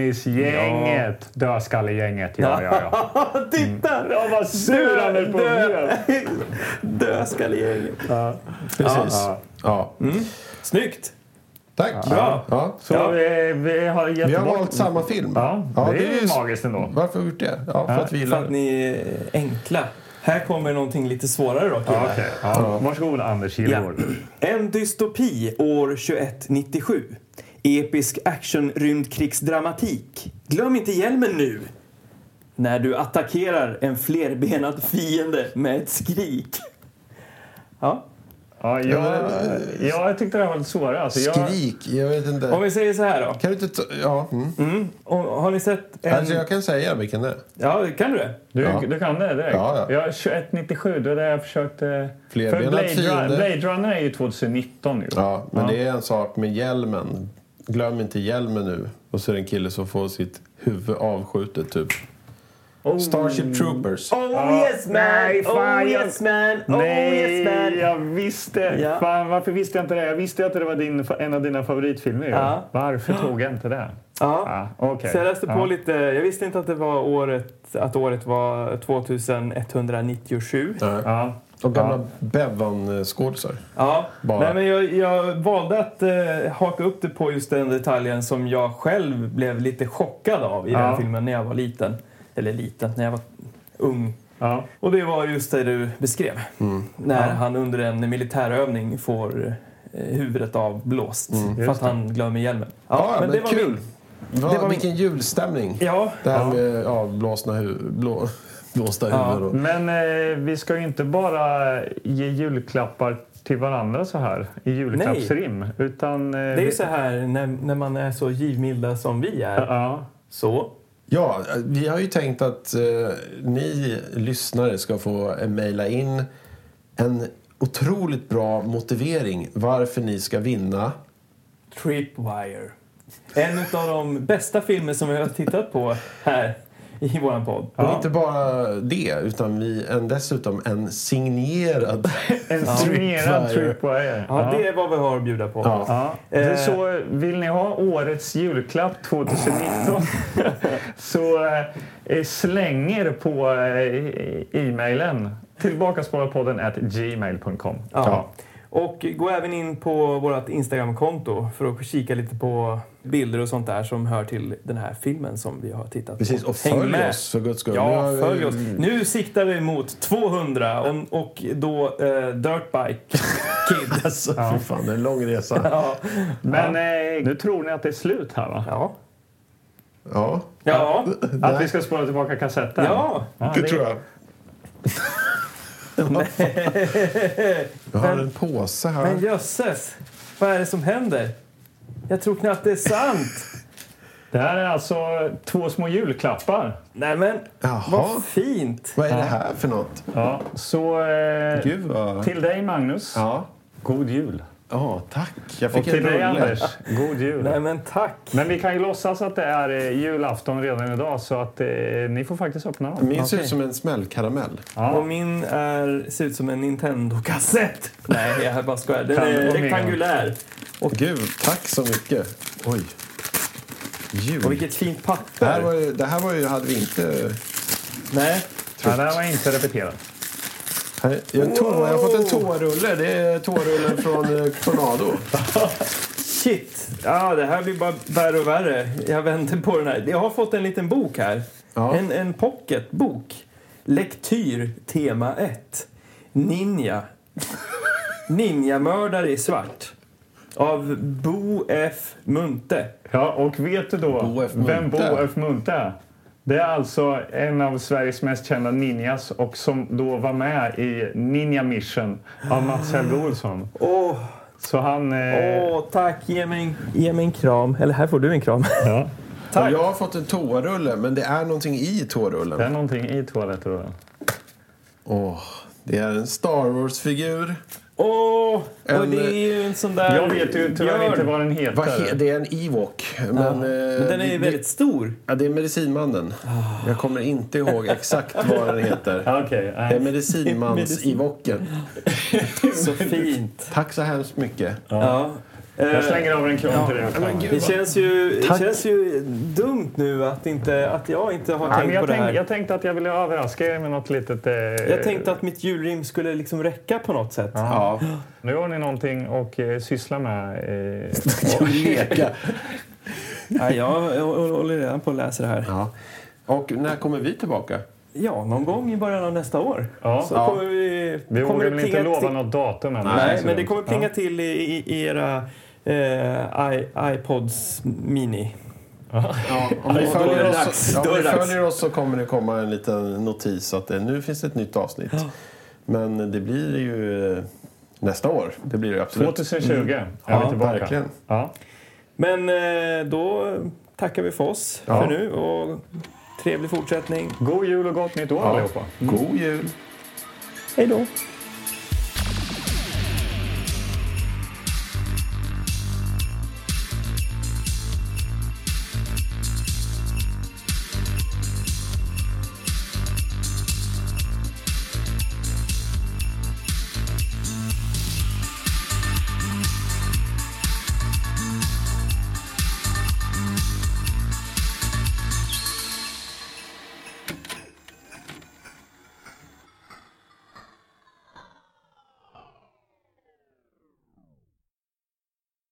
Speaker 3: Goonies-gänget. Dödskallegänget. Ja, ja, ja.
Speaker 2: Titta!
Speaker 3: Ja, vad sur han är på
Speaker 2: Dö-
Speaker 3: mjöl.
Speaker 2: Dödskallegänget.
Speaker 1: Precis. Ja.
Speaker 3: ja.
Speaker 2: Snyggt!
Speaker 1: Tack.
Speaker 2: Bra.
Speaker 1: Ja.
Speaker 3: Så
Speaker 2: Ja.
Speaker 3: vi, vi har gett
Speaker 1: Vi har
Speaker 3: bort...
Speaker 1: valt samma film.
Speaker 3: Ja, det, är ju magiskt ändå.
Speaker 1: Varför har vi gjort det? Ja, för att vi
Speaker 2: För
Speaker 1: gillar
Speaker 2: att
Speaker 1: det.
Speaker 2: ni är enkla. Här kommer någonting lite svårare då, killar.
Speaker 3: Ja, okej. ja. Varsågod, Anders Kilgård.
Speaker 2: En dystopi år 2197. Episk action-rymdkrigsdramatik. Glöm inte hjälmen nu! När du attackerar en flerbenad fiende med ett skrik. Ja.
Speaker 3: Ja. jag, ja, jag tyckte det här var lite svårare. Alltså, jag,
Speaker 1: Skrik. Jag vet inte.
Speaker 2: Om vi säger så här då.
Speaker 1: Kan du inte... ta- Ja. Mm.
Speaker 2: Om- Har ni sett en...
Speaker 1: Alltså jag kan säga vilken det är.
Speaker 2: Ja, kan du det?
Speaker 3: du,
Speaker 1: Ja.
Speaker 3: du kan det direkt.
Speaker 1: Ja, ja.
Speaker 3: Jag är 2197, det är det jag försökte...
Speaker 1: Flerbenad
Speaker 3: för Blade, Run-
Speaker 1: fiende.
Speaker 3: Blade Runner är ju 2019 nu.
Speaker 1: Ja, men det är en sak med hjälmen. Glöm inte hjälmen nu. Och så är det en kille som får sitt huvud avskjutet, typ. Starship Troopers.
Speaker 2: Oh
Speaker 3: Ja.
Speaker 2: yes man!
Speaker 3: Nej,
Speaker 2: oh
Speaker 3: fan, jag-
Speaker 2: yes man! Oh
Speaker 3: Nej,
Speaker 2: yes man!
Speaker 3: jag visste!
Speaker 2: Ja.
Speaker 3: Fan, varför visste jag inte det? Jag visste att det var din, en av dina favoritfilmer. ju.
Speaker 2: Ja.
Speaker 3: Varför tog jag inte det?
Speaker 2: Ja.
Speaker 3: Ja, okej.
Speaker 2: Så jag läste på
Speaker 3: Ja.
Speaker 2: lite. Jag visste inte att det var året, att året var 2197. Ja.
Speaker 3: Ja.
Speaker 1: Och gamla Bevan-skådisar. Bara.
Speaker 2: Nej, men jag, jag valde att eh, haka upp det på just den detaljen som jag själv blev lite chockad av i den
Speaker 3: Ja.
Speaker 2: filmen när jag var liten. Eller liten, när jag var ung.
Speaker 3: Ja.
Speaker 2: Och det var just det du beskrev. När han under en militärövning får eh, huvudet avblåst för att
Speaker 3: Just det.
Speaker 2: han glömmer hjälmen. Ja,
Speaker 1: Ja,
Speaker 2: men,
Speaker 1: men
Speaker 2: det var
Speaker 1: kul.
Speaker 2: min.
Speaker 1: Va,
Speaker 2: Det var
Speaker 1: vilken julstämning.
Speaker 2: Ja,
Speaker 1: Det här med avblåsna huvud. Blå, blåsta huvud.
Speaker 3: Men eh, vi ska ju inte bara ge julklappar till varandra så här i julklappsrim. Utan... Eh,
Speaker 2: det är ju så här när, när man är så givmilda som vi är.
Speaker 3: Ja.
Speaker 2: Så.
Speaker 1: Ja, vi har ju tänkt att eh, ni lyssnare ska få eh, mejla in en otroligt bra motivering varför ni ska vinna.
Speaker 2: Tripwire. En av de bästa filmer som vi har tittat på här i vår podd.
Speaker 1: Och inte bara det, utan vi en, dessutom en signerad
Speaker 3: En signerad
Speaker 1: Tripwire.
Speaker 3: tripwire.
Speaker 2: Ja, det är vad vi har att bjuda på.
Speaker 3: Ja.
Speaker 2: Eh.
Speaker 3: Så vill ni ha årets julklapp 2019 så eh, släng er på eh, e-mailen tillbakaspararpodden at gmail.com.
Speaker 2: Ja. Och gå även in på vårt Instagramkonto för att kika lite på bilder och sånt där som hör till den här filmen som vi har tittat
Speaker 1: Precis,
Speaker 2: på.
Speaker 1: och
Speaker 2: Häng
Speaker 1: följ
Speaker 2: med.
Speaker 1: oss för guds skull. Nu har
Speaker 2: Ja,
Speaker 1: vi-
Speaker 2: följ oss. Nu siktar vi mot 200 och, och då eh, Dirtbike Kid.
Speaker 1: Alltså, fy fan, det är en lång resa.
Speaker 2: ja.
Speaker 3: Men eh, nu tror ni att det är slut här va?
Speaker 2: Ja.
Speaker 1: Ja,
Speaker 2: Ja.
Speaker 3: Att vi ska spåra tillbaka kassetten?
Speaker 2: ja.
Speaker 1: det tror jag. jag har en påse här.
Speaker 2: Men jösses. Vad är det som händer? Jag tror knappt det är sant.
Speaker 3: Det här är alltså två små julklappar.
Speaker 2: Nej men,
Speaker 1: Jaha.
Speaker 2: vad fint.
Speaker 1: Vad är det här för något?
Speaker 3: Ja, så eh,
Speaker 1: Gud vad...
Speaker 3: till dig Magnus,
Speaker 1: Ja.
Speaker 3: god jul.
Speaker 1: Ja, tack. Jag
Speaker 3: Och
Speaker 1: fick
Speaker 3: till
Speaker 1: en
Speaker 3: dig
Speaker 1: rulle.
Speaker 3: Anders, god jul.
Speaker 2: Nej men tack.
Speaker 3: Men vi kan ju låtsas att det är eh, julafton redan idag så att eh, ni får faktiskt öppna dem.
Speaker 1: Min ser
Speaker 2: Okej.
Speaker 1: ut som en smällkaramell.
Speaker 2: Och min är, ser ut som en Nintendo-kassett. Nej, jag bara skojar. Den
Speaker 3: Kan-
Speaker 2: är
Speaker 3: Omega.
Speaker 2: rektangulär.
Speaker 1: Gud, tack så mycket. Oj. Jul.
Speaker 2: Och vilket fint
Speaker 1: Det här,
Speaker 2: papper.
Speaker 1: var ju, det här var ju, hade vi inte...
Speaker 2: Nej,
Speaker 3: Ja, det här var inte repeterat.
Speaker 1: Här, jag, en tå, jag har fått en toarulle. Det är toarullen från eh, Tornado.
Speaker 2: shit. Ja, det här blir bara värre och värre. Jag väntar på den här. Jag har fått en liten bok här.
Speaker 1: Ja.
Speaker 2: En, en pocketbok. Lektyr tema 1. Ninja. Ninjamördare i svart. Av Bo F. Munte.
Speaker 3: Ja, och vet du då
Speaker 1: Bo F.
Speaker 3: vem Bo
Speaker 1: Munthe.
Speaker 3: F. Munthe är? Det är alltså en av Sveriges mest kända ninjas och som då var med i Ninja Mission av Mats Helge Olsson.
Speaker 2: Åh,
Speaker 3: Så han... Eh,
Speaker 2: åh, tack. Ge mig, en- ge mig en kram. Eller här får du en kram.
Speaker 3: ja,
Speaker 1: Och jag har fått en toarulle, men det är någonting i toarullen.
Speaker 3: det är någonting i toalettrullen.
Speaker 1: Åh, det är en Star Wars-figur.
Speaker 2: Åh! och
Speaker 1: En-
Speaker 2: det är ju en sån där
Speaker 3: Jag vet ju tyvärr
Speaker 2: björn.
Speaker 3: inte vad den heter.
Speaker 1: Vad he- det är en Ewok. Men, eh,
Speaker 2: Men den är ju
Speaker 1: det-
Speaker 2: väldigt Ah. stor.
Speaker 1: Ja, det är Medicinmannen. Jag kommer inte ihåg exakt vad den heter.
Speaker 3: Ja, Okej,
Speaker 1: Det är
Speaker 3: nej.
Speaker 1: Medicinmans-Ewoken.
Speaker 2: Så fint.
Speaker 1: Tack så hemskt mycket.
Speaker 2: Ja.
Speaker 3: jag
Speaker 2: Eh,
Speaker 3: slänger över en kram till dig. också.
Speaker 2: Det känns ju, det känns ju dumt nu att, inte, att jag inte har
Speaker 3: Ja, men
Speaker 2: tänkt på
Speaker 3: jag,
Speaker 2: det här.
Speaker 3: tänk,
Speaker 2: Jag,
Speaker 3: jag tänkte att jag ville överraska er med något litet... Eh,
Speaker 2: tänkte att mitt julrim skulle liksom räcka på något sätt.
Speaker 1: Ja,
Speaker 3: Nu har ni någonting att eh, syssla med. Eh,
Speaker 1: leka.
Speaker 2: Ja, jag, jag håller redan på att läsa det här.
Speaker 1: Ja. Och när kommer vi tillbaka?
Speaker 2: Ja, någon gång i början av nästa år.
Speaker 3: Ja.
Speaker 2: Så
Speaker 1: Ja.
Speaker 2: kommer vi...
Speaker 3: vi
Speaker 2: kommer
Speaker 3: vågar väl inte
Speaker 2: plinga
Speaker 3: lova
Speaker 2: till-
Speaker 3: något datum än.
Speaker 2: Nej,
Speaker 3: så
Speaker 2: men det
Speaker 3: dumt.
Speaker 2: kommer plinga till i, i, i era eh, I, iPods Mini.
Speaker 1: Ja, om ni
Speaker 2: då är det
Speaker 1: följer oss,
Speaker 2: dags.
Speaker 1: så- ja,
Speaker 2: Då
Speaker 1: om
Speaker 2: är
Speaker 1: ni
Speaker 2: det dags.
Speaker 1: följer oss så kommer det komma en liten notis att det, nu finns det ett nytt avsnitt. Men det blir ju eh, nästa år. Det blir det absolut.
Speaker 3: 2020 är vi
Speaker 1: Ja,
Speaker 3: tillbaka.
Speaker 1: verkligen.
Speaker 3: Ja.
Speaker 2: Men eh, då tackar vi för oss
Speaker 1: Ja.
Speaker 2: för nu och trevlig fortsättning.
Speaker 3: God jul och gott nytt år allihopa.
Speaker 1: God jul!
Speaker 2: Hej då!